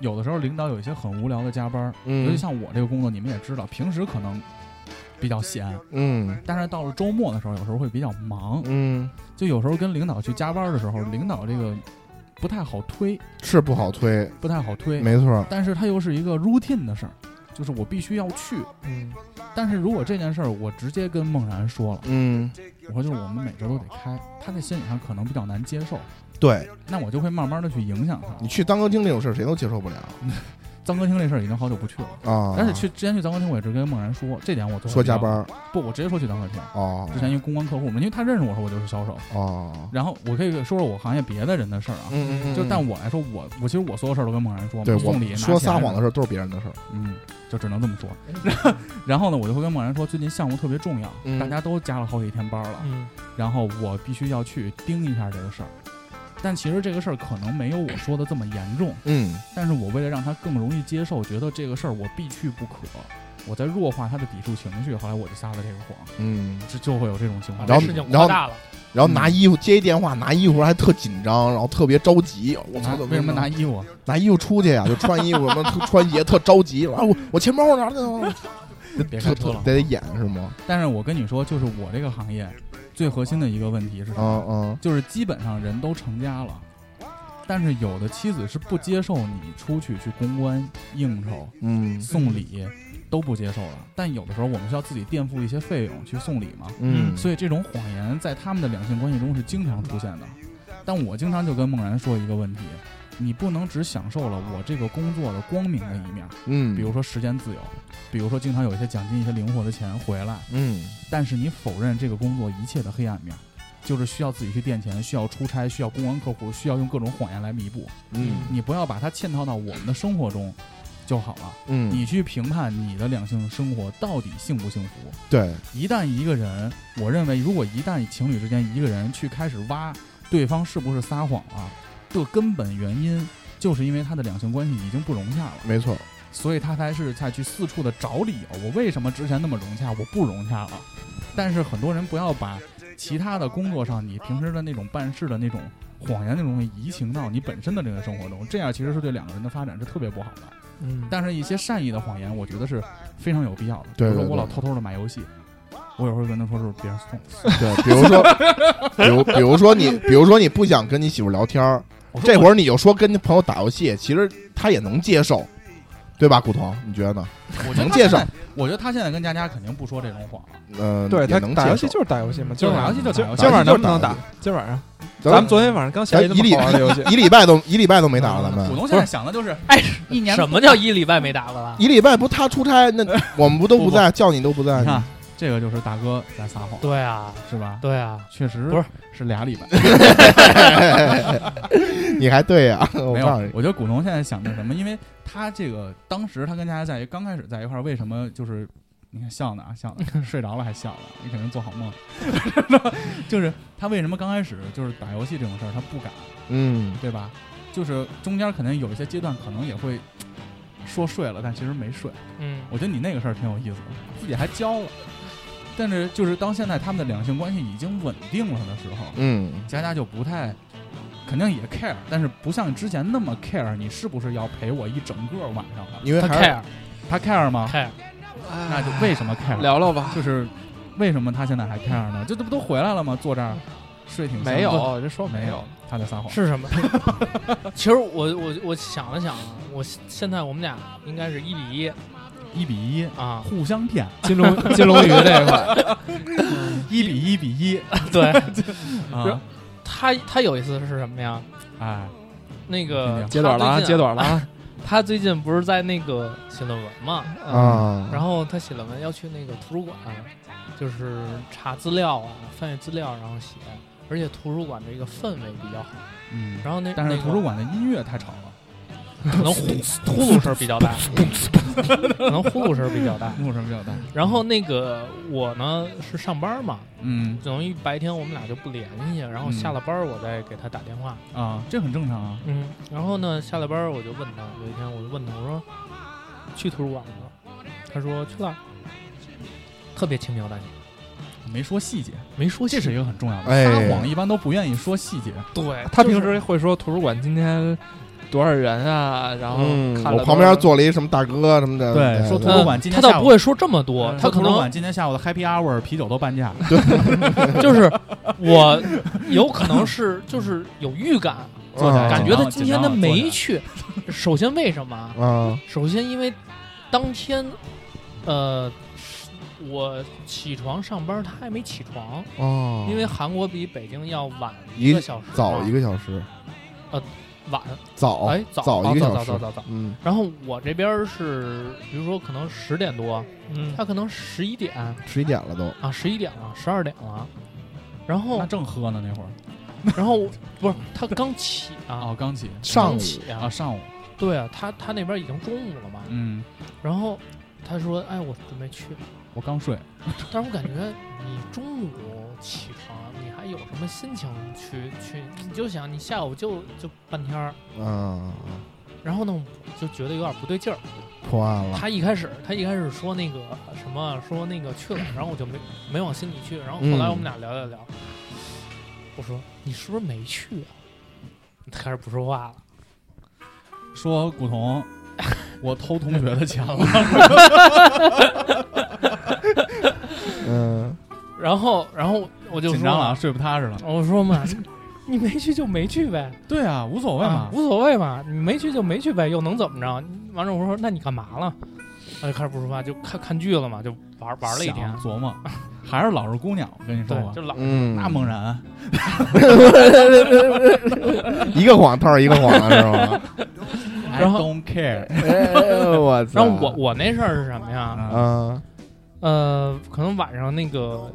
Speaker 3: 有的时候领导有一些很无聊的加班儿，尤
Speaker 4: 嗯
Speaker 3: 其像我这个工作，你们也知道，平时可能比较闲，
Speaker 4: 嗯
Speaker 3: 但是到了周末的时候，有时候会比较忙，
Speaker 4: 嗯，
Speaker 3: 就有时候跟领导去加班的时候，领导这个不太好推，
Speaker 4: 是不好推，
Speaker 3: 不太好推，
Speaker 4: 没错，
Speaker 3: 但是它又是一个 routine 的事儿，就是我必须要去。
Speaker 4: 嗯
Speaker 3: 但是如果这件事儿我直接跟孟然说了，
Speaker 4: 嗯，
Speaker 3: 我说就是我们每周都得开，他在心理上可能比较难接受，
Speaker 4: 对
Speaker 3: 那我就会慢慢的去影响他
Speaker 4: 你。去当歌厅这种事儿谁都接受不了
Speaker 3: 脏歌厅这事儿已经好久不去了。
Speaker 4: 啊。
Speaker 3: 但是去之前去脏歌厅，我也是跟孟然说这点我做得
Speaker 4: 说
Speaker 3: 比较
Speaker 4: 加班儿
Speaker 3: 不，我直接说去脏歌厅。
Speaker 4: 哦
Speaker 3: 之前因为公关客户嘛，因为他认识我说我就是销售，
Speaker 4: 哦，
Speaker 3: 然后我可以说说我行业别的人的事儿啊。
Speaker 4: 嗯嗯，
Speaker 3: 就
Speaker 4: 嗯
Speaker 3: 但我来说，我我其实我所有事儿都跟孟然说嘛，
Speaker 4: 对
Speaker 3: 送礼
Speaker 4: 我
Speaker 3: 拿
Speaker 4: 说
Speaker 3: 钱
Speaker 4: 撒谎的事儿都是别人的事儿，
Speaker 3: 嗯，就只能这么说。 然后呢，我就会跟孟然说，最近项目特别重要，
Speaker 4: 嗯
Speaker 3: 大家都加了好几天班了，
Speaker 5: 嗯，
Speaker 3: 然后我必须要去盯一下这个事儿。但其实这个事儿可能没有我说的这么严重，
Speaker 4: 嗯
Speaker 3: 但是我为了让他更容易接受，觉得这个事儿我必去不可，我在弱化他的抵触情绪。后来我就撒了这个谎，
Speaker 4: 嗯。
Speaker 3: 这就会有这种情
Speaker 5: 把
Speaker 3: 况。
Speaker 4: 然后
Speaker 5: 这事情
Speaker 4: 然后
Speaker 5: 扩大了，
Speaker 4: 然后拿
Speaker 3: 嗯
Speaker 4: 衣服接一电话，拿衣服还特紧张，然后特别着急。我操
Speaker 3: 拿，
Speaker 4: 怎
Speaker 3: 为什么
Speaker 4: 弄
Speaker 3: 拿衣服？啊
Speaker 4: 拿衣服出去呀、就穿衣服什么特穿鞋特着急，啊我我钱包哪儿去了？
Speaker 3: 别
Speaker 4: 特
Speaker 3: 开车
Speaker 4: 特
Speaker 3: 了
Speaker 4: 得得演是吗？
Speaker 3: 但是我跟你说，就是我这个行业最核心的一个问题是什么？
Speaker 4: 嗯嗯
Speaker 3: 就是基本上人都成家了，但是有的妻子是不接受你出去去公关、应酬、
Speaker 4: 嗯
Speaker 3: 送礼都不接受的。但有的时候我们需要自己垫付一些费用去送礼嘛，
Speaker 4: 嗯，
Speaker 3: 所以这种谎言在他们的两性关系中是经常出现的。但我经常就跟梦然说一个问题：你不能只享受了我这个工作的光明的一面，
Speaker 4: 嗯，
Speaker 3: 比如说时间自由，比如说经常有一些奖金、一些灵活的钱回来，
Speaker 4: 嗯
Speaker 3: 但是你否认这个工作一切的黑暗面，就是需要自己去垫钱，需要出差，需要公关客户，需要用各种谎言来弥补。
Speaker 4: 嗯
Speaker 3: 你不要把它嵌套到我们的生活中就好了。
Speaker 4: 嗯，
Speaker 3: 你去评判你的两性生活到底幸不幸福。
Speaker 4: 对
Speaker 3: 一旦一个人，我认为如果一旦情侣之间一个人去开始挖对方是不是撒谎了、的根本原因，就是因为他的两性关系已经不融洽了，
Speaker 4: 没错，
Speaker 3: 所以他才是在去四处的找理由，我为什么之前那么融洽，我不融洽了。啊但是很多人不要把其他的工作上你平时的那种办事的那种谎言那种东西移情到你本身的这个生活中，这样其实是对两个人的发展是特别不好的。
Speaker 5: 嗯，
Speaker 3: 但是一些善意的谎言，我觉得是非常有必要的。
Speaker 4: 对
Speaker 3: 比如
Speaker 4: 对
Speaker 3: 说我
Speaker 4: 对
Speaker 3: 老偷偷的买游戏，我有时候跟他说是别人送，
Speaker 4: 对，比如说，比如比如说你，比如说你不想跟你媳妇聊天儿，这会
Speaker 5: 儿
Speaker 4: 儿你就说跟朋友打游戏，其实她也能接受，对吧？骨头，你觉得呢？
Speaker 3: 我觉得
Speaker 4: 能
Speaker 3: 他
Speaker 4: 接
Speaker 3: 现
Speaker 4: 受
Speaker 3: 在，我也能接受。我觉得他现在跟佳佳肯定不说这种谎了。
Speaker 4: 嗯，
Speaker 1: 对
Speaker 4: 也
Speaker 1: 他
Speaker 4: 能
Speaker 1: 打
Speaker 4: 接
Speaker 1: 游戏
Speaker 4: 受
Speaker 1: 就是打游戏嘛，
Speaker 3: 就
Speaker 1: 今
Speaker 3: 是
Speaker 1: 儿
Speaker 3: 打游
Speaker 1: 晚上
Speaker 3: 戏就打游戏，
Speaker 1: 今儿晚上能不
Speaker 4: 打
Speaker 1: 能
Speaker 4: 游戏就是
Speaker 1: 打
Speaker 4: 打？
Speaker 1: 今儿晚上，
Speaker 4: 咱
Speaker 1: 咱们昨天晚上刚下一
Speaker 4: 咱一
Speaker 1: 顿
Speaker 4: 礼，
Speaker 1: 好玩的游戏
Speaker 4: 一礼拜都一礼拜都没打了， 咱
Speaker 3: 股
Speaker 4: 们
Speaker 3: 东现在想的就是，哎，一年
Speaker 5: 什么叫一礼拜没打过 了？
Speaker 4: 一礼拜不他出差， 那我们不都
Speaker 3: 不
Speaker 4: 不在，叫你都不 在
Speaker 3: 你，看，啊这个就是大哥在撒谎，
Speaker 5: 对啊，
Speaker 3: 是吧？
Speaker 5: 对啊，
Speaker 3: 确实
Speaker 5: 不是
Speaker 3: 是俩礼拜，
Speaker 4: 你还对呀、我
Speaker 3: 没有
Speaker 4: 告诉你。。
Speaker 3: 我觉得股东现在想的是什么？因为他这个当时他跟佳佳在一刚开始在一块儿，为什么就是你看笑呢啊笑呢， 睡着了还笑呢，你肯定做好梦。 就是他为什么刚开始就是打游戏这种事儿他不敢，
Speaker 4: 嗯，
Speaker 3: 对吧？就是中间肯定有一些阶段可能也会说睡了，但其实没睡。
Speaker 5: 嗯，
Speaker 3: 我觉得你那个事儿挺有意思的，自己还教了。但是就是当现在他们的两性关系已经稳定了的时候，
Speaker 4: 嗯，
Speaker 3: 佳佳就不太，肯定也 care，但是不像之前那么 care 你是不是要陪我一整个晚上了。
Speaker 4: 因为
Speaker 5: 他
Speaker 4: 还是
Speaker 5: care
Speaker 3: 他 care 吗？
Speaker 5: care，
Speaker 3: 那就为什么 care？
Speaker 1: 聊聊吧。
Speaker 3: 就是为什么他现在还 care 呢？这这不都回来了吗？坐这儿睡挺香
Speaker 1: 没有，人说
Speaker 3: 没
Speaker 1: 有
Speaker 3: 有，，他在撒谎。
Speaker 5: 是 什么？其实我我我想了想啊，我现在我们俩应该是一比一
Speaker 3: 一比一，
Speaker 5: 啊，
Speaker 3: 互相骗，
Speaker 1: 金龙金龙鱼这一块，
Speaker 3: 一比一比一
Speaker 5: 对
Speaker 3: 啊！
Speaker 5: 他他有一次是什么呀？
Speaker 3: 哎，
Speaker 5: 那
Speaker 3: 听
Speaker 5: 个
Speaker 3: 听
Speaker 1: 接短了啊，
Speaker 5: 他最
Speaker 1: 接
Speaker 5: 近啊
Speaker 1: 短了啊，
Speaker 5: 他最近不是在那个写论文嘛，
Speaker 3: 嗯
Speaker 4: 啊，
Speaker 5: 然后他写论文要去那个图书馆，就是查资料啊，翻阅资料然后写，而且图书馆这个氛围比较好。
Speaker 3: 嗯，
Speaker 5: 然后那
Speaker 3: 但是
Speaker 5: 那个
Speaker 3: 图书馆的音乐太吵了，
Speaker 5: 可能呼 呼噜声比较大，可能呼噜声比较大。
Speaker 3: 嗯怒声比较大。
Speaker 5: 然后那个我呢是上班嘛，
Speaker 3: 嗯
Speaker 5: 等于白天我们俩就不联系，然后
Speaker 3: 嗯
Speaker 5: 下了班我再给他打电话。
Speaker 3: 啊，这很正常啊。
Speaker 5: 嗯，然后呢下了班我就问他，有一天我就问他，我说去图书馆了吗，他说去了，特别轻描淡写，
Speaker 3: 没说细节，
Speaker 5: 没说
Speaker 3: 这
Speaker 5: 细
Speaker 3: 是一个很重要的。
Speaker 4: 哎
Speaker 3: 撒谎一般都不愿意说细节，
Speaker 5: 对，
Speaker 1: 他
Speaker 5: 就
Speaker 1: 平
Speaker 5: 是
Speaker 1: 时会说图书馆今天多少人啊，然后
Speaker 4: 嗯，
Speaker 1: 看了
Speaker 4: 我旁边坐了一什么大哥什么的，
Speaker 3: 对，说图
Speaker 5: 对
Speaker 3: 书馆今
Speaker 5: 嗯他
Speaker 3: 天
Speaker 5: 倒
Speaker 3: 下
Speaker 5: 不
Speaker 3: 午，
Speaker 5: 会说这么多，
Speaker 3: 说
Speaker 5: 他
Speaker 3: 图
Speaker 5: 可
Speaker 3: 书
Speaker 5: 能
Speaker 3: 馆今天下午的 Happy Hour 啤酒都半价，
Speaker 5: 就是我有可能是 就是有预感，
Speaker 3: 坐下来
Speaker 5: 感
Speaker 4: 嗯
Speaker 5: 觉他今天他
Speaker 3: 哦紧张了紧张了
Speaker 5: 没去。首先为什么啊？
Speaker 4: 啊，
Speaker 5: 首先因为当天，呃，我起床上班，他还没起床，
Speaker 4: 哦，
Speaker 5: 因为韩国比北京要晚
Speaker 4: 一
Speaker 5: 个小时嘛，
Speaker 4: 早一个小时，
Speaker 5: 晚，
Speaker 3: 哦
Speaker 4: 早
Speaker 5: 哎，
Speaker 4: 早
Speaker 5: 早
Speaker 4: 一个
Speaker 5: 早
Speaker 4: 小
Speaker 5: 早
Speaker 4: 时
Speaker 5: 早早早。
Speaker 4: 嗯
Speaker 5: 然后我这边是，比如说可能十点多，
Speaker 1: 嗯
Speaker 5: 他可能十一点
Speaker 4: 十一点了都，
Speaker 5: 啊，十一点了，十二点了。然后
Speaker 3: 那，正喝呢那会儿。
Speaker 5: 然后不是他刚起啊，
Speaker 3: 哦，刚起
Speaker 4: 上
Speaker 5: 刚
Speaker 4: 午
Speaker 5: 起
Speaker 3: 啊，
Speaker 5: 啊，
Speaker 3: 上午，
Speaker 5: 对啊，他他那边已经中午了嘛。
Speaker 3: 嗯，
Speaker 5: 然后他说：“哎，我准备去。”
Speaker 3: 我刚睡，
Speaker 5: 但是我感觉你中午起床，你还有什么心情去去？你就想你下午就就半天儿，
Speaker 4: 啊，
Speaker 5: 然后呢，我就觉得有点不对劲儿。
Speaker 4: 破案
Speaker 3: 嗯
Speaker 4: 了，
Speaker 5: 他一开始他一开始说那个什么说那个去了，然后我就没没往心里去。然后后来我
Speaker 3: 嗯
Speaker 5: 们俩聊聊聊，我说你是不是没去啊？他开始不说话了。
Speaker 3: 说古潼，我偷同学的钱 了，
Speaker 4: 嗯，
Speaker 5: 然后然后我就
Speaker 3: 紧
Speaker 5: 说
Speaker 3: 张了，啊，睡不踏实了。
Speaker 5: 我说嘛， 你没去就没去呗。
Speaker 3: 对啊，无所谓
Speaker 5: 啊
Speaker 3: 嘛，
Speaker 5: 无所谓嘛，你没去就没去呗，又能怎么着？完了我说那你干嘛了？他就开始不说话，就看看剧了嘛，就玩玩了一天啊
Speaker 3: 想，琢磨，还是老实姑娘，我跟你说
Speaker 5: 对，
Speaker 3: 吧
Speaker 5: 就，老
Speaker 4: 嗯，
Speaker 3: 那猛然，
Speaker 4: 一个谎套一个谎了是吗？
Speaker 3: I
Speaker 5: 嗯然后
Speaker 3: don't care，
Speaker 4: 哎我操
Speaker 5: 然后我我那事儿是什么呀？
Speaker 3: 啊
Speaker 4: 啊，
Speaker 5: 呃，可能晚上那个，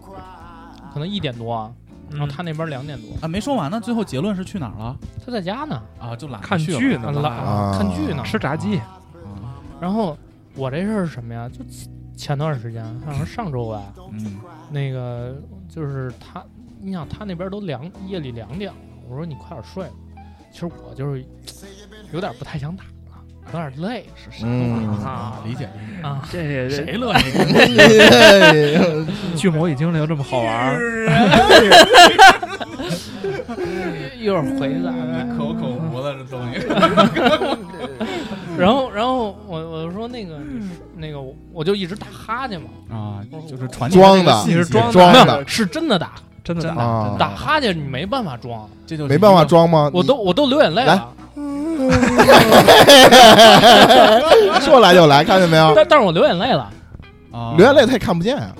Speaker 5: 可能一点多，啊然后他那边两点多，
Speaker 3: 啊，没说完呢，最后结论是去哪儿了？
Speaker 5: 他在家呢，
Speaker 3: 啊，就懒得
Speaker 1: 看
Speaker 3: 去了
Speaker 1: 剧
Speaker 5: 啊
Speaker 1: 呢
Speaker 5: 老
Speaker 4: 啊
Speaker 5: 看剧呢。
Speaker 1: 吃炸鸡，
Speaker 3: 啊
Speaker 5: 然后我这事儿是什么呀？就前段时间，好像上周吧，
Speaker 3: 嗯，
Speaker 5: 那个就是他，你想他那边都两夜里两点了，我说你快点睡吧。其实我就是有点不太想打了，有点累，是啥
Speaker 4: 嗯
Speaker 3: 啊，理解理解。
Speaker 5: 啊？
Speaker 1: 这
Speaker 3: 谁乐意？
Speaker 4: 嗯
Speaker 1: 巨魔与精灵这么好玩儿，
Speaker 5: 啊一会儿回来。
Speaker 3: 可口无了，这东西。
Speaker 5: 然后，然后我我就说那个你是那个，我就一直打哈欠嘛，
Speaker 3: 啊，就是传递
Speaker 4: 装
Speaker 3: 这个
Speaker 4: 的，
Speaker 3: 信息
Speaker 1: 你是装的
Speaker 4: 装
Speaker 5: 没
Speaker 4: 的
Speaker 5: 有是真的打
Speaker 1: 真的
Speaker 3: 真
Speaker 1: 打
Speaker 4: 啊
Speaker 3: 的
Speaker 5: 打，哈欠，你没办法装，
Speaker 3: 这就是
Speaker 4: 没办法装吗？
Speaker 5: 我都 我都流眼泪
Speaker 4: 啊
Speaker 5: 了。
Speaker 4: 你 说来就来，看见没有？
Speaker 5: 但但是我流眼泪了，
Speaker 3: 啊
Speaker 4: 流眼泪他也看不见啊！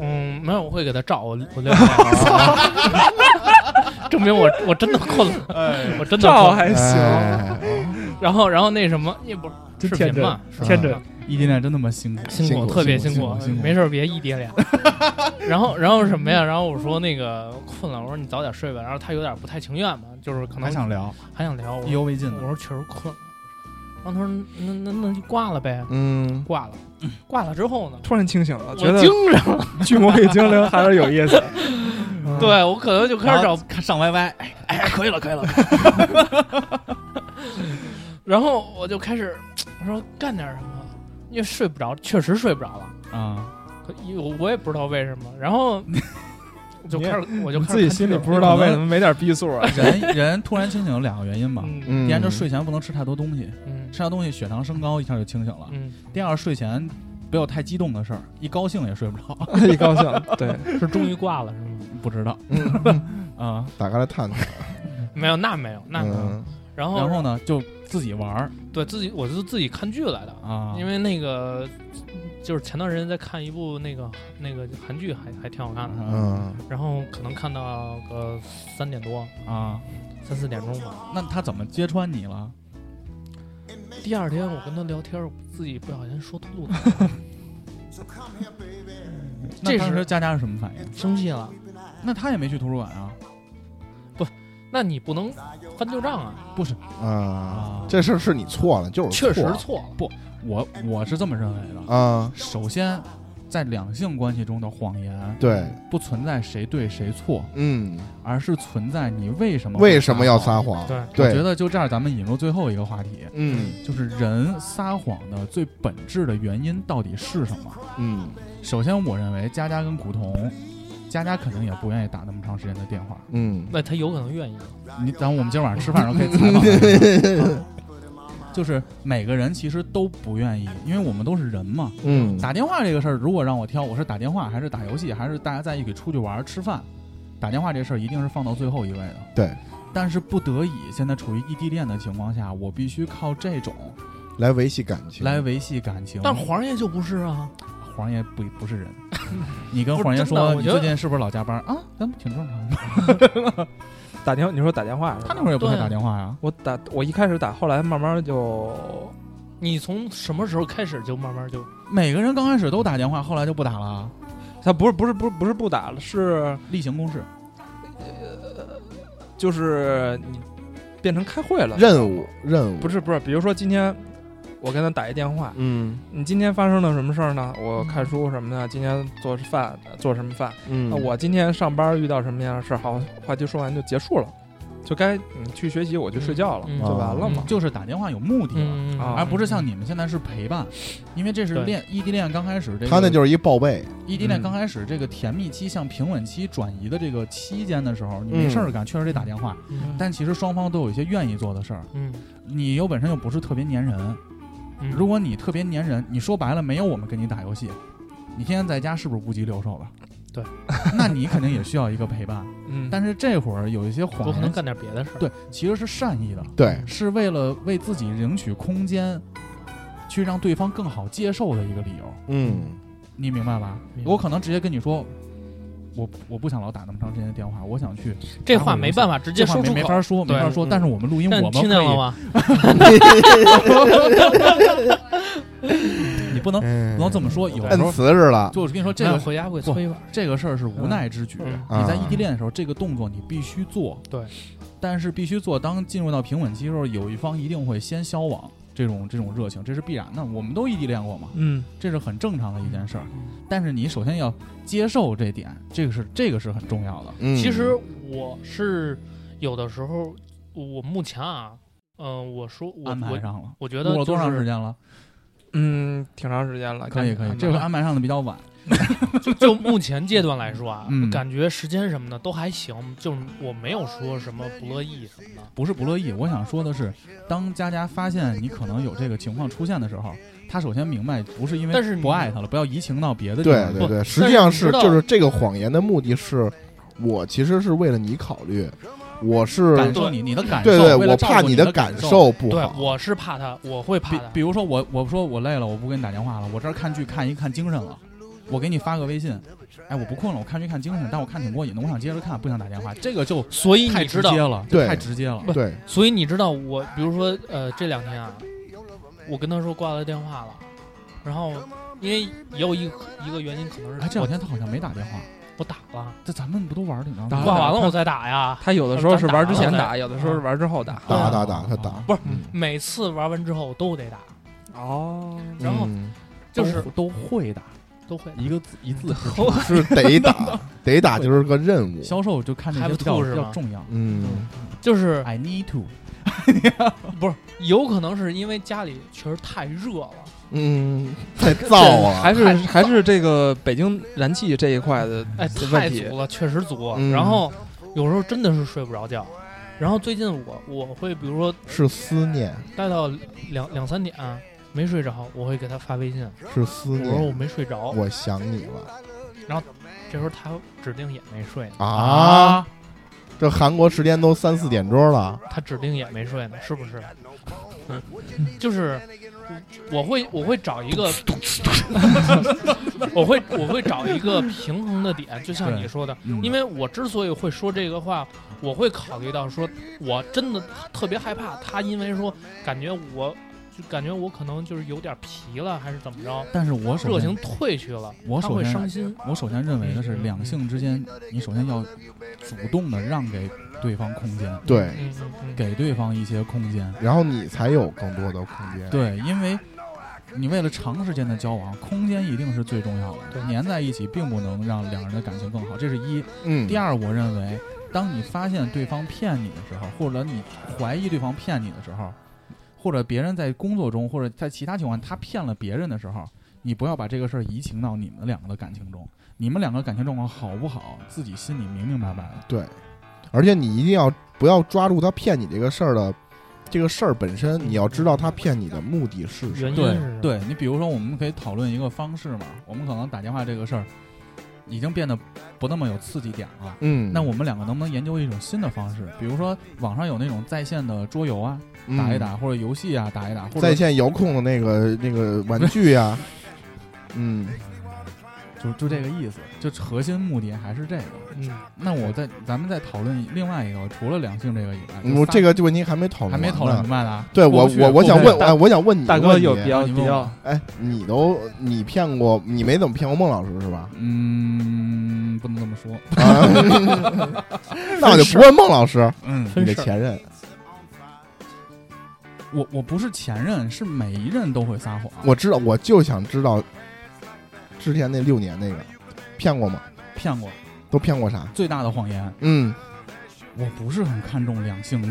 Speaker 5: 嗯，没有，我会给他照，我我 流眼泪 了，证明我我真的困了，我真的困
Speaker 1: 照
Speaker 5: 了。
Speaker 1: 还行，
Speaker 4: 哎
Speaker 5: 然后然后那什么，也不是
Speaker 1: 真
Speaker 5: 视频
Speaker 1: 天真
Speaker 5: 嘛，啊
Speaker 4: 真
Speaker 1: 天真，
Speaker 3: 异地恋真他妈辛苦，
Speaker 5: 辛
Speaker 4: 辛
Speaker 5: 苦，
Speaker 4: 苦
Speaker 5: 特别
Speaker 3: 辛苦
Speaker 5: 苦
Speaker 3: 辛苦辛，苦
Speaker 5: 没事儿别异地恋。 然后然后什么呀？然后我说那个困了，我说你早点睡吧。然后他有点不太情愿嘛，就是可能
Speaker 3: 还想聊，
Speaker 5: 还想聊。我
Speaker 3: 意
Speaker 5: 说
Speaker 3: 犹未尽的。
Speaker 5: 我说确实困了。然后他说那那那就挂了呗，
Speaker 4: 嗯，
Speaker 5: 挂了，挂了之后呢？
Speaker 1: 突然清醒了，
Speaker 5: 我
Speaker 1: 觉得
Speaker 5: 精神了，
Speaker 1: 巨魔与精灵还是有意 思。嗯，
Speaker 5: 对我可能就开始找
Speaker 3: 看上 YY，哎哎，可以了可以了，
Speaker 5: 然后我就开始我说干点什么，因为睡不着，确实睡不着了，
Speaker 3: 啊，
Speaker 5: 可我我也不知道为什么。然后我就开始我就
Speaker 1: 你
Speaker 5: 开始
Speaker 1: 自己
Speaker 5: 看
Speaker 1: 心里
Speaker 5: 剧了
Speaker 1: 不知道为什么没点逼数 啊？
Speaker 3: 人人突然清醒有两个原因吧，
Speaker 5: 嗯
Speaker 4: 嗯，
Speaker 3: 第一就睡前不能吃太多东西，
Speaker 5: 嗯
Speaker 3: 吃太多东西血糖升高一下就清醒了。
Speaker 5: 嗯，
Speaker 3: 第二睡前不要太激动的事儿，一高兴也睡不着，
Speaker 1: 一高兴，对，
Speaker 5: 嗯是终于挂了是吗？
Speaker 3: 不知道
Speaker 5: 哦
Speaker 3: 啊。
Speaker 4: 嗯打开来探探，
Speaker 5: 没有，那没有，那没有。
Speaker 4: 嗯
Speaker 5: 然后
Speaker 3: 啊然后呢，就自己玩儿
Speaker 5: 对自己，我是自己看剧来的，
Speaker 3: 啊，
Speaker 5: 因为那个就是前段时间在看一部那个那个韩剧还，还挺好看的，
Speaker 3: 啊
Speaker 4: 嗯，
Speaker 5: 然后可能看到个三点多、
Speaker 3: 啊，
Speaker 5: 三四点钟吧。
Speaker 3: 那他怎么揭穿你了？
Speaker 5: 第二天我跟他聊天，我自己不小心说吐 了，
Speaker 3: 那
Speaker 5: 这
Speaker 3: 当
Speaker 5: 是
Speaker 3: 时佳佳是什么反应？
Speaker 5: 生气了。
Speaker 3: 那他也没去图书馆啊
Speaker 5: 那你不能翻旧账啊，
Speaker 4: 啊，
Speaker 3: 啊！
Speaker 4: 这事儿是你错了，就是
Speaker 5: 确实
Speaker 4: 错了
Speaker 5: 错了。
Speaker 3: 我我是这么认为的。
Speaker 4: 啊，
Speaker 3: 首先，在两性关系中的谎言
Speaker 4: 对，
Speaker 3: 不存在谁对谁错，
Speaker 4: 嗯，
Speaker 3: 而是存在你为什么
Speaker 4: 为什么要
Speaker 3: 谎？
Speaker 4: 撒谎？
Speaker 5: 对
Speaker 3: 我觉
Speaker 4: 对，
Speaker 3: 得就这样，咱们引入最后一个话题，
Speaker 4: 嗯
Speaker 3: 就是人撒谎的最本质的原因到底是什么？
Speaker 4: 嗯
Speaker 3: 首先，我认为佳佳跟古潼佳佳肯定也不愿意打那么长时间的电话。
Speaker 4: 嗯，
Speaker 5: 那他有可能愿意。
Speaker 3: 你，咱我们今晚上吃饭的时候可以采访他 啊。就是每个人其实都不愿意，因为我们都是人嘛。
Speaker 4: 嗯，
Speaker 3: 打电话这个事儿，如果让我挑，我是打电话还是打游戏，还是大家在一起出去玩儿吃饭，打电话这事儿一定是放到最后一位的。
Speaker 4: 对，
Speaker 3: 但是不得已，现在处于异地恋的情况下，我必须靠这种
Speaker 4: 来维系感情，
Speaker 3: 来维系感情。
Speaker 5: 但黄爷就不是啊，
Speaker 3: 黄爷不不 是人，你跟
Speaker 5: 不是
Speaker 3: 黄爷
Speaker 5: 真的
Speaker 3: 说
Speaker 5: 我
Speaker 3: 你
Speaker 5: 觉得
Speaker 3: 最近是不是老加班啊？咱们挺正常的。
Speaker 1: 打电话，你说打电话是
Speaker 3: 他
Speaker 1: 吧？
Speaker 3: 那会儿也不会
Speaker 5: 对啊
Speaker 3: 打电话呀、
Speaker 1: 我打我一开始打，后来慢慢就
Speaker 5: 你从什么时候开始就慢慢就
Speaker 3: 每个人刚开始都打电话，后来就不打了，
Speaker 1: 他不是不是不是不是不打了，是
Speaker 3: 例行公事。
Speaker 1: 就是你变成开会了，
Speaker 4: 任务任务
Speaker 1: 不是不是，比如说今天我跟他打一电话，
Speaker 4: 嗯
Speaker 1: 你今天发生了什么事儿呢？我
Speaker 3: 嗯
Speaker 1: 看书什么的，今天做饭做什么饭？
Speaker 4: 嗯
Speaker 1: 那我今天上班遇到什么样的事儿？好，话题说完就结束了，就该你去学习，我去睡觉了，
Speaker 5: 嗯嗯
Speaker 1: 就完了嘛。
Speaker 3: 就是打电话有目的了，
Speaker 5: 嗯
Speaker 1: 啊
Speaker 3: 而不是像你们现在是陪伴，因为这是
Speaker 5: 对
Speaker 3: 恋异地恋刚开始这个，
Speaker 4: 他那就是一报备，
Speaker 3: 异地恋
Speaker 1: 嗯
Speaker 3: 刚开始这个甜蜜期向平稳期转移的这个期间的时候，你没事儿干，确实得打电话，
Speaker 1: 啊
Speaker 5: 嗯
Speaker 3: 但其实双方都有一些愿意做的事儿。
Speaker 5: 嗯
Speaker 3: 你又本身又不是特别粘人，
Speaker 5: 嗯，
Speaker 3: 如果你特别粘人，你说白了没有我们跟你打游戏，你天天在家是不是不及留守了？
Speaker 5: 对，
Speaker 3: 那你肯定也需要一个陪伴。
Speaker 1: 嗯，
Speaker 3: 但是这会儿有一些谎
Speaker 5: 我可能
Speaker 3: 言，
Speaker 5: 干点别的事儿。
Speaker 3: 对，其实是善意的，
Speaker 4: 对，
Speaker 3: 是为了为自己赢取空间，去让对方更好接受的一个理由。
Speaker 4: 嗯
Speaker 3: 你明白吧？
Speaker 5: 明白
Speaker 3: 我可能直接跟你说，我我不想老打那么长时间的电话，我想去。
Speaker 5: 这话没办法直接
Speaker 3: 嗯这话
Speaker 5: 说
Speaker 3: 没
Speaker 5: 出
Speaker 3: 没
Speaker 5: 口，
Speaker 3: 法说，没
Speaker 5: 对
Speaker 3: 法说。
Speaker 4: 嗯
Speaker 3: 但是我们录音，
Speaker 5: 但
Speaker 3: 我
Speaker 5: 你
Speaker 3: 们
Speaker 5: 听见了吗？
Speaker 3: 可以？你不
Speaker 4: 嗯
Speaker 3: 能不能这么说。有时
Speaker 4: 摁
Speaker 3: 候，
Speaker 4: 瓷实了，
Speaker 3: 就我跟你说，这
Speaker 5: 没有
Speaker 3: 个
Speaker 5: 回家会
Speaker 3: 不
Speaker 5: 催吧。
Speaker 3: 这个事儿是无奈之举。
Speaker 5: 嗯
Speaker 4: 嗯
Speaker 3: 你在异地恋的时候，这个动作你必须做。
Speaker 5: 对，
Speaker 3: 但是必须做。当进入到平稳期的时候，有一方一定会先消亡。这种这种热情，这是必然的。我们都异地恋过嘛，
Speaker 1: 嗯，
Speaker 3: 这是很正常的一件事儿。
Speaker 5: 嗯
Speaker 3: 但是你首先要接受这点，这个是这个是很重要的。
Speaker 4: 嗯，
Speaker 5: 其实我是有的时候，我目前啊，嗯，我说我
Speaker 3: 安排
Speaker 5: 我
Speaker 3: 上了，
Speaker 5: 我觉得
Speaker 3: 录了多
Speaker 5: 就
Speaker 3: 长
Speaker 5: 是
Speaker 3: 时间了？
Speaker 1: 嗯，挺长时间了，
Speaker 3: 可以可以，这
Speaker 1: 个
Speaker 3: 回安排上的比较晚。
Speaker 5: 就目前阶段来说啊，
Speaker 3: 嗯
Speaker 5: 感觉时间什么的都还行，就是我没有说什么不乐意什么的。
Speaker 3: 不是不乐意，我想说的是，当佳佳发现你可能有这个情况出现的时候，她首先明白不是因
Speaker 5: 但
Speaker 3: 为
Speaker 5: 是你
Speaker 3: 不爱他了，不要移情到别的地
Speaker 4: 对
Speaker 3: 方。
Speaker 4: 对对，
Speaker 5: 不
Speaker 4: 实际上是
Speaker 5: 但是你知道
Speaker 4: 就是这个谎言的目的是，我其实是为了你考虑，我是
Speaker 3: 感受你你的感受，
Speaker 4: 对对，
Speaker 3: 为了
Speaker 4: 我
Speaker 3: 照
Speaker 4: 怕
Speaker 3: 顾你
Speaker 4: 的
Speaker 3: 感
Speaker 4: 感。受不
Speaker 5: 对，
Speaker 4: 好，
Speaker 5: 我是怕他，我会怕
Speaker 3: 比
Speaker 5: 他
Speaker 3: 比。如说我我说我累了，我不跟你打电话了，我这儿看剧看一看精神了。我给你发个微信，哎，我不困了，我看剧看精神，但我看挺过瘾的，我想接着看，不想打电话，这个就
Speaker 5: 所以
Speaker 3: 太
Speaker 5: 你
Speaker 3: 直
Speaker 5: 知
Speaker 3: 接
Speaker 5: 道，
Speaker 3: 了，
Speaker 4: 对
Speaker 3: 太直接了。
Speaker 4: 对，
Speaker 5: 所以你知道我，比如说呃，这两天啊，我跟他说挂了电话了，然后因为也有一一个原因，可能是
Speaker 3: 哎，这
Speaker 5: 我
Speaker 3: 两天他好啊像没打电话，
Speaker 5: 我打了，
Speaker 3: 这咱们不都玩儿挺长时
Speaker 1: 打
Speaker 3: 间？
Speaker 1: 了
Speaker 5: 挂完了我再打呀。
Speaker 1: 他有的时候是玩之前
Speaker 5: 咱
Speaker 1: 打，
Speaker 5: 打
Speaker 1: 有的时候是玩之后打。
Speaker 4: 打
Speaker 3: 啊
Speaker 4: 打打他打
Speaker 3: 啊
Speaker 5: 不是
Speaker 4: 嗯
Speaker 5: 每次玩完之后都得打，
Speaker 1: 哦，
Speaker 5: 然后
Speaker 4: 嗯
Speaker 5: 就是
Speaker 3: 都都会打，
Speaker 5: 都会
Speaker 3: 一个字一字之差。
Speaker 4: 是得打得打就是个任务，
Speaker 3: 销售就看这
Speaker 5: 还
Speaker 3: 些
Speaker 5: 不
Speaker 3: 比较
Speaker 5: 吐是
Speaker 3: 比
Speaker 5: 吗
Speaker 3: 较重要。
Speaker 4: 嗯
Speaker 5: 就是。
Speaker 3: I need to，
Speaker 5: 不是，有可能是因为家里确实太热了，
Speaker 4: 嗯，太燥了，
Speaker 1: 还是还是这个北京燃气这一块的
Speaker 5: 哎，
Speaker 1: 问
Speaker 5: 太
Speaker 1: 题
Speaker 5: 足。了，确实足。
Speaker 4: 嗯
Speaker 5: 然后有时候真的是睡不着觉。然后最近我我会比如说
Speaker 4: 是思念，
Speaker 5: 待到两两三点、啊没睡着，我会给他发微信，
Speaker 4: 是思
Speaker 5: 我说我
Speaker 4: 念，
Speaker 5: 没睡着，
Speaker 4: 我想你了
Speaker 5: 这时候他指定也没睡呢，
Speaker 4: 啊！这韩国时间都三四点钟了，
Speaker 5: 他指定也没睡呢，是不是？嗯，就是我会我会找一个， 我会我会找一个平衡的点，就像
Speaker 3: 对
Speaker 5: 你说的，
Speaker 3: 嗯
Speaker 5: 因为我之所以会说这个话，我会考虑到说，我真的特别害怕他，因为说感觉我就感觉我可能就是有点皮了，还是怎么着，
Speaker 3: 但是我首
Speaker 5: 热情
Speaker 3: 先
Speaker 5: 退去了，
Speaker 3: 我
Speaker 5: 他
Speaker 3: 首
Speaker 5: 会
Speaker 3: 先
Speaker 5: 伤心。
Speaker 3: 我首先认为的是，
Speaker 5: 嗯
Speaker 3: 两性之间你首先要主动的让给对方空间，
Speaker 4: 对，
Speaker 5: 嗯嗯嗯，
Speaker 3: 给对方一些空间。
Speaker 4: 然后你才有更多的空间，
Speaker 3: 对，因为你为了长时间的交往，空间一定是最重要的。
Speaker 5: 对
Speaker 3: 粘在一起并不能让两人的感情更好，这是一。
Speaker 4: 嗯，
Speaker 3: 第二，我认为，当你发现对方骗你的时候，或者你怀疑对方骗你的时候，或者别人在工作中或者在其他情况他骗了别人的时候，你不要把这个事儿移情到你们两个的感情中，你们两个感情状况好不好，自己心里明明白白的。
Speaker 4: 对，而且你一定要不要抓住他骗你这个事儿的这个事儿本身，你要知道他骗你的目的是什么。
Speaker 5: 原因
Speaker 3: 对
Speaker 5: 是什么，
Speaker 3: 对，你比如说，我们可以讨论一个方式嘛，我们可能打电话这个事儿已经变得不那么有刺激点了。
Speaker 4: 嗯
Speaker 3: 那我们两个能不能研究一种新的方式？比如说，网上有那种在线的桌游啊，打一打，或者游戏啊，打一打，或
Speaker 4: 嗯在
Speaker 3: 者
Speaker 4: 线遥控的那个那个玩具呀、嗯，
Speaker 3: 就就这个意思，就核心目的还是这个。
Speaker 5: 嗯，
Speaker 3: 那我再咱们再讨论另外一个，除了两性这个以外，就
Speaker 4: 我
Speaker 3: 仨
Speaker 4: 这个这问题还没讨论，
Speaker 3: 还没讨论明。白呢。
Speaker 4: 对我
Speaker 3: 过不去
Speaker 4: 我我想
Speaker 3: 过
Speaker 4: 问，
Speaker 3: 不去
Speaker 4: 哎，我想问你，
Speaker 1: 大哥有比
Speaker 4: 别，
Speaker 1: 较
Speaker 3: 你
Speaker 1: 比
Speaker 3: 问我
Speaker 1: 较，
Speaker 4: 哎，你都你骗过，你没怎么骗过孟老师 是吧？
Speaker 3: 嗯，不能这么说。
Speaker 4: 啊那我就不问孟老师，
Speaker 3: 嗯，
Speaker 4: 你
Speaker 5: 分
Speaker 4: 的
Speaker 5: 事儿。
Speaker 4: 前任，
Speaker 3: 我我不是前任，是每一任都会撒谎。
Speaker 4: 我知道，我就想知道之前那六年那个骗过吗？
Speaker 3: 骗过
Speaker 4: 都骗过啥？
Speaker 3: 最大的谎言，
Speaker 4: 嗯，
Speaker 3: 我不是很看重两性。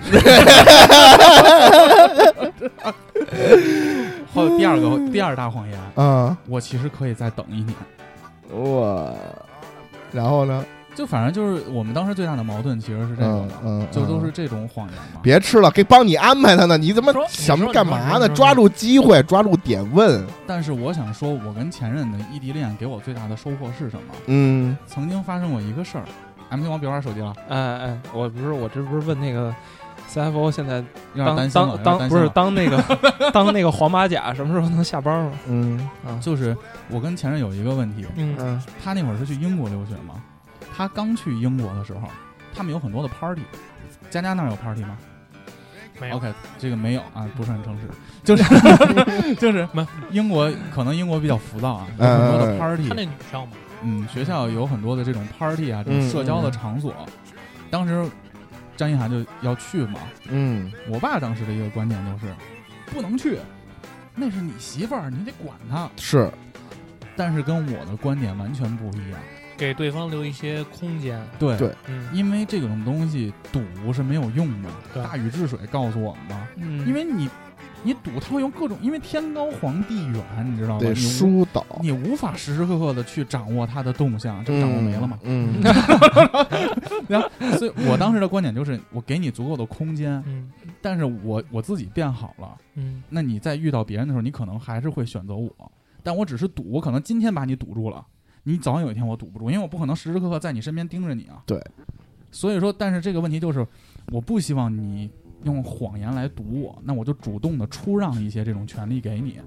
Speaker 3: 还有第二个第二大谎言，
Speaker 4: 啊，
Speaker 3: 我其实可以再等一年。
Speaker 4: 我，然后呢？
Speaker 3: 就反正就是我们当时最大的矛盾其实是这个
Speaker 4: 嗯
Speaker 3: 嘛，
Speaker 4: 嗯，
Speaker 3: 就都
Speaker 4: 嗯
Speaker 3: 是这种谎言嘛。
Speaker 4: 别吃了，给帮你安排他呢。你怎么
Speaker 5: 说
Speaker 4: 想
Speaker 5: 你说
Speaker 4: 干
Speaker 5: 你
Speaker 4: 嘛
Speaker 5: 说
Speaker 4: 呢？
Speaker 5: 你说
Speaker 4: 抓住机会，抓住点问。
Speaker 3: 但是我想说，我跟前任的异地恋给我最大的收获是什么？
Speaker 4: 嗯，
Speaker 3: 曾经发生过一个事儿，M K 王别玩手机了，
Speaker 1: 哎哎，我不是我这不是问那个 CFO 现在
Speaker 3: 有点担
Speaker 1: 当
Speaker 3: 心了，有
Speaker 1: 当
Speaker 3: 点
Speaker 1: 当
Speaker 3: 担
Speaker 1: 不
Speaker 3: 心
Speaker 1: 是
Speaker 3: 了
Speaker 1: 当 那个当那个黄马甲什么时候能下班吗？
Speaker 4: 嗯
Speaker 1: 啊，
Speaker 3: 就是我跟前任有一个问题，
Speaker 5: 嗯，
Speaker 4: 嗯
Speaker 3: 他那会儿是去英国留学嘛，他刚去英国的时候，他们有很多的 party，佳佳那儿有 party 吗？
Speaker 5: 没有
Speaker 3: OK，这个没有
Speaker 1: 嗯
Speaker 3: 啊，不是很诚实， 就是就是
Speaker 5: 没
Speaker 3: 英国可能英国比较浮躁啊，有很多的
Speaker 4: 嗯
Speaker 3: party，
Speaker 5: 他那女生嘛，
Speaker 3: 嗯，学校有很多的这种 party 啊，这种
Speaker 4: 嗯
Speaker 3: 社交的
Speaker 4: 嗯
Speaker 3: 场所。当时张一涵就要去嘛，
Speaker 4: 嗯
Speaker 3: 我爸当时的一个观点就是不能去，那是你媳妇儿，你得管她。
Speaker 4: 是
Speaker 3: 但是跟我的观点完全不一样，
Speaker 5: 给对方留一些空间，
Speaker 3: 对
Speaker 4: 对
Speaker 5: 嗯，
Speaker 3: 因为这种东西赌是没有用的，
Speaker 5: 对
Speaker 3: 大禹治水告诉我们嘛，
Speaker 1: 因
Speaker 3: 因为你你赌它会用各种，因为天高皇帝远，你知道吧？
Speaker 4: 得
Speaker 3: 你无
Speaker 4: 疏导，
Speaker 3: 你无法时时刻刻的去掌握它的动向，这不掌握没了吗？
Speaker 4: 嗯？
Speaker 3: 所以我当时的观点就是，我给你足够的空间，
Speaker 5: 嗯
Speaker 3: 但是我我自己变好了，
Speaker 5: 嗯
Speaker 3: 那你在遇到别人的时候，你可能还是会选择我，但我只是赌，我可能今天把你堵住了，你早晚有一天我堵不住，因为我不可能时时刻刻在你身边盯着你啊。
Speaker 4: 对，
Speaker 3: 所以说，但是这个问题就是，我不希望你用谎言来堵我，那我就主动的出让一些这种权利给你，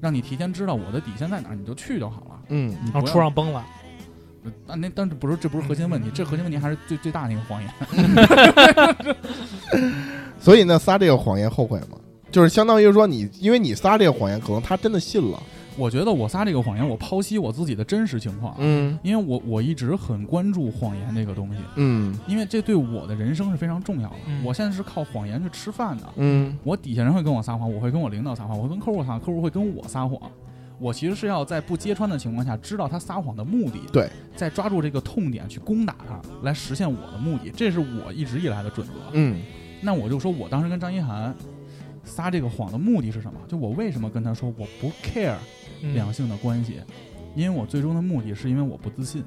Speaker 3: 让你提前知道我的底线在哪儿，你就去就好了。
Speaker 4: 嗯
Speaker 3: 你
Speaker 5: 然后
Speaker 3: 不要
Speaker 5: 出让崩了，
Speaker 3: 啊，那但是不是这不是核心问题，这核心问题还是最最大的一个谎言。
Speaker 4: 嗯， 所以呢，撒这个谎言后悔吗？就是相当于说你，因为你撒这个谎言，可能他真的信了。
Speaker 3: 我觉得我撒这个谎言，我剖析我自己的真实情况，啊
Speaker 4: 嗯
Speaker 3: 因为我我一直很关注谎言这个东西，
Speaker 4: 嗯
Speaker 3: 因为这对我的人生是非常重要的。
Speaker 5: 嗯
Speaker 3: 我现在是靠谎言去吃饭的，
Speaker 4: 嗯
Speaker 3: 我底下人会跟我撒谎，我会跟我领导撒谎，我会跟客户撒谎，客户会跟我撒谎。我其实是要在不揭穿的情况下，知道他撒谎的目的，
Speaker 4: 对，
Speaker 3: 再抓住这个痛点去攻打他，来实现我的目的，这是我一直以来的准则。
Speaker 4: 嗯
Speaker 3: 那我就说我当时跟张一涵撒这个谎的目的是什么？就我为什么跟他说我不 care
Speaker 5: 嗯
Speaker 3: 两性的关系，因为我最终的目的是因为我不自信，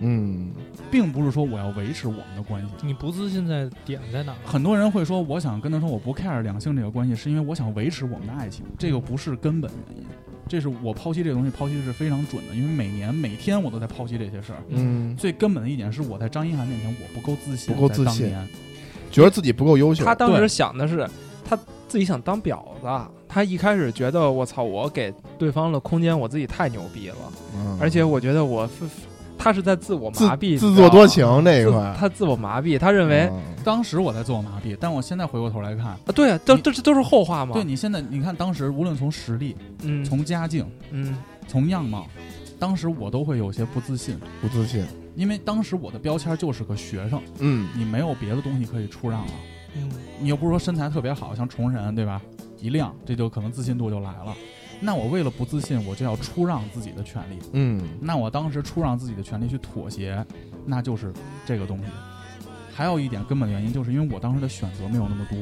Speaker 4: 嗯
Speaker 3: 并不是说我要维持我们的关系。
Speaker 5: 你不自信在点在哪儿？
Speaker 3: 很多人会说，我想跟他说我不 care 两性这个关系，是因为我想维持我们的爱情，这个不是根本原因。这是我剖析这个东西剖析的是非常准的，因为每年每天我都在剖析这些事儿。
Speaker 4: 嗯，
Speaker 3: 最根本的一点是，我在张一涵面前我不够自信，
Speaker 4: 不够自
Speaker 3: 在当
Speaker 4: 信
Speaker 3: 年
Speaker 4: 觉得自己不够优秀。
Speaker 1: 他当
Speaker 3: 对
Speaker 1: 时想的是，他自己想当婊子。他一开始觉得我操，我给对方的空间，我自己太牛逼了，
Speaker 4: 嗯
Speaker 1: 而且我觉得我是，他是在自我
Speaker 4: 自
Speaker 1: 麻痹，
Speaker 4: 自
Speaker 1: 你知道
Speaker 4: 作
Speaker 1: 吗
Speaker 4: 多情这一
Speaker 1: 自
Speaker 4: 块，
Speaker 1: 他自我麻痹，他认为、
Speaker 4: 嗯
Speaker 3: 当时我在自我麻痹，但我现在回过头来看，
Speaker 1: 啊，对啊，都
Speaker 3: 你
Speaker 1: 这这都是后话嘛。
Speaker 3: 对，你现在你看，当时无论从实力、
Speaker 1: 嗯，
Speaker 3: 从家境、
Speaker 1: 嗯
Speaker 3: 从样貌，当时我都会有些不自信，
Speaker 4: 不自信。
Speaker 3: 因为当时我的标签就是个学生，
Speaker 4: 嗯
Speaker 3: 你没有别的东西可以出让了。
Speaker 5: 嗯
Speaker 3: 你又不是说身材特别好，像崇神对吧？一亮，这就可能自信度就来了。那我为了不自信，我就要出让自己的权利。
Speaker 4: 嗯
Speaker 3: 那我当时出让自己的权利去妥协，那就是这个东西。还有一点根本原因，就是因为我当时的选择没有那么多，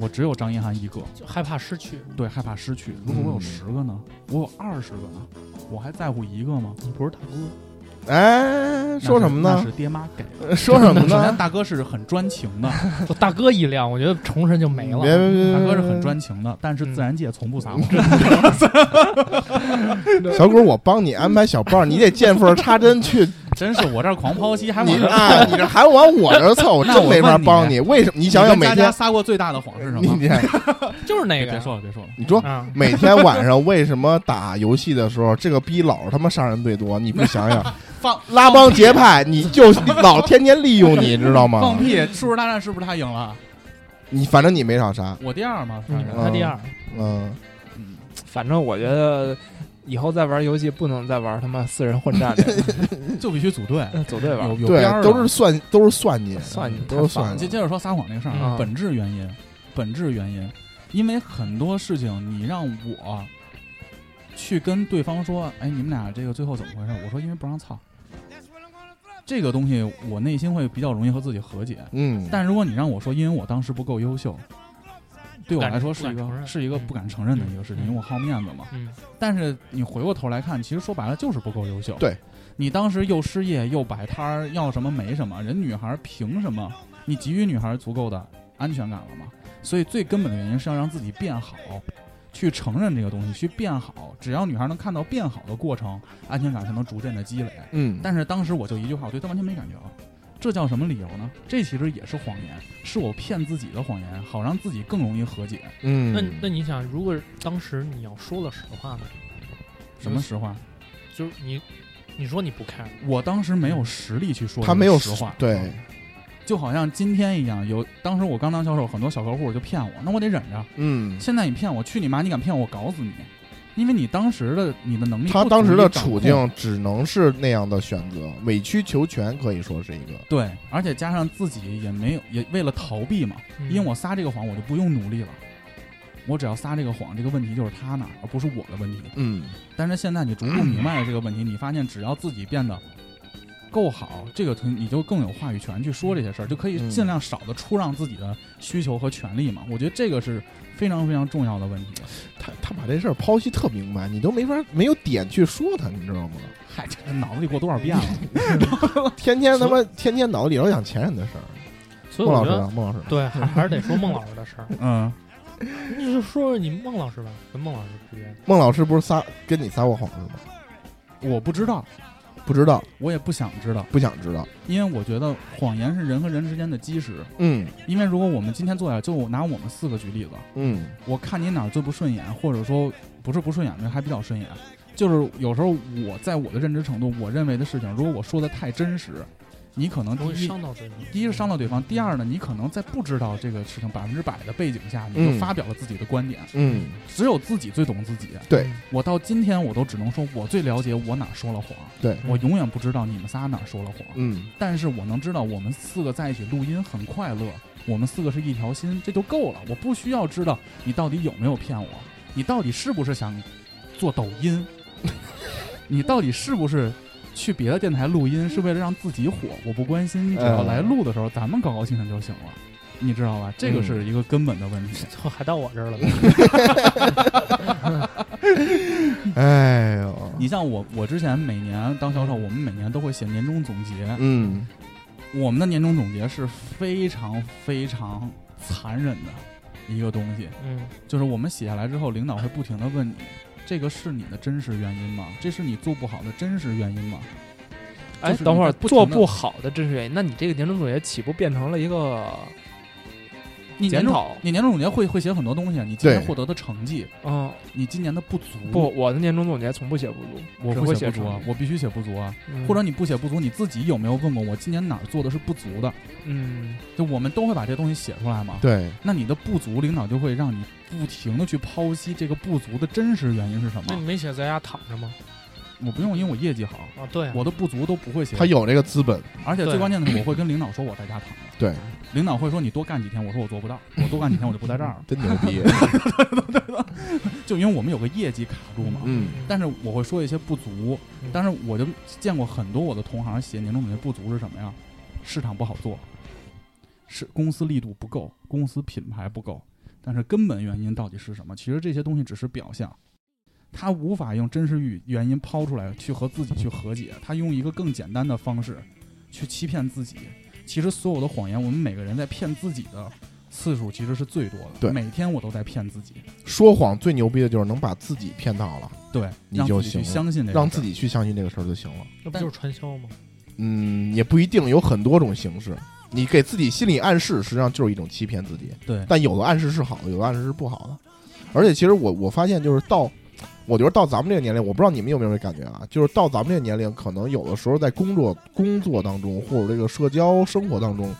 Speaker 3: 我只有张一涵一个，
Speaker 5: 就害怕失去。
Speaker 3: 对，害怕失去。如果我有十个呢？我有二十个呢？我还在乎一个吗？
Speaker 5: 你不是大哥，
Speaker 4: 哎，说
Speaker 3: 那是
Speaker 4: 什么
Speaker 3: 那
Speaker 4: 呢？
Speaker 3: 是爹妈给的。
Speaker 4: 说什么
Speaker 3: 首先，
Speaker 4: 呢？
Speaker 3: 大哥是很专情的，
Speaker 5: 我大哥一亮，我觉得重神就没
Speaker 4: 嗯别
Speaker 5: 了。
Speaker 4: 别
Speaker 5: 啊
Speaker 4: 别，
Speaker 3: 啊大哥是
Speaker 5: 嗯
Speaker 3: 很专情的，但是自然界从不撒谎。
Speaker 4: 别。小狗，我帮你安排 小报，你得见缝插针去。
Speaker 3: 真是我这儿狂剖析，还往
Speaker 4: 你
Speaker 3: 这儿
Speaker 4: 啊，你这还往我这儿 凑，我真没法帮你。为什么？你想想每
Speaker 3: 大啊家
Speaker 4: 天，
Speaker 3: 撒过最大的谎是什
Speaker 4: 你
Speaker 3: 么？
Speaker 4: 你
Speaker 5: 就是那个
Speaker 3: 别
Speaker 5: 呀
Speaker 3: 说了，别说了。
Speaker 4: 你说
Speaker 5: 啊，
Speaker 4: 每天晚上为什么打游戏的时候，这个逼老是他妈杀人最多？你不 想想，
Speaker 3: 放
Speaker 4: 拉帮结派，你就 老天天利用 你，知道
Speaker 3: 放
Speaker 4: 吗？
Speaker 3: 屁！叔叔大战是不是他赢了？
Speaker 4: 你反正你没少杀，
Speaker 3: 我第二嘛，
Speaker 5: 嗯，
Speaker 3: 反正
Speaker 5: 他第二，
Speaker 4: 嗯，
Speaker 3: 嗯
Speaker 1: 反正我觉得以后再玩游戏不能再玩他妈四人混战这 个，
Speaker 3: 就必须组队，
Speaker 1: 组队玩
Speaker 3: 有。有
Speaker 4: 嗯对
Speaker 3: 边儿，的啊
Speaker 4: 都是算都是算计，
Speaker 1: 算计
Speaker 4: 都是算
Speaker 3: 接
Speaker 4: 计。
Speaker 3: 接着说撒谎这个事儿啊，
Speaker 1: 嗯
Speaker 3: 本质原因，本质原因，因为很多事情你让我去跟对方说，哎，你们俩这个最后怎么回事？我说因为不让操，这个东西我内心会比较容易和自己和解。
Speaker 4: 嗯，
Speaker 3: 但如果你让我说，因为我当时不够优秀，对我来说是一
Speaker 5: 不敢承
Speaker 3: 个
Speaker 5: 认
Speaker 3: 是一个
Speaker 5: 嗯
Speaker 3: 不敢承认的一个事情，
Speaker 5: 嗯
Speaker 3: 因为我好面子嘛。
Speaker 5: 嗯，
Speaker 3: 但是你回过头来看，其实说白了就是不够优秀。
Speaker 4: 对，
Speaker 3: 你当时又失业又摆摊儿，要什么没什么，人女孩凭什么？你给予女孩足够的安全感了吗？所以最根本的原因是要让自己变好，去承认这个东西，去变好。只要女孩能看到变好的过程，安全感才能逐渐的积累。
Speaker 4: 嗯，
Speaker 3: 但是当时我就一句话，我对他完全没感觉了。这叫什么理由呢？这其实也是谎言，是我骗自己的谎言，好让自己更容易和解。
Speaker 4: 嗯，
Speaker 5: 那那你想，如果当时你要说了实话呢？
Speaker 3: 什么实话？
Speaker 5: 就是你，你说你不看，
Speaker 3: 我当时没有实力去说
Speaker 4: 他没有
Speaker 3: 实话，
Speaker 4: 对，
Speaker 3: 就好像今天一样，有当时我刚当销售，很多小客户就骗我，那我得忍着。
Speaker 4: 嗯，
Speaker 3: 现在你骗我，去你妈！你敢骗我，我搞死你！因为你当时的你的能力，
Speaker 4: 他当时的处，境只能是那样的选择，委曲求全可以说是一个。
Speaker 3: 对，而且加上自己也没有，也为了逃避嘛，
Speaker 5: 嗯
Speaker 3: 因为我撒这个谎，我就不用努力了，我只要撒这个谎，这个问题就是他那儿，而不是我的问题。
Speaker 4: 嗯，
Speaker 3: 但是现在你逐步明白了这个问题，你发现只要自己变得够好，这个你就更有话语权去说这些事儿，就可以尽量少的出让自己的需求和权利嘛。我觉得这个是非常非常重要的问题。
Speaker 4: 他他把这事儿剖析特明白，你都没法没有点去说他，你知道吗？
Speaker 3: 嗨，这脑子里过多少遍了？
Speaker 4: 天天他妈天天脑子里都想前任的事儿。
Speaker 5: 所以
Speaker 4: 孟老
Speaker 5: 我觉
Speaker 4: 师
Speaker 5: 得
Speaker 4: 呢？孟老师呢，
Speaker 5: 对，还还是得说孟老师的事儿。
Speaker 3: 嗯，
Speaker 5: 你就说说你孟老师吧，跟孟老师之间，
Speaker 4: 孟老师不是撒跟你撒过谎是吗？
Speaker 3: 我不知道，
Speaker 4: 不知道，
Speaker 3: 我也不想知道，
Speaker 4: 不想知道。
Speaker 3: 因为我觉得谎言是人和人之间的基石。
Speaker 4: 嗯
Speaker 3: 因为如果我们今天坐下来，就拿我们四个举例子，
Speaker 4: 嗯
Speaker 3: 我看你哪儿最不顺眼，或者说不是不顺眼的，还比较顺眼。就是有时候我在我的认知程度，我认为的事情，如果我说的太真实，你可能第
Speaker 5: 容易
Speaker 3: 一
Speaker 5: 伤到对方。
Speaker 3: 第一是伤到对方，第二呢，你可能在不知道这个事情百分之百的背景下，你就
Speaker 4: 嗯
Speaker 3: 发表了自己的观点。
Speaker 4: 嗯，
Speaker 3: 只有自己最懂自己。
Speaker 4: 对
Speaker 5: 嗯
Speaker 3: 我到今天我都只能说我最了解我哪儿说了谎，
Speaker 5: 嗯
Speaker 4: 对，
Speaker 3: 我永远不知道你们仨哪儿说了谎，
Speaker 4: 嗯
Speaker 3: 但是我能知道我们四个在一起录音很快乐，我们四个是一条心，这就够了。我不需要知道你到底有没有骗我，你到底是不是想做抖音，你到底是不是。去别的电台录音是为了让自己火，我不关心。你只要来录的时候，咱们高高兴兴就行了，你知道吧？这个是一个根本的问题。
Speaker 5: 最后还到我这儿了，
Speaker 4: 哎呦，
Speaker 3: 你像我，我之前每年当销售，我们每年都会写年终总结。
Speaker 4: 嗯
Speaker 3: 我们的年终总结是非常非常残忍的一个东西，
Speaker 5: 嗯，
Speaker 3: 就是我们写下来之后，领导会不停的问你，这个是你的真实原因吗？这是你做不好的真实原因吗？
Speaker 1: 哎，
Speaker 3: 就是
Speaker 1: 等会儿
Speaker 3: 你不停
Speaker 1: 做
Speaker 3: 地
Speaker 1: 不好的真实原因，那你这个年终总结岂不变成了一个
Speaker 3: 你年
Speaker 1: 检
Speaker 3: 终
Speaker 1: 讨？
Speaker 3: 你年终总结会会写很多东西，你今年
Speaker 4: 对
Speaker 3: 获得的成绩，
Speaker 1: 嗯，
Speaker 3: 你今年的不足，
Speaker 1: 不，，我的年终总结从不写不足，
Speaker 3: 我
Speaker 1: 只
Speaker 3: 会
Speaker 1: 会
Speaker 3: 写不足
Speaker 1: 成
Speaker 3: 啊，我必须写不足啊，
Speaker 1: 嗯
Speaker 3: 或者你不写不足，你自己有没有问过我今年哪儿做的是不足的？
Speaker 1: 嗯，
Speaker 3: 就我们都会把这东西写出来嘛。
Speaker 4: 对，
Speaker 3: 那你的不足，领导就会让你不停的去剖析这个不足的真实原因是什
Speaker 5: 那你
Speaker 3: 么。
Speaker 5: 没写在家躺着吗？
Speaker 3: 我不用，因为我业绩好，
Speaker 5: 啊，对啊，
Speaker 3: 我的不足都不会写
Speaker 4: 他。有这个资本。
Speaker 3: 而且最
Speaker 5: 对
Speaker 3: 关键的是，我会跟领导说我在家躺着。
Speaker 4: 对，。
Speaker 3: 领导会说你多干几天，我说我做不到，我多干几天我就不在这儿了
Speaker 4: 真牛逼！
Speaker 3: 就因为我们有个业绩卡住嘛。
Speaker 4: 嗯
Speaker 3: 但是我会说一些不足
Speaker 5: 嗯，
Speaker 3: 但是我就见过很多我的同行写年终总结不足是什么呀？市场不好做，是公司力度不够，公司品牌不够，但是根本原因到底是什么？其实这些东西只是表象，他无法用真实语原因抛出来去和自己去和解，他用一个更简单的方式去欺骗自己。其实所有的谎言，我们每个人在骗自己的次数其实是最多的。
Speaker 4: 对
Speaker 3: 每天我都在骗自己，
Speaker 4: 说谎最牛逼的就是能把自己骗到了，
Speaker 3: 对，
Speaker 4: 你
Speaker 3: 让
Speaker 4: 就
Speaker 3: 自己去
Speaker 4: 行了
Speaker 3: 相信这个事儿，
Speaker 4: 让自己去相信这个事儿就行了。
Speaker 5: 那不就是传销吗？
Speaker 4: 嗯，也不一定，有很多种形式。你给自己心理暗示，实际上就是一种欺骗自己。
Speaker 3: 对
Speaker 4: 但有的暗示是好的，有的暗示是不好的。而且，其实我我发现，就是到，我觉得到咱们这个年龄，我不知道你们有没有这感觉啊，就是到咱们这个年龄，可能有的时候在工作工作当中，或者这个社交生活当中，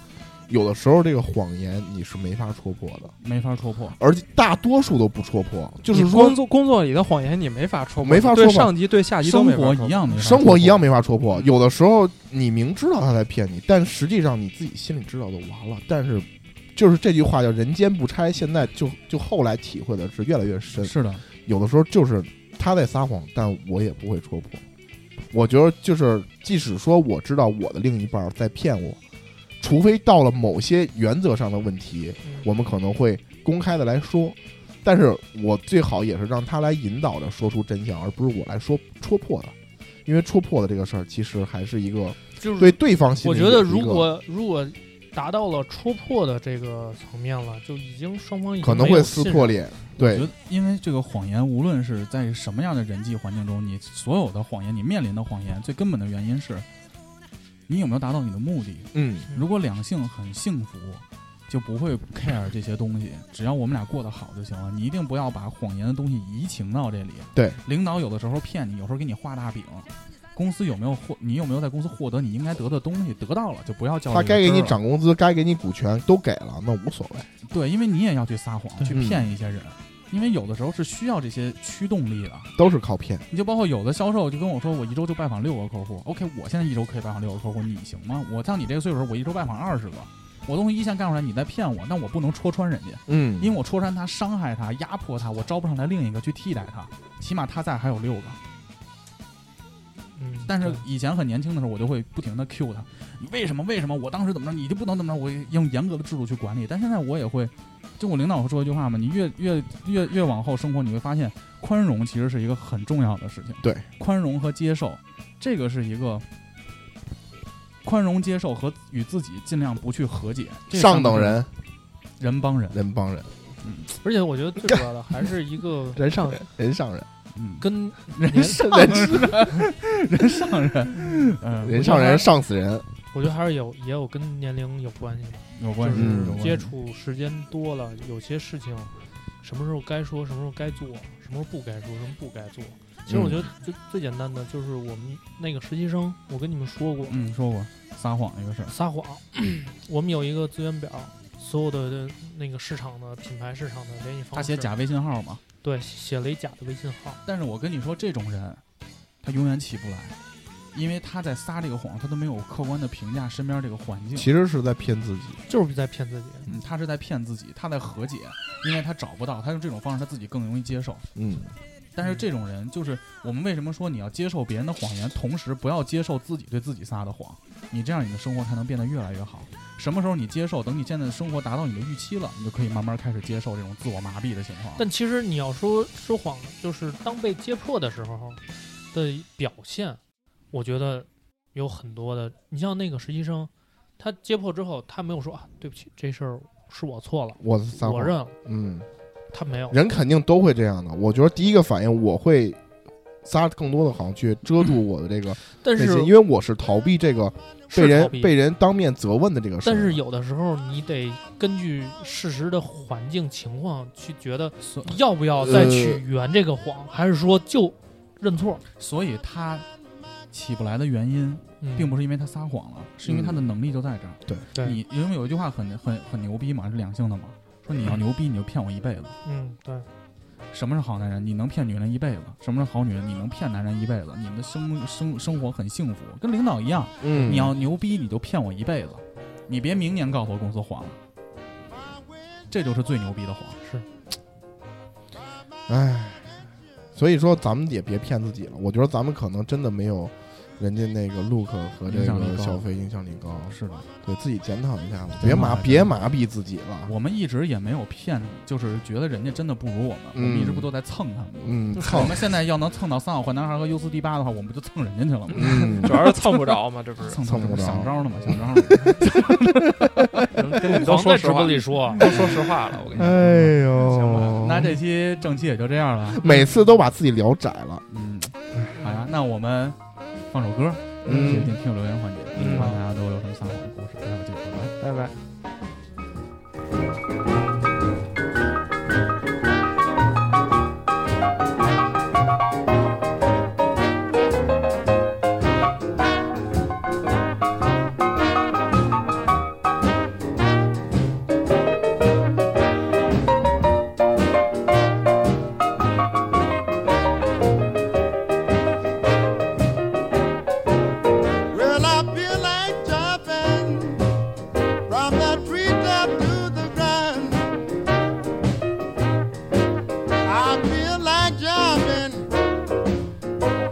Speaker 4: 有的时候这个谎言你是没法戳破的，
Speaker 3: 没法戳破。
Speaker 4: 而且大多数都不戳破，就是
Speaker 1: 你
Speaker 4: 说
Speaker 1: 工作工作里的谎言你没法戳破，
Speaker 4: 没法
Speaker 1: 对
Speaker 4: 戳破
Speaker 1: 上级对下级都
Speaker 3: 生
Speaker 1: 没法
Speaker 3: 活
Speaker 1: 戳破
Speaker 3: 一。样没法戳破，
Speaker 4: 生活一样没法戳破。有的时候你明知道他在骗你，但实际上你自己心里知道就完了。但是，就是这句话叫“人间不拆”，现在就就后来体会的是越来越深。
Speaker 3: 是的，
Speaker 4: 有的时候就是他在撒谎，但我也不会戳破。我觉得就是，即使说我知道我的另一半在骗我，除非到了某些原则上的问题，
Speaker 5: 嗯
Speaker 4: 我们可能会公开的来说。但是我最好也是让他来引导着说出真相，而不是我来说戳破的，因为戳破的这个事儿其实还是一个
Speaker 5: 就是
Speaker 4: 对对方心
Speaker 5: 嗯我
Speaker 4: 里
Speaker 5: 觉
Speaker 4: 有一个。
Speaker 5: 得如果如果达到了戳破的这个层面了，就已经双方已经
Speaker 4: 可能
Speaker 5: 没
Speaker 4: 会
Speaker 5: 有
Speaker 4: 撕
Speaker 5: 信
Speaker 4: 破
Speaker 5: 任了。
Speaker 4: 脸，
Speaker 3: 我觉
Speaker 4: 对
Speaker 3: 得，因为这个谎言，无论是在什么样的人际环境中，你所有的谎言，你面临的谎言，最根本的原因是，你有没有达到你的目的。
Speaker 4: 嗯，
Speaker 3: 如果两性很幸福，就不会 care 这些东西，只要我们俩过得好就行了。你一定不要把谎言的东西移情到这里。
Speaker 4: 对，
Speaker 3: 领导有的时候骗你，有时候给你画大饼。公司有没有获？你有没有在公司获得你应该得的东西？得到了就不要较这
Speaker 4: 他
Speaker 3: 个
Speaker 4: 该给
Speaker 3: 真儿
Speaker 4: 你
Speaker 3: 了
Speaker 4: 涨工资，该给你股权都给了，那无所谓。
Speaker 3: 对，因为你也要去撒谎，
Speaker 4: 对
Speaker 3: 去骗一些人，因为有的时候是需要这些驱动力的。
Speaker 4: 都是靠骗。
Speaker 3: 你就包括有的销售就跟我说，我一周就拜访六个客户。OK，我现在一周可以拜访六个客户，你行吗？我像你这个岁数，我一周拜访二十个，我东西一线干出来，你在骗我，那我不能戳穿人家，
Speaker 4: 嗯
Speaker 3: 因为我戳穿他、伤害他、压迫他，我招不上来另一个去替代他，起码他在还有六个。
Speaker 5: 嗯，
Speaker 3: 但是
Speaker 5: 对
Speaker 3: 以前很年轻的时候，我就会不停的 Q 他，你为什么为什么？我当时怎么着，你就不能怎么着？我用严格的制度去管理。但现在我也会，就我领导会说一句话嘛，你越越越越往后生活，你会发现宽容其实是一个很重要的事情。
Speaker 4: 对，
Speaker 3: 宽容和接受，这个是一个宽容接受和与自己尽量不去和解。这
Speaker 4: 上
Speaker 3: 个
Speaker 4: 等
Speaker 3: 是
Speaker 4: 人
Speaker 3: 人帮人，
Speaker 4: 人帮人，
Speaker 5: 而且我觉得最主要的还是 一个
Speaker 1: 人上人，
Speaker 4: 人上人，
Speaker 3: 嗯，
Speaker 5: 跟
Speaker 3: 人
Speaker 5: 年
Speaker 3: 上
Speaker 4: 人上
Speaker 3: 人上人，嗯，
Speaker 4: 人上人上死人。
Speaker 5: 我觉得还是有也有跟年龄有关系的，
Speaker 3: 有
Speaker 5: 就
Speaker 3: 关系，
Speaker 4: 嗯
Speaker 3: 有
Speaker 5: 是
Speaker 3: 关系
Speaker 5: 接触时间多了，有些事情什么时候该说，什么时候该做，什么时候不该说，什么不该做。其实我觉得
Speaker 4: 嗯
Speaker 5: 最最简单的就是我们那个实习生，我跟你们说过，
Speaker 3: 嗯，说过撒谎这个事儿，
Speaker 5: 撒谎。 我们有一个资源表，所有的那个市场的品牌市场的联系方式，
Speaker 3: 他写假微信号嘛。
Speaker 5: 对，写了一假的微信号。
Speaker 3: 但是我跟你说，这种人，他永远起不来，因为他在撒这个谎，他都没有客观的评价身边这个环境。
Speaker 4: 其实是在骗自己，
Speaker 5: 就是在骗自己。
Speaker 3: 嗯，他是在骗自己，他在和解，因为他找不到，他用这种方式他自己更容易接受。
Speaker 4: 嗯，
Speaker 3: 但是这种人，就是我们为什么说你要接受别人的谎言，同时不要接受自己对自己撒的谎，你这样你的生活才能变得越来越好。什么时候你接受，等你现在的生活达到你的预期了，你就可以慢慢开始接受这种自我麻痹的情况。
Speaker 5: 但其实你要说说谎，就是当被揭破的时候的表现，我觉得有很多的。你像那个实习生，他揭破之后，他没有说啊，对不起，这事儿是我错了，
Speaker 4: 我撒
Speaker 5: 我
Speaker 4: 谎，
Speaker 5: 认了，
Speaker 4: 嗯，
Speaker 5: 他没有。
Speaker 4: 人肯定都会这样的。我觉得第一个反应我会撒更多的谎去遮住我的这个
Speaker 5: 但
Speaker 4: 内
Speaker 5: 是
Speaker 4: 心，因为我是逃避这个
Speaker 5: 是
Speaker 4: 被
Speaker 5: 逃
Speaker 4: 人
Speaker 5: 避
Speaker 4: 被人当面责问的这个事儿。
Speaker 5: 但是有的时候你得根据事实的环境情况去觉得
Speaker 3: 所
Speaker 5: 要不要
Speaker 4: 呃
Speaker 5: 再去圆这个谎，还是说就认错，
Speaker 3: 所以他起不来的原因，
Speaker 5: 嗯、
Speaker 3: 并不是因为他撒谎了，是因为他的能力就在这儿。
Speaker 5: 对，
Speaker 3: 你因为有一句话很很很牛逼嘛，是两性的嘛，说你要牛逼你就骗我一辈子。
Speaker 5: 嗯对，
Speaker 3: 什么是好男人？你能骗女人一辈子。什么是好女人？你能骗男人一辈子。你们的生生生活很幸福，跟领导一样。
Speaker 4: 嗯，
Speaker 3: 你要牛逼你就骗我一辈子，你别明年告诉我公司黄了。这就是最牛逼的谎。
Speaker 5: 是
Speaker 4: 唉，所以说咱们也别骗自己了。我觉得咱们可能真的没有人家那个 look 和这
Speaker 3: 影响
Speaker 4: 个
Speaker 3: 力高
Speaker 4: 小飞影响力高，
Speaker 3: 是的，
Speaker 4: 对自己检讨一下吧，
Speaker 3: 真
Speaker 4: 别
Speaker 3: 的
Speaker 4: 麻
Speaker 3: 真的
Speaker 4: 别麻痹自己了。
Speaker 3: 我们一直也没有骗，就是觉得人家真的不如我们，我们一直不都在蹭他们吗？
Speaker 4: 嗯，
Speaker 3: 我
Speaker 4: 操，
Speaker 3: 们现在要能蹭到三好坏男孩和 U 四 D 八的话，我们不就蹭人家去了吗？
Speaker 4: 嗯，
Speaker 6: 主要是蹭不着嘛，这不是
Speaker 3: 蹭蹭
Speaker 4: 蹭不着
Speaker 3: 想招了嘛，想招了嘛。
Speaker 6: 跟你都
Speaker 5: 狂
Speaker 6: 说
Speaker 5: 在
Speaker 6: 实
Speaker 5: 直
Speaker 6: 话
Speaker 5: 播，里说，
Speaker 6: 都说实话 了，我跟你说，
Speaker 4: 哎
Speaker 6: 行
Speaker 4: 呦
Speaker 6: 吧，
Speaker 3: 那这期正期也就这样了。
Speaker 4: 每次都把自己聊窄了。
Speaker 3: 嗯，好呀，那我们放首歌，
Speaker 4: 嗯
Speaker 3: 接近听友留言环节，
Speaker 6: 嗯
Speaker 3: 看大家都有什么撒谎的故事，还有这个。
Speaker 6: 拜拜。
Speaker 2: Well, I feel like jumping from the treetop to the ground. I feel like jumping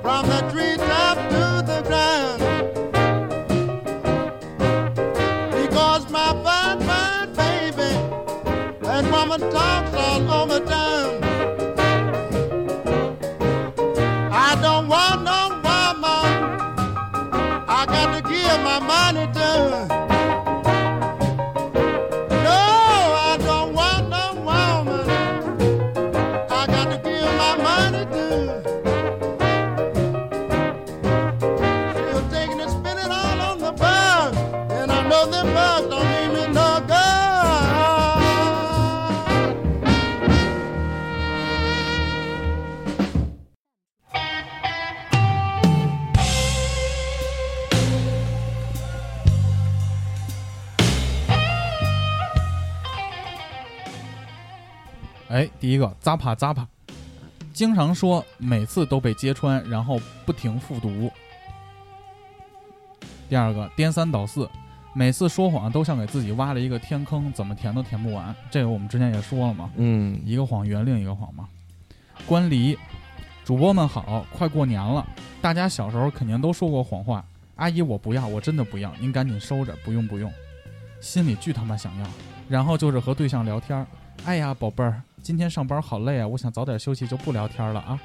Speaker 2: from the treetop to the ground. Because my fine, fine baby, that woman talks all over town. I don't want no woman. I got to give my money to. No, I don't want no woman. I got to give my money to. Still taking and spinning all on the bus, and I know them bus don't mean me no good.
Speaker 3: 哎，第一个扎帕扎帕，经常说每次都被揭穿，然后不停复读。第二个颠三倒四，每次说谎都像给自己挖了一个天坑，怎么填都填不完。这个我们之前也说了嘛，
Speaker 4: 嗯，
Speaker 3: 一个谎圆另一个谎嘛。关离，主播们好，快过年了，大家小时候肯定都说过谎话。阿姨，我不要，我真的不要，您赶紧收着，不用不用。心里巨他妈想要，然后就是和对象聊天儿，哎呀，宝贝儿，今天上班好累啊，我想早点休息，就不聊天了啊。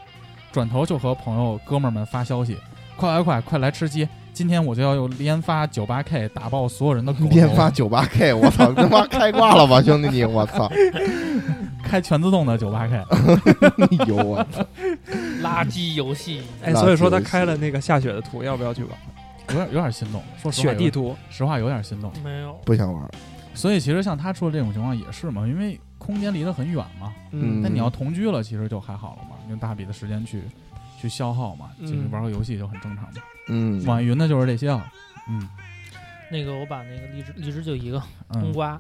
Speaker 3: 转头就和朋友哥们儿们发消息，快快快，快来吃鸡！今天我就要用连发九八 K 打爆所有人的狗头
Speaker 4: 连发九八 K，我操，他妈开挂了吧，兄弟你，我操，
Speaker 3: 开全自动的九八 K。
Speaker 4: 哎呦我操，
Speaker 5: 垃圾游戏，
Speaker 1: 哎，所以说他开了那个下雪的图，要不要去玩？
Speaker 3: 有点有点心动，说实话
Speaker 1: 雪
Speaker 3: 有
Speaker 1: 地
Speaker 3: 点，
Speaker 1: 图，
Speaker 3: 实话有点心动。
Speaker 5: 没有。
Speaker 4: 不想玩。
Speaker 3: 所以其实像他说的这种情况也是嘛，因为空间离得很远嘛。
Speaker 4: 嗯
Speaker 3: 但你要同居了，其实就还好了嘛，用大笔的时间去去消耗嘛，
Speaker 1: 嗯
Speaker 3: 其实玩个游戏就很正常嘛。
Speaker 4: 嗯，
Speaker 3: 网易云的就是这些啊，嗯
Speaker 5: 那个我把那个荔枝荔枝就一个冬
Speaker 3: 嗯，
Speaker 5: 瓜，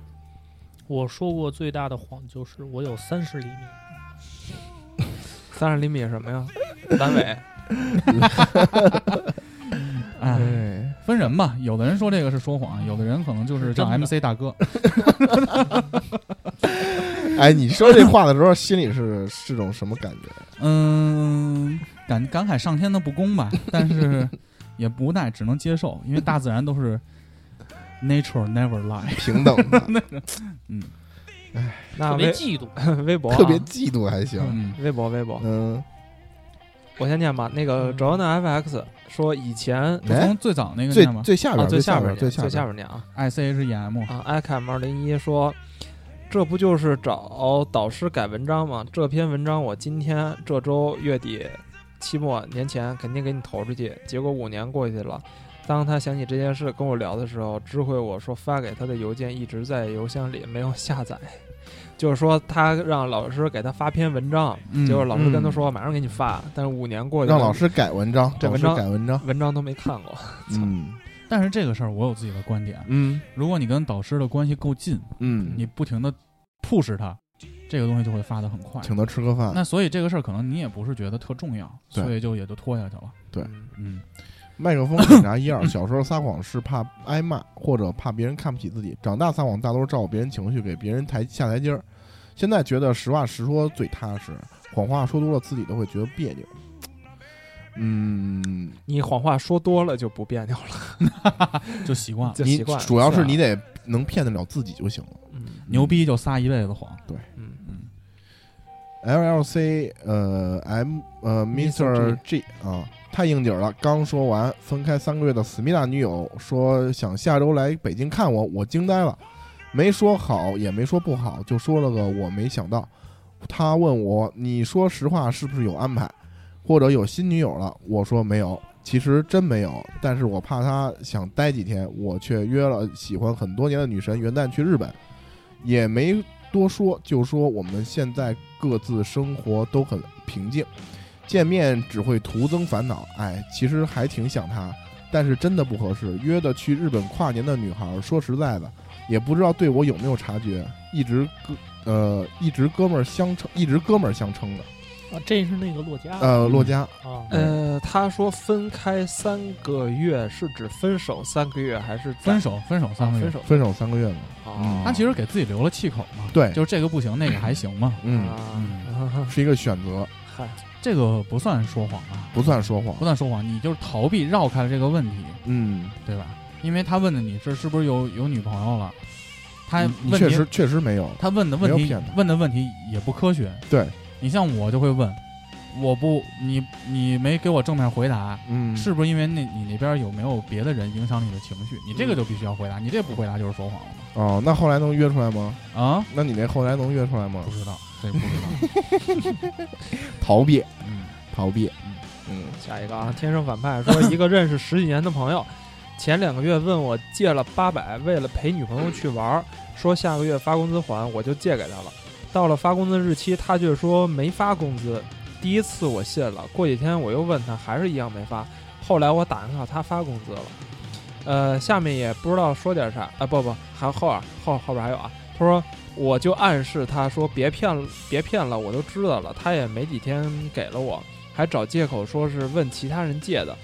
Speaker 5: 我说过最大的谎就是我有三十厘米，
Speaker 1: 三十厘米什么呀？单位，
Speaker 3: 哎，
Speaker 4: 哎，
Speaker 3: 分人吧，有的人说这个是说谎，有的人可能就是
Speaker 5: 是
Speaker 3: 叫
Speaker 5: 真的
Speaker 3: MC 大哥，
Speaker 4: 哎，你说这话的时候，心里是是种什么感觉？
Speaker 3: 嗯，感感慨上天的不公吧，但是也无奈只能接受，因为大自然都是 nature never lie。
Speaker 4: 平等 的，
Speaker 1: 那
Speaker 4: 啊
Speaker 5: 特别
Speaker 1: 微
Speaker 5: 嫉妒。
Speaker 1: 微博啊
Speaker 4: 特别嫉妒还行。
Speaker 3: 嗯，
Speaker 1: 微博微博，
Speaker 4: 嗯，
Speaker 1: 我先念吧。那个 j o n a FX 说以前
Speaker 3: 就
Speaker 4: 哎，
Speaker 3: 从最早那个
Speaker 4: 最
Speaker 3: 念吧
Speaker 4: 哦最下
Speaker 1: 啊
Speaker 4: 边，
Speaker 1: 最
Speaker 4: 下
Speaker 1: 边
Speaker 4: 最
Speaker 1: 念最下边
Speaker 4: 边，
Speaker 1: 念啊
Speaker 3: ，ICHEM，
Speaker 1: 啊 i c a m 二零一说。这不就是找导师改文章吗？这篇文章我今天这周月底、期末、年前肯定给你投出去，结果五年过去了。当他想起这件事跟我聊的时候，知会我说发给他的邮件一直在邮箱里没有下载， 就是说他让老师给他发篇文章，
Speaker 3: 嗯
Speaker 1: 结果老师跟他说马上给你发，但是五年过去了，
Speaker 4: 让老师改文章，
Speaker 1: 这
Speaker 4: 老
Speaker 1: 文
Speaker 4: 师
Speaker 1: 章
Speaker 4: 改文章。
Speaker 1: 文章都没看过。
Speaker 4: 嗯
Speaker 3: 但是这个事儿我有自己的观点，
Speaker 4: 嗯
Speaker 3: 如果你跟导师的关系够近，
Speaker 4: 嗯，
Speaker 3: 你不停的 push 他，这个东西就会发的很快。
Speaker 4: 请他吃个饭。
Speaker 3: 那所以这个事儿可能你也不是觉得特重要，
Speaker 4: 对
Speaker 3: 所以就也就拖下去了。
Speaker 4: 对
Speaker 1: 嗯
Speaker 3: 嗯，
Speaker 4: 麦克风检查一二，小时候撒谎是怕挨骂或者怕别人看不起自己，长大撒谎大多是照顾别人情绪，给别人台下台阶儿。现在觉得实话实说最踏实，谎话说多了自己都会觉得别扭。嗯，
Speaker 1: 你谎话说多了就不别扭了，
Speaker 3: 就习惯了。
Speaker 1: 就
Speaker 4: 你
Speaker 1: 习惯了。
Speaker 4: 主要是
Speaker 1: 啊
Speaker 4: 你得能骗得了自己就行了。
Speaker 1: 嗯
Speaker 3: 牛逼就撒一辈子谎，
Speaker 1: 嗯
Speaker 4: LLC 呃 M 呃 Mr.
Speaker 1: Mr.
Speaker 4: G 啊，太应景了。刚说完分开三个月的思密达女友说想下周来北京看我，我惊呆了，没说好也没说不好，就说了个我没想到。他问我你说实话是不是有安排，或者有新女友了？我说没有，其实真没有，但是我怕他想待几天，我却约了喜欢很多年的女神元旦去日本，也没多说，就说我们现在各自生活都很平静，见面只会徒增烦恼。哎，其实还挺想他，但是真的不合适。约的去日本跨年的女孩，说实在的，也不知道对我有没有察觉，一直哥呃一直哥们儿相称，一直哥们儿相称的。
Speaker 5: 啊，这是那个洛嘉
Speaker 4: 呃，洛嘉，
Speaker 5: 啊，
Speaker 3: 嗯
Speaker 1: 呃，他说分开三个月是指分手三个月还是
Speaker 3: 分手分手
Speaker 1: 啊
Speaker 3: 三个月嗯
Speaker 1: 分，手？
Speaker 4: 分手三个月嘛，嗯
Speaker 1: 啊，
Speaker 3: 他其实给自己留了气口嘛。
Speaker 4: 对
Speaker 3: 就是这个不行，那个还行嘛。
Speaker 4: 嗯，
Speaker 1: 啊
Speaker 3: 嗯，
Speaker 4: 是一个选择，
Speaker 1: 嗨，
Speaker 3: 这个不算说谎啊，
Speaker 4: 不算说谎
Speaker 3: 不。算说谎，你就是逃避绕开了这个问题，
Speaker 4: 嗯，
Speaker 3: 对吧？因为他问的你是是不是有有女朋友了，他
Speaker 4: 你你
Speaker 3: 问
Speaker 4: 确
Speaker 3: 你
Speaker 4: 实确实没有。
Speaker 3: 他问的问
Speaker 4: 没有
Speaker 3: 题
Speaker 4: 骗他
Speaker 3: 问的问题也不科学。
Speaker 4: 对
Speaker 3: 你像我就会问，我不你你没给我正面回答，
Speaker 4: 嗯，
Speaker 3: 是不是因为那你那边有没有别的人影响你的情绪？你这个就必须要回
Speaker 4: 嗯
Speaker 3: 答，你这不回答就是说谎了
Speaker 4: 哦，那后来能约出来吗？
Speaker 3: 嘛？啊，
Speaker 4: 那你那后来能约出来吗
Speaker 3: 不？知道，这不知道。
Speaker 4: 逃避，
Speaker 3: 嗯，
Speaker 4: 逃避，
Speaker 1: 嗯，下一个啊， 天生反派说一个认识十几年的朋友， 前两个月问我借了八百，为了陪女朋友去玩儿，说下个月发工资还，我就借给他了。到了发工资日期，他却说没发工资。第一次我信了，过几天我又问他，还是一样没发。后来我打听到他发工资了，呃，下面也不知道说点啥啊、不不，还后啊后后边还有啊，他说我就暗示他说别骗了别骗了，我都知道了，他也没几天给了我，还找借口说是问其他人借的，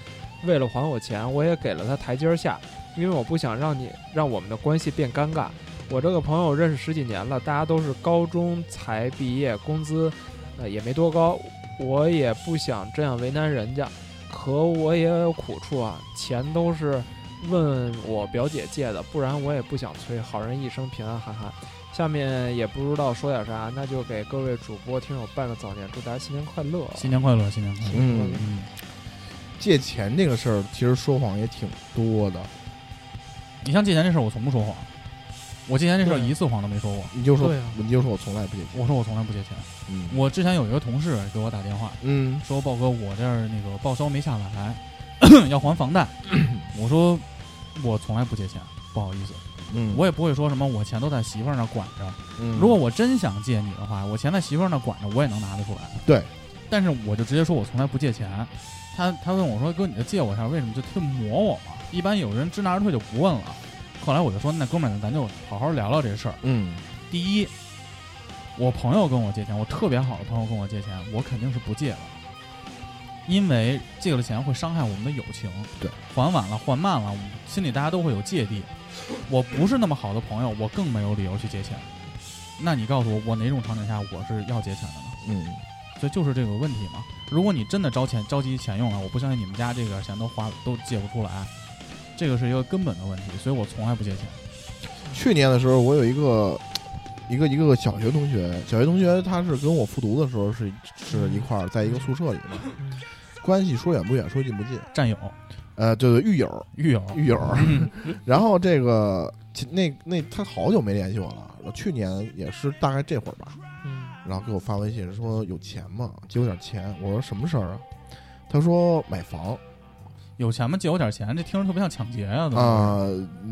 Speaker 1: 为了还我钱，我也给了他台阶下，因为我不想让你让我们的关系变尴尬。我这个朋友认识十几年了，大家都是高中才毕业，工资呃也没多高，我也不想这样为难人家，可我也有苦处啊，钱都是问我表姐借的，不然我也不想催。好人一生平安，哈哈。下面也不知道说点啥，那就给各位主播听友拜个早年，祝大家新年快乐。
Speaker 3: 新年快乐，新年快乐。
Speaker 4: 嗯，
Speaker 3: 嗯，
Speaker 4: 借钱这个事儿，其实说谎也挺多的。
Speaker 3: 你像借钱这事儿，我从不说谎，我借钱这事儿
Speaker 5: 对
Speaker 3: 一次谎都没说过。
Speaker 4: 你就说，
Speaker 5: 对啊
Speaker 4: 你就说我从来不借钱。
Speaker 3: 我说我从来不借钱。
Speaker 4: 嗯
Speaker 3: 我之前有一个同事给我打电话，
Speaker 4: 嗯
Speaker 3: 说豹哥，我这儿那个报销没下来，要还房 贷。我说我从来不借钱，不好意思，
Speaker 4: 嗯，
Speaker 3: 我也不会说什么我钱都在媳妇儿那儿管着。
Speaker 4: 嗯
Speaker 3: 如果我真想借你的话，我钱在媳妇儿那儿管着，我也能拿得出来。
Speaker 4: 对，
Speaker 3: 但是我就直接说我从来不借钱。他他问我说哥，你就借我一下，为什么就特磨我嘛？一般有人知难而退就不问了。后来我就说，那哥们儿，咱就好好聊聊这事儿。
Speaker 4: 嗯
Speaker 3: 第一，我朋友跟我借钱，我特别好的朋友跟我借钱，我肯定是不借的，因为借了钱会伤害我们的友情。
Speaker 4: 对，
Speaker 3: 还晚了，还慢了，我们心里大家都会有芥蒂。我不是那么好的朋友，我更没有理由去借钱。那你告诉我，我哪种场景下我是要借钱的呢？
Speaker 4: 嗯
Speaker 3: 所以就是这个问题嘛。如果你真的着钱着急钱用了，我不相信你们家这点钱都花都借不出来，这个是一个根本的问题。所以我从来不借钱。
Speaker 4: 去年的时候，我有一个一个一个小学同学，小学同学他是跟我复读的时候是是一块儿在一个宿舍里嘛，关系说远不远，说近不近，
Speaker 3: 战友、
Speaker 4: 呃，对对，狱友
Speaker 3: 狱友，
Speaker 4: 狱友。 然后这个其那那他好久没联系我了，我去年也是大概这会儿吧，
Speaker 5: 嗯，
Speaker 4: 然后给我发微信说有钱吗？借我点钱。我说什么事儿啊？他说买房
Speaker 3: 有钱吗？借我点钱，这听着特别像抢劫呀、啊！怎么
Speaker 4: 啊、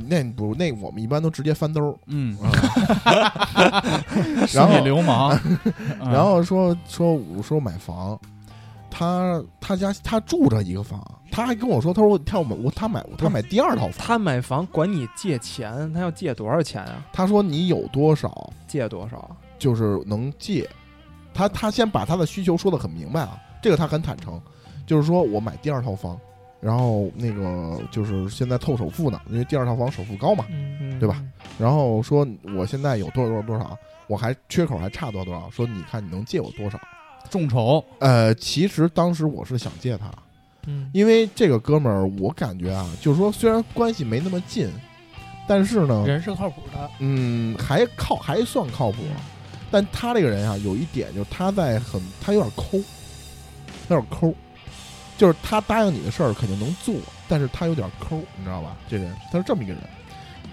Speaker 4: 那不那我们一般都直接翻兜儿。啊
Speaker 3: 嗯，
Speaker 4: 然
Speaker 3: 商业
Speaker 4: 后
Speaker 3: 流 氓，嗯
Speaker 4: 然后说说我说买房，他他家他住着一个房，他还跟我说，他说他要买我他买他买第二套房，
Speaker 1: 他买房管你借钱，他要借多少钱啊？
Speaker 4: 他说你有多少
Speaker 1: 借多少？
Speaker 4: 就是能借，他他先把他的需求说的很明白啊，这个他很坦诚，就是说我买第二套房，然后那个就是现在凑首付呢，因为第二套房首付高嘛，
Speaker 1: 嗯，
Speaker 4: 对吧？然后说我现在有多少多少多少，我还缺口还差多少多少，说你看你能借我多少？
Speaker 3: 众筹，
Speaker 4: 呃，其实当时我是想借他，
Speaker 5: 嗯
Speaker 4: 因为这个哥们儿，我感觉啊，就是说虽然关系没那么近，但是呢，
Speaker 5: 人是靠谱的，
Speaker 4: 嗯，还靠还算靠谱。但他这个人啊，有一点就是他在很，他有点抠，他有点抠，就是他答应你的事儿肯定能做，但是他有点抠，你知道吧？这人他是这么一个人。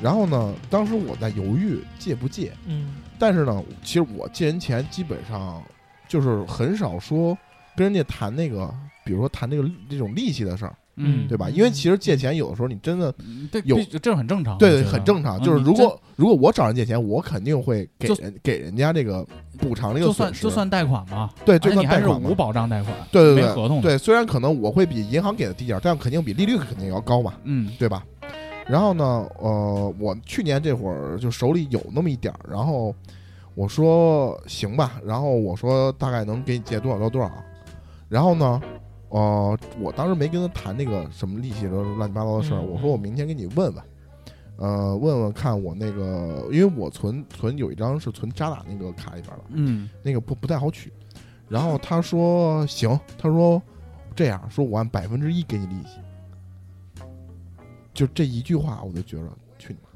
Speaker 4: 然后呢，当时我在犹豫借不借，
Speaker 5: 嗯
Speaker 4: 但是呢，其实我借人钱基本上就是很少说跟人家谈那个，比如说谈这个这种利息的事儿，
Speaker 3: 嗯，
Speaker 4: 对吧？因为其实借钱有的时候你真的
Speaker 3: 这
Speaker 4: 有
Speaker 3: 这这很正常，
Speaker 4: 对
Speaker 3: 我
Speaker 4: 对，
Speaker 3: 觉得
Speaker 4: 很正常。
Speaker 3: 嗯
Speaker 4: 就是
Speaker 3: 你
Speaker 4: 如
Speaker 3: 这
Speaker 4: 果如果我找人借钱，我肯定会给
Speaker 3: 就
Speaker 4: 人给人家这个补偿这个
Speaker 3: 就
Speaker 4: 损
Speaker 3: 算
Speaker 4: 失。
Speaker 3: 就算贷款嘛，
Speaker 4: 对，
Speaker 3: 而
Speaker 4: 就
Speaker 3: 且你
Speaker 4: 算
Speaker 3: 还
Speaker 4: 贷
Speaker 3: 是
Speaker 4: 款嘛
Speaker 3: 无保障贷款，
Speaker 4: 对对
Speaker 3: 没合
Speaker 4: 对
Speaker 3: 同的
Speaker 4: 对，虽然可能我会比银行给的低点儿，但肯定比利率肯定要高嘛，
Speaker 3: 嗯
Speaker 4: 对吧？然后呢，呃，我去年这会儿就手里有那么一点儿，然后我说行吧，然后我说大概能给你借多少到多少，然后呢，呃，我当时没跟他谈那个什么利息的乱七八糟的事儿，
Speaker 5: 嗯
Speaker 4: 我说我明天给你问问，呃，问问看我那个，因为我存存有一张是存渣打那个卡里边儿的，
Speaker 3: 嗯，
Speaker 4: 那个不不太好取。然后他说行，他说这样说，我按百分之一给你利息。就这一句话，我就觉着去你妈！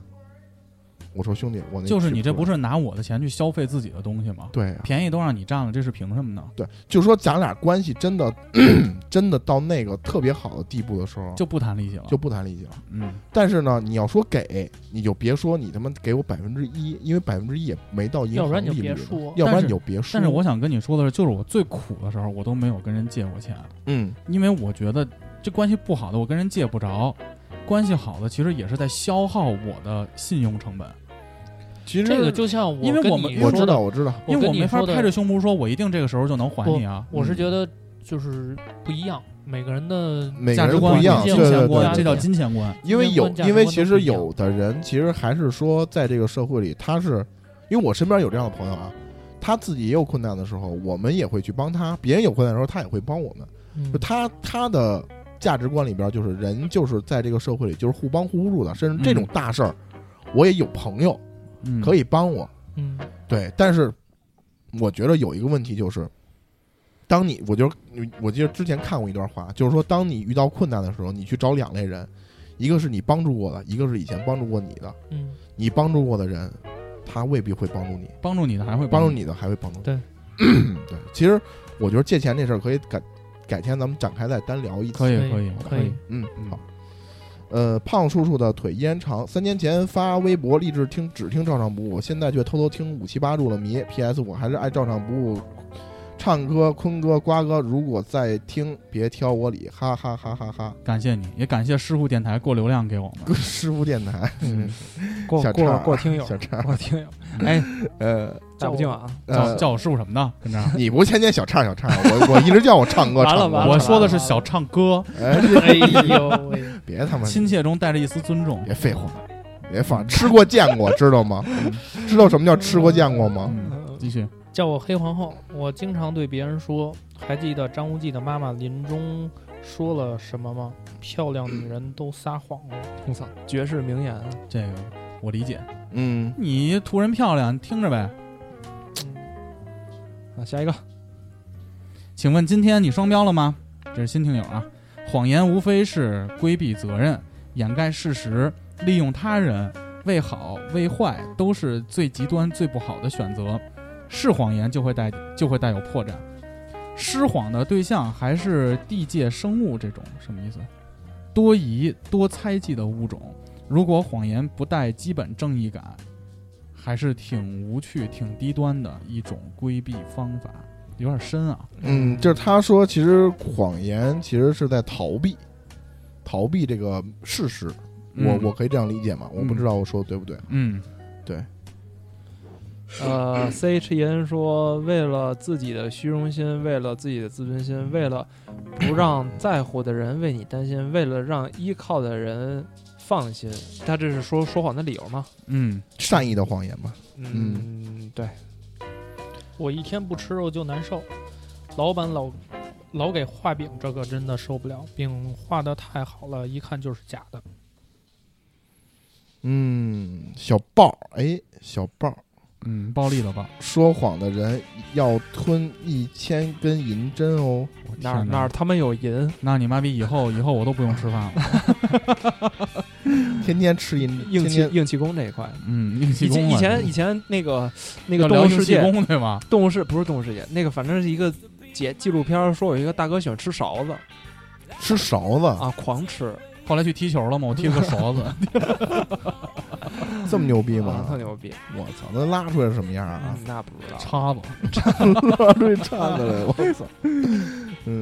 Speaker 4: 我说兄弟，我那
Speaker 3: 就是你这不
Speaker 4: 取
Speaker 3: 是拿我的钱去消费自己的东西吗？
Speaker 4: 出来对啊
Speaker 3: 便宜都让你占了，这是凭什么呢？
Speaker 4: 对，就说咱俩关系真的 真的到那个特别好的地步的时候，
Speaker 3: 就不谈利息了，
Speaker 4: 就不谈利息了。
Speaker 3: 嗯
Speaker 4: 但是呢，你要说给，你就别说你他妈给我百分之一，因为百分之一也没到银
Speaker 5: 要
Speaker 4: 行
Speaker 5: 不然
Speaker 4: 利
Speaker 5: 你
Speaker 4: 率
Speaker 5: 就别
Speaker 4: 呢
Speaker 5: 说
Speaker 4: 要
Speaker 3: 但
Speaker 4: 不然
Speaker 3: 是
Speaker 4: 你就别说。
Speaker 3: 但是我想跟你说的是，就是我最苦的时候，我都没有跟人借过钱，
Speaker 4: 嗯，
Speaker 3: 因为我觉得这关系不好的，我跟人借不着；关系好的，其实也是在消耗我的信用成本，
Speaker 4: 其实
Speaker 5: 这个就像我
Speaker 3: 因为
Speaker 5: 跟
Speaker 3: 我
Speaker 5: 你
Speaker 3: 们
Speaker 4: 我
Speaker 5: 说
Speaker 4: 知
Speaker 5: 的
Speaker 4: 道，我知道，
Speaker 5: 我
Speaker 3: 因为
Speaker 5: 跟
Speaker 3: 我
Speaker 5: 你
Speaker 3: 没法
Speaker 5: 说的
Speaker 3: 拍着胸脯说我一定这个时候就能还你啊。
Speaker 5: 我是
Speaker 4: 嗯
Speaker 5: 觉得就是不一样，每个人的
Speaker 4: 每个
Speaker 3: 价值
Speaker 4: 人
Speaker 3: 观
Speaker 4: 不一样，
Speaker 3: 金
Speaker 4: 对
Speaker 5: 见
Speaker 3: 钱
Speaker 4: 对对对
Speaker 5: 过
Speaker 3: 观，这
Speaker 4: 对
Speaker 3: 叫
Speaker 5: 对
Speaker 3: 金钱观。
Speaker 4: 因为
Speaker 5: 价
Speaker 4: 有
Speaker 5: 值，观
Speaker 4: 因为
Speaker 5: 都
Speaker 4: 其
Speaker 5: 不
Speaker 4: 实
Speaker 5: 一样
Speaker 4: 有的人其实还是说，在这个社会里，他是，因为我身边有这样的朋友啊，他自己也有困难的时候，我们也会去帮他；别人有困难的时候，他也会帮我们。
Speaker 5: 嗯
Speaker 4: 就他他的价值观里边，就是人就是在这个社会里就是互帮互助的，甚至这种
Speaker 3: 嗯
Speaker 4: 大事儿，我也有朋友
Speaker 3: 嗯，
Speaker 4: 可以帮我。
Speaker 5: 嗯
Speaker 4: 对，但是我觉得有一个问题就是，当你我就我记得之前看过一段话，就是说，当你遇到困难的时候，你去找两类人，一个是你帮助过的，一个是以前帮助过你的。
Speaker 5: 嗯，
Speaker 4: 你帮助过的人，他未必会帮助你，
Speaker 3: 帮助你的还会
Speaker 4: 帮助
Speaker 3: 助。
Speaker 4: 你的还会帮助你。
Speaker 5: 对
Speaker 4: 对，其实我觉得借钱这事儿可以改改天咱们展开再单聊一次。
Speaker 3: 可以
Speaker 5: 可
Speaker 3: 以
Speaker 5: 可
Speaker 3: 可
Speaker 5: 以，
Speaker 4: 嗯，好。呃，胖叔叔的腿依然长。三年前发微博励志听只听照常不误，现在却偷偷听五七八入了迷。P.S. 我还是爱照常不误，唱歌、坤哥、瓜哥，如果在听，别挑我理，哈哈哈哈哈！
Speaker 3: 感谢你，也感谢师傅电台过流量给我们。
Speaker 4: 师傅电台，
Speaker 1: 嗯，过
Speaker 4: 小
Speaker 1: 过
Speaker 3: 啊
Speaker 4: 叉
Speaker 1: 过听友，
Speaker 4: 小 叉，
Speaker 1: 过听友，哎，
Speaker 4: 呃
Speaker 1: 大不敬啊，
Speaker 3: 叫
Speaker 4: 呃，
Speaker 3: 叫我师傅什么的，跟这儿。
Speaker 4: 你不天天小叉小叉，我我一直叫我唱歌，
Speaker 5: 完了
Speaker 4: 唱歌
Speaker 5: 完了
Speaker 3: 我说的是小唱歌，
Speaker 4: 哎，
Speaker 5: 哎呦喂，
Speaker 4: 别他妈
Speaker 3: 亲切中带着一丝尊重。
Speaker 4: 别废话，别放，吃过见过，知道吗？知道什么叫吃过见过吗？
Speaker 3: 嗯，继续。
Speaker 5: 叫我黑皇后。我经常对别人说，还记得张无忌的妈妈临终说了什么吗？漂亮女人都撒谎了。
Speaker 1: 我操，绝世名言啊，
Speaker 3: 这个我理解，
Speaker 4: 嗯，
Speaker 3: 你图人漂亮，你听着呗。
Speaker 1: 啊下 一个，
Speaker 3: 请问今天你双标了吗？这是新听友啊。谎言无非是规避责任、掩盖事实、利用他人，为好为坏都是最极端、最不好的选择。是谎言就会带就会带有破绽。施谎的对象还是地界生物这种什么意思？多疑多猜忌的物种。如果谎言不带基本正义感，还是挺无趣、挺低端的一种规避方法，有点深啊。
Speaker 4: 嗯，就是他说，其实谎言其实是在逃避，逃避这个事实。我
Speaker 3: 嗯
Speaker 4: 我可以这样理解吗？我不知道我说的对不对。
Speaker 3: 嗯，
Speaker 1: 呃，C H E N 说，为了自己的虚荣心，为了自己的自尊心，为了不让在乎的人为你担心，为了让依靠的人放心，他这是说说谎的理由吗？
Speaker 3: 嗯，
Speaker 4: 善意的谎言嘛，
Speaker 1: 嗯，对，
Speaker 5: 我一天不吃肉就难受，老板老老给画饼，这个真的受不了。饼画的太好了，一看就是假的。
Speaker 4: 嗯，小豹，哎，小豹，
Speaker 3: 嗯，暴力的吧？
Speaker 4: 说谎的人要吞一千根银针哦。
Speaker 3: 我天
Speaker 1: 哪儿
Speaker 3: 哪
Speaker 1: 哪儿他们有银，
Speaker 3: 那你妈逼以后以后我都不用吃饭 了，
Speaker 4: 天天吃银，
Speaker 1: 硬
Speaker 4: 天
Speaker 1: 气
Speaker 4: 天
Speaker 1: 硬气功这一块。
Speaker 3: 嗯，硬气
Speaker 1: 以
Speaker 3: 功
Speaker 1: 前
Speaker 3: 啊这个
Speaker 1: 以前以前那个那
Speaker 3: 要
Speaker 1: 个
Speaker 3: 聊
Speaker 1: 动物
Speaker 3: 硬
Speaker 1: 世
Speaker 3: 气
Speaker 1: 界，
Speaker 3: 功对吧？
Speaker 1: 动物世不是动物世界，那个反正是一个节纪录片儿，说有一个大哥喜欢吃勺子
Speaker 4: 吃勺子，
Speaker 1: 啊，狂吃，
Speaker 3: 后来去踢球了嘛，我踢了个勺子，
Speaker 4: 这么牛逼
Speaker 1: 啊
Speaker 4: 吗？
Speaker 1: 特牛逼。
Speaker 4: 我操，那拉出来是什么样 啊？
Speaker 1: 嗯那不知道，
Speaker 3: 叉子，
Speaker 4: 拉出来叉子来，我操！嗯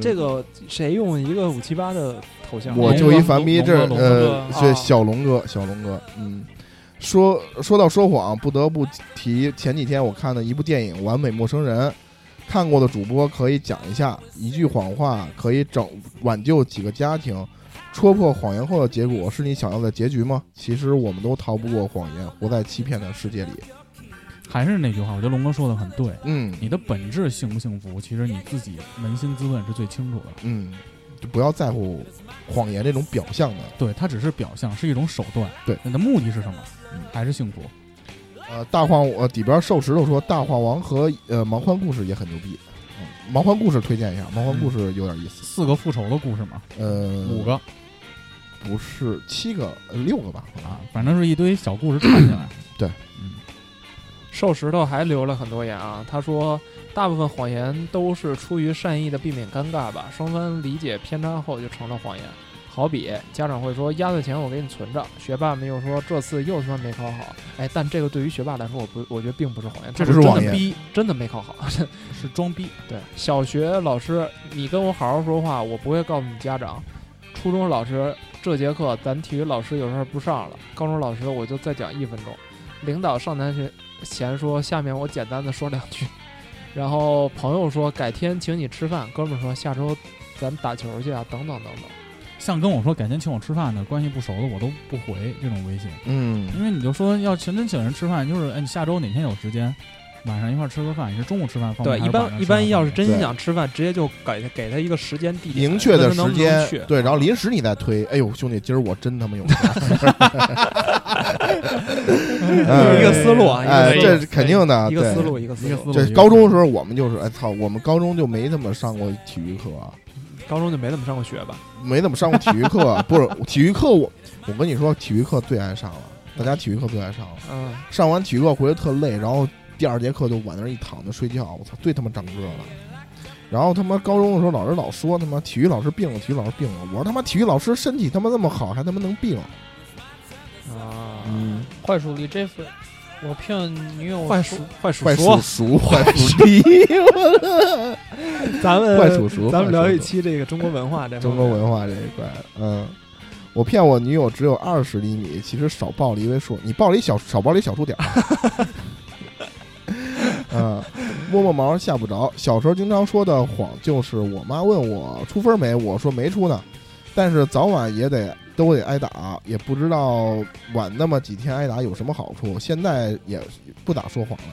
Speaker 1: 这个谁用一个五七八的头像？
Speaker 4: 我
Speaker 3: 龙
Speaker 4: 就
Speaker 3: 哥
Speaker 4: 一凡逼，
Speaker 3: 龙
Speaker 4: 这
Speaker 3: 龙哥
Speaker 4: 呃，
Speaker 5: 龙哥
Speaker 4: 这
Speaker 5: 啊
Speaker 4: 小龙哥，小龙哥，嗯。说说到说谎，不得不提前几天我看的一部电影《完美陌生人》，看过的主播可以讲一下，一句谎话可以拯挽救几个家庭，戳破谎言后的结果是你想要的结局吗？其实我们都逃不过谎言，活在欺骗的世界里。
Speaker 3: 还是那句话，我觉得龙哥说的很对，
Speaker 4: 嗯
Speaker 3: 你的本质幸不幸福，其实你自己扪心自问是最清楚的。
Speaker 4: 嗯，就不要在乎谎言这种表象的。
Speaker 3: 对，它只是表象，是一种手段。
Speaker 4: 对，
Speaker 3: 你的目的是什么
Speaker 4: 嗯？
Speaker 3: 还是幸福？
Speaker 4: 呃，大话呃底边瘦石头说，大话王和呃盲欢故事也很牛逼。嗯，盲欢故事推荐一下，盲欢故事有点意思。
Speaker 3: 四个复仇的故事嘛，
Speaker 4: 呃，
Speaker 3: 五个
Speaker 4: 不是七个，呃六个吧？好像
Speaker 3: 啊，反正是一堆小故事串起来。
Speaker 4: 对，
Speaker 3: 嗯，
Speaker 1: 瘦石头还留了很多言啊，他说大部分谎言都是出于善意的避免尴尬吧，双方理解偏差后就成了谎言。好比家长会说压岁钱我给你存着，学霸们又说这次又他妈没考好，哎，但这个对于学霸来说，我不我觉得并不是谎言，这
Speaker 4: 不是
Speaker 1: 真
Speaker 4: 谎
Speaker 1: 的
Speaker 4: 言
Speaker 1: 逼，真的没考好。
Speaker 3: 是装逼。
Speaker 1: 对，小学老师你跟我好好说话，我不会告诉你家长。初中老师这节课咱体育老师有事儿不上了，高中老师我就再讲一分钟。领导上台前前说，下面我简单的说两句。 然后朋友说改天请你吃饭，哥们儿说下周咱打球去啊，等等等等。
Speaker 3: 像跟我说改天请我吃饭的，关系不熟的我都不回这种微信，
Speaker 4: 嗯
Speaker 3: 因为你就说要真真请人吃饭，就是哎，你下周哪天有时间，晚上一块儿吃个饭，你是中午吃饭方便？
Speaker 1: 对，
Speaker 3: 还
Speaker 1: 一
Speaker 3: 是晚
Speaker 1: 般
Speaker 3: 上
Speaker 1: 一
Speaker 3: 吃饭
Speaker 1: 般要是
Speaker 3: 方便
Speaker 1: 真
Speaker 4: 对
Speaker 1: 想吃饭，直接就给他给他一个时间地点，
Speaker 4: 明确
Speaker 1: 问
Speaker 4: 的
Speaker 1: 他能
Speaker 4: 时
Speaker 1: 不能
Speaker 4: 间
Speaker 1: 去，
Speaker 4: 对，然后临时你再推。哎呦，兄弟，今儿我真他妈有空。
Speaker 1: 一个思路啊，
Speaker 4: 哎，
Speaker 1: 一个思路
Speaker 4: 这是肯定的，
Speaker 1: 一个思
Speaker 4: 对。
Speaker 1: 路，一个思
Speaker 3: 一个
Speaker 1: 路
Speaker 3: 思。路
Speaker 4: 这高中的时候，我们就是，哎操，我们高中就没怎么上过体育课，
Speaker 1: 高中就没怎么上过学吧？
Speaker 4: 没怎么上过体育课，不是体育课我，我跟你说，体育课最爱上了，大家体育课最爱上了。
Speaker 1: 嗯。
Speaker 4: 上完体育课回来特累，然后第二节课就往那儿一躺着睡觉，我操，最他妈长个了。然后他妈高中的时候，老师老说他妈体育老师病了，体育老师病了。我说他妈体育老师身体他妈那么好，还他妈能病？
Speaker 1: 啊，
Speaker 4: 嗯，
Speaker 5: 坏主力 Jeff，我骗女友
Speaker 1: 坏
Speaker 5: 说
Speaker 1: 叔，坏叔
Speaker 4: 坏叔
Speaker 1: 叔，
Speaker 4: 叔，坏 叔弟，
Speaker 1: 咱们
Speaker 4: 坏叔叔，
Speaker 1: 呃咱们聊
Speaker 4: 坏叔
Speaker 1: 一
Speaker 4: 叔
Speaker 1: 期这个中国文化这
Speaker 4: 中
Speaker 1: 方面
Speaker 4: 国文化这一块，嗯。我骗我女友只有二十厘米，其实少报了一位数。你报了一小少报了一小数点儿。 嗯，摸摸毛吓不着。小时候经常说的谎就是我妈问我出分没，我说没出呢，但是早晚也得都得挨打，也不知道晚那么几天挨打有什么好处。现在也不打说谎了，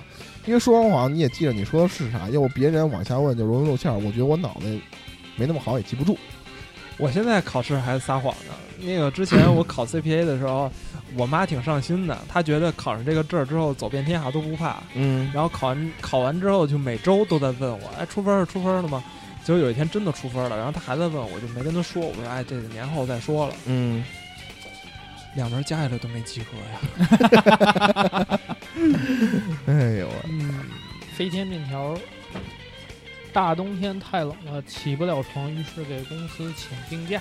Speaker 4: 因为说完谎你也记着你说的是啥，要不别人往下问就容易露馅儿。我觉得我脑袋没那么好，也记不住。
Speaker 1: 我现在考试还撒谎呢。那个之前我考 CPA 的时候，我妈挺上心的，她觉得考上这个证儿之后走遍天下都不怕。
Speaker 4: 嗯，
Speaker 1: 然后考完考完之后，就每周都在问我，哎，出分儿了出分儿了吗？结果有一天真的出分儿了，然后她还在问我，我就没跟她说，我说，哎，这个年后再说了。
Speaker 4: 嗯，
Speaker 1: 两门加起来都没及格呀。
Speaker 4: 哎呦喂，
Speaker 1: 嗯，
Speaker 5: 飞天面条。大冬天太冷了，起不了床，于是给公司请病假。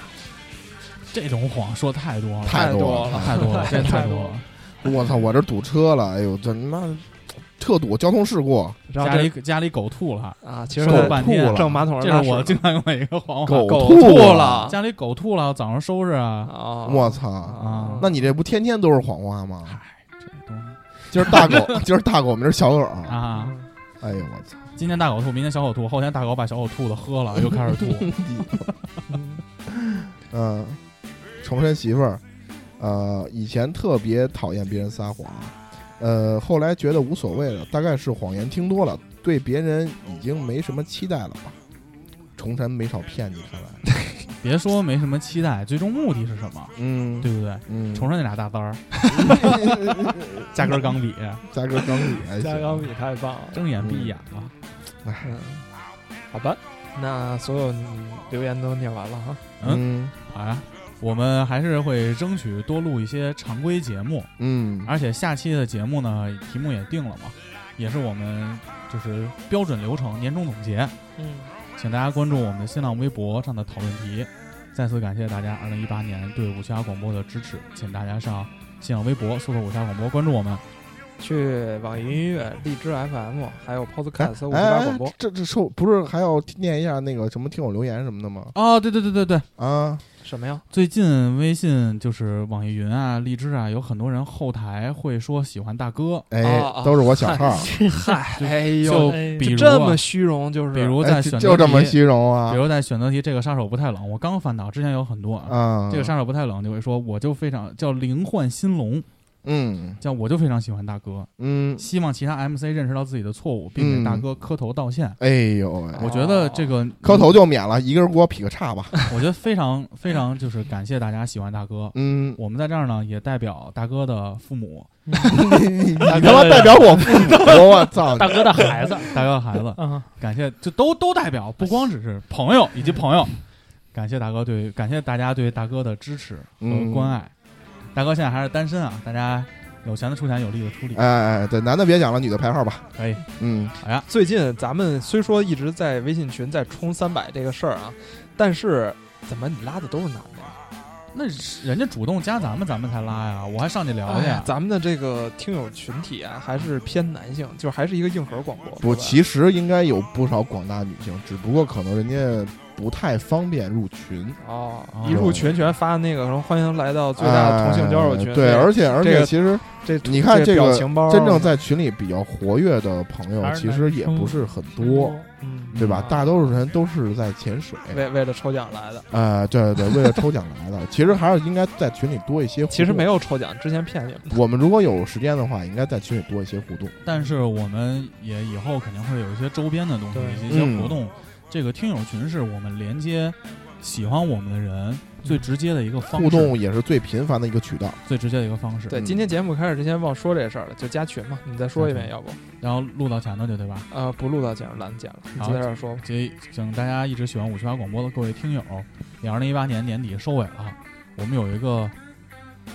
Speaker 3: 这种谎说太多了，
Speaker 4: 太
Speaker 1: 多
Speaker 4: 了，
Speaker 3: 太多了，这太多了。
Speaker 4: 我操，我这堵车了，哎呦，这他妈特堵，交通事故，
Speaker 1: 然
Speaker 3: 家
Speaker 1: 后
Speaker 3: 里
Speaker 1: 这
Speaker 3: 家里狗吐了，
Speaker 1: 啊，其
Speaker 3: 说
Speaker 1: 实
Speaker 4: 狗
Speaker 3: 了
Speaker 1: 在
Speaker 3: 半天
Speaker 4: 吐了
Speaker 1: 正马桶上
Speaker 3: 这
Speaker 1: 拉
Speaker 3: 是啊我
Speaker 1: 屎
Speaker 3: 经常用的一个谎话。
Speaker 4: 狗
Speaker 1: 狗
Speaker 4: 吐
Speaker 1: 了
Speaker 3: 家里狗吐了，早上收拾啊。
Speaker 1: 啊！
Speaker 4: 我操！
Speaker 3: 啊
Speaker 4: 那你这不天天都是谎话吗？
Speaker 3: 嗨，啊这东西
Speaker 4: 今儿大狗，今儿大狗，明儿小狗，
Speaker 3: 啊，
Speaker 4: 哎呦我操！
Speaker 3: 今天大狗吐，明天小狗吐，后天大狗把小狗吐的喝了，又开始吐。
Speaker 4: 嗯，重申媳妇儿，呃，以前特别讨厌别人撒谎，呃，后来觉得无所谓了，大概是谎言听多了，对别人已经没什么期待了吧。重山没少骗你，看来。
Speaker 3: 别说没什么期待，最终目的是什么，
Speaker 4: 嗯，
Speaker 3: 对不对？
Speaker 4: 嗯，
Speaker 3: 崇尚那俩大单儿， 加根钢笔，
Speaker 4: 加个钢笔，哎
Speaker 1: 加钢笔太棒了，
Speaker 3: 睁眼闭眼了。
Speaker 1: 嗯，好吧，那所有留言都念完了哈。
Speaker 4: 嗯
Speaker 3: 好呀，我们还是会争取多录一些常规节目，
Speaker 4: 嗯，
Speaker 3: 而且下期的节目呢，题目也定了嘛，也是我们就是标准流程年终总结，
Speaker 5: 嗯，
Speaker 3: 请大家关注我们的新浪微博上的讨论题。再次感谢大家二零一八年对武侠广播的支持，请大家上新浪微博搜索“武侠广播”关注我们。
Speaker 1: 去网易云音乐、荔枝 FM，还有 Podcast 五十八
Speaker 4: 哎
Speaker 1: 广播。，
Speaker 4: 这这是不是还要念一下那个什么听友留言什么的吗？
Speaker 3: 哦，对对对对对，
Speaker 4: 啊，
Speaker 1: 什么呀？
Speaker 3: 最近微信就是网易云啊、荔枝啊，有很多人后台会说喜欢大哥，
Speaker 1: 啊
Speaker 4: 哎，
Speaker 1: 啊
Speaker 4: 都是我小 号，
Speaker 1: 嗨，哎
Speaker 3: 就
Speaker 1: 呦，
Speaker 5: 哎
Speaker 3: 比如、啊、
Speaker 1: 这么虚荣，就是
Speaker 3: 比如在
Speaker 4: 哎
Speaker 3: 选择
Speaker 4: 就就这么
Speaker 3: 题
Speaker 4: 虚荣啊
Speaker 3: 比如在选择题这个杀手不太冷，我刚翻到，之前有很多啊。
Speaker 4: 啊，
Speaker 3: 这个杀手不太冷就会说，我就非常叫灵幻新龙，
Speaker 4: 嗯
Speaker 3: 叫我就非常喜欢大哥，
Speaker 4: 嗯，
Speaker 3: 希望其他 MC 认识到自己的错误，并给大哥磕头道歉。
Speaker 4: 哎呦喂，
Speaker 3: 我觉得这个嗯
Speaker 4: 磕，头就免了，一个人给我劈个叉吧，
Speaker 3: 我觉得非常非常就是感谢大家喜欢大哥。
Speaker 4: 嗯，
Speaker 3: 我们在这儿呢，也代表大哥的父母、
Speaker 4: 你他妈代表我父母，我操，
Speaker 5: 大哥的孩子，
Speaker 3: 大哥的孩子，
Speaker 5: 啊，
Speaker 3: 感谢就都都代表，不光只是朋友以及朋友，感谢大哥对感谢大家对大哥的支持和关爱。大哥现在还是单身啊，大家有钱的出钱，有力的出力，
Speaker 4: 哎哎，对，男的别讲了，女的排号吧，
Speaker 3: 可以。
Speaker 4: 嗯，
Speaker 1: 最近咱们虽说一直在微信群在冲三百这个事儿啊，但是怎么你拉的都是男的呀？
Speaker 3: 那人家主动加咱们，咱们才拉呀，我还上去聊
Speaker 1: 哎
Speaker 3: 去
Speaker 1: 呀。咱们的这个听友群体啊，还是偏男性，就是还是一个硬核广播。
Speaker 4: 不，
Speaker 1: 是吧
Speaker 4: 其实应该有不少广大女性，只不过可能人家不太方便入群。
Speaker 1: 哦
Speaker 3: 哦，
Speaker 1: 一入群全发那个什么欢迎来到最大的同性交友群。
Speaker 4: 哎对，而且而
Speaker 1: 这
Speaker 4: 且
Speaker 1: 个
Speaker 4: 其实
Speaker 1: 这
Speaker 4: 你看
Speaker 1: 这
Speaker 4: 这
Speaker 1: 表
Speaker 4: 个
Speaker 1: 情包，
Speaker 4: 真正在群里比较活跃的朋友，
Speaker 5: 还是
Speaker 4: 其
Speaker 5: 男
Speaker 4: 实也不是很多，
Speaker 1: 嗯
Speaker 4: 对吧？大多数人都是在潜水。
Speaker 1: 为为了抽奖来的，
Speaker 4: 呃，对对，对为了抽奖来的，其实还是应该在群里多一些。
Speaker 1: 其实没，有抽奖，之前骗你们的。
Speaker 4: 我们如果有时间的话，应该在群里多一些互动。
Speaker 3: 但是我们也以后肯定会有一些周边的东西，
Speaker 5: 对
Speaker 3: 一些
Speaker 4: 嗯
Speaker 3: 活动。这个听友群是我们连接喜欢我们的人最直接的一个方式，
Speaker 4: 互动也是最频繁的一个渠道。
Speaker 3: 最直接的一个方式。
Speaker 1: 对，
Speaker 4: 嗯
Speaker 1: 今天节目开始之前忘说这事儿了，就加群嘛。你再说一遍，要不？
Speaker 3: 然后录到前头去，对吧？
Speaker 1: 呃，不录到节目懒得剪了，你
Speaker 3: 好
Speaker 1: 就在这儿说吧。
Speaker 3: 所以请大家一直喜欢五七八广播的各位听友，也二零一八年年底收尾了，啊我们有一个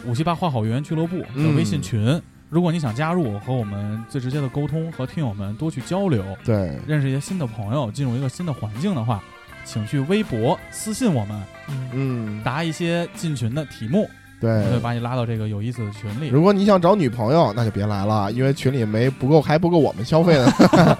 Speaker 3: 五七八花好园俱乐部的
Speaker 4: 嗯
Speaker 3: 微信群，如果你想加入和我们最直接的沟通，和听友们多去交流，
Speaker 4: 对，
Speaker 3: 认识一些新的朋友，进入一个新的环境的话，请去微博私信我们，
Speaker 4: 嗯，
Speaker 3: 答一些进群的题目，我
Speaker 4: 对
Speaker 3: 们。会把你拉到这个有意思的群里。
Speaker 4: 哎如果你想找女朋友，那就别来了，因为群里没不够，还不够我们消费 呢。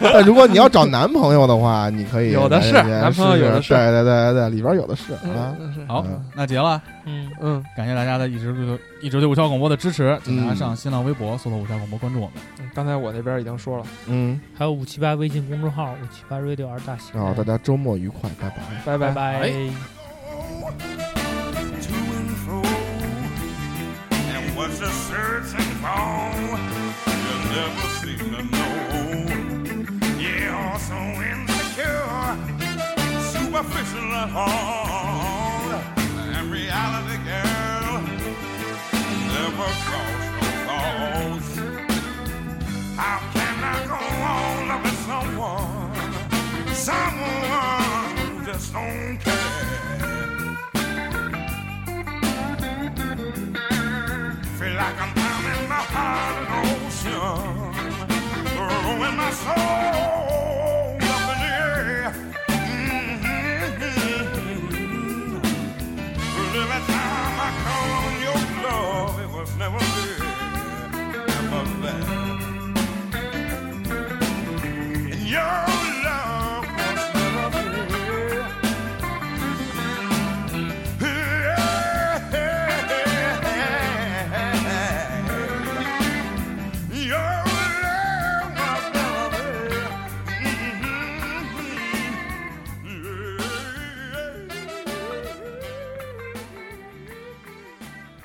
Speaker 4: 但如果你要找男朋友的话，你可以
Speaker 1: 有的是
Speaker 4: 来这边
Speaker 1: 男朋友有的
Speaker 4: 试试
Speaker 1: 是
Speaker 4: 对对对对，里边有的是啊。
Speaker 1: 嗯，是
Speaker 3: 好
Speaker 4: 嗯，
Speaker 3: 那结了，
Speaker 5: 嗯，
Speaker 1: 嗯，
Speaker 3: 感谢大家的一直对一直对五七八广播的支持，请大家
Speaker 4: 嗯
Speaker 3: 上新浪微博搜索五七八广播关注我们。
Speaker 1: 嗯刚才我那边已经说了，
Speaker 4: 嗯，
Speaker 5: 还有五七八微信公众号五七八 radio 二大写，
Speaker 4: 然后
Speaker 3: 嗯
Speaker 4: 大家周末愉快，拜拜。
Speaker 1: 拜
Speaker 5: 拜
Speaker 1: 拜。
Speaker 5: 拜。
Speaker 2: to and fro, and what's a searching for? You'll never seem to know. Yeah, so insecure, superficial at all, and reality, girl, never crossed no thoughts. How can I go on loving someone? Someone who just don't care. Feel like I'm down in the heart of the ocean. Throwing my soul up in the air. Mhm. Well, every time I call on your love, it was never there. Never there. And your love was never there.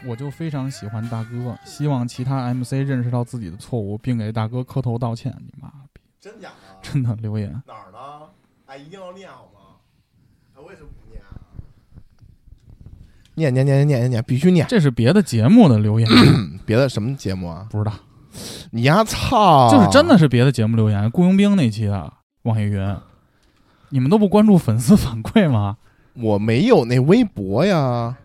Speaker 3: 我就非常喜欢大哥，希望其他 MC 认识到自己的错误，并给大哥磕头道歉。你妈逼，
Speaker 7: 真假的？
Speaker 3: 真的留言，
Speaker 7: 哪儿呢？哎，一定要念好吗？哎，为什么不念啊？
Speaker 4: 念念念念念念，必须念。
Speaker 3: 这是别的节目的留言，
Speaker 4: 别的什么节目啊？
Speaker 3: 不知道，
Speaker 4: 你丫操！
Speaker 3: 就是真的是别的节目留言。雇佣兵那期的网易云，你们都不关注粉丝反馈吗？
Speaker 4: 我没有那微博呀，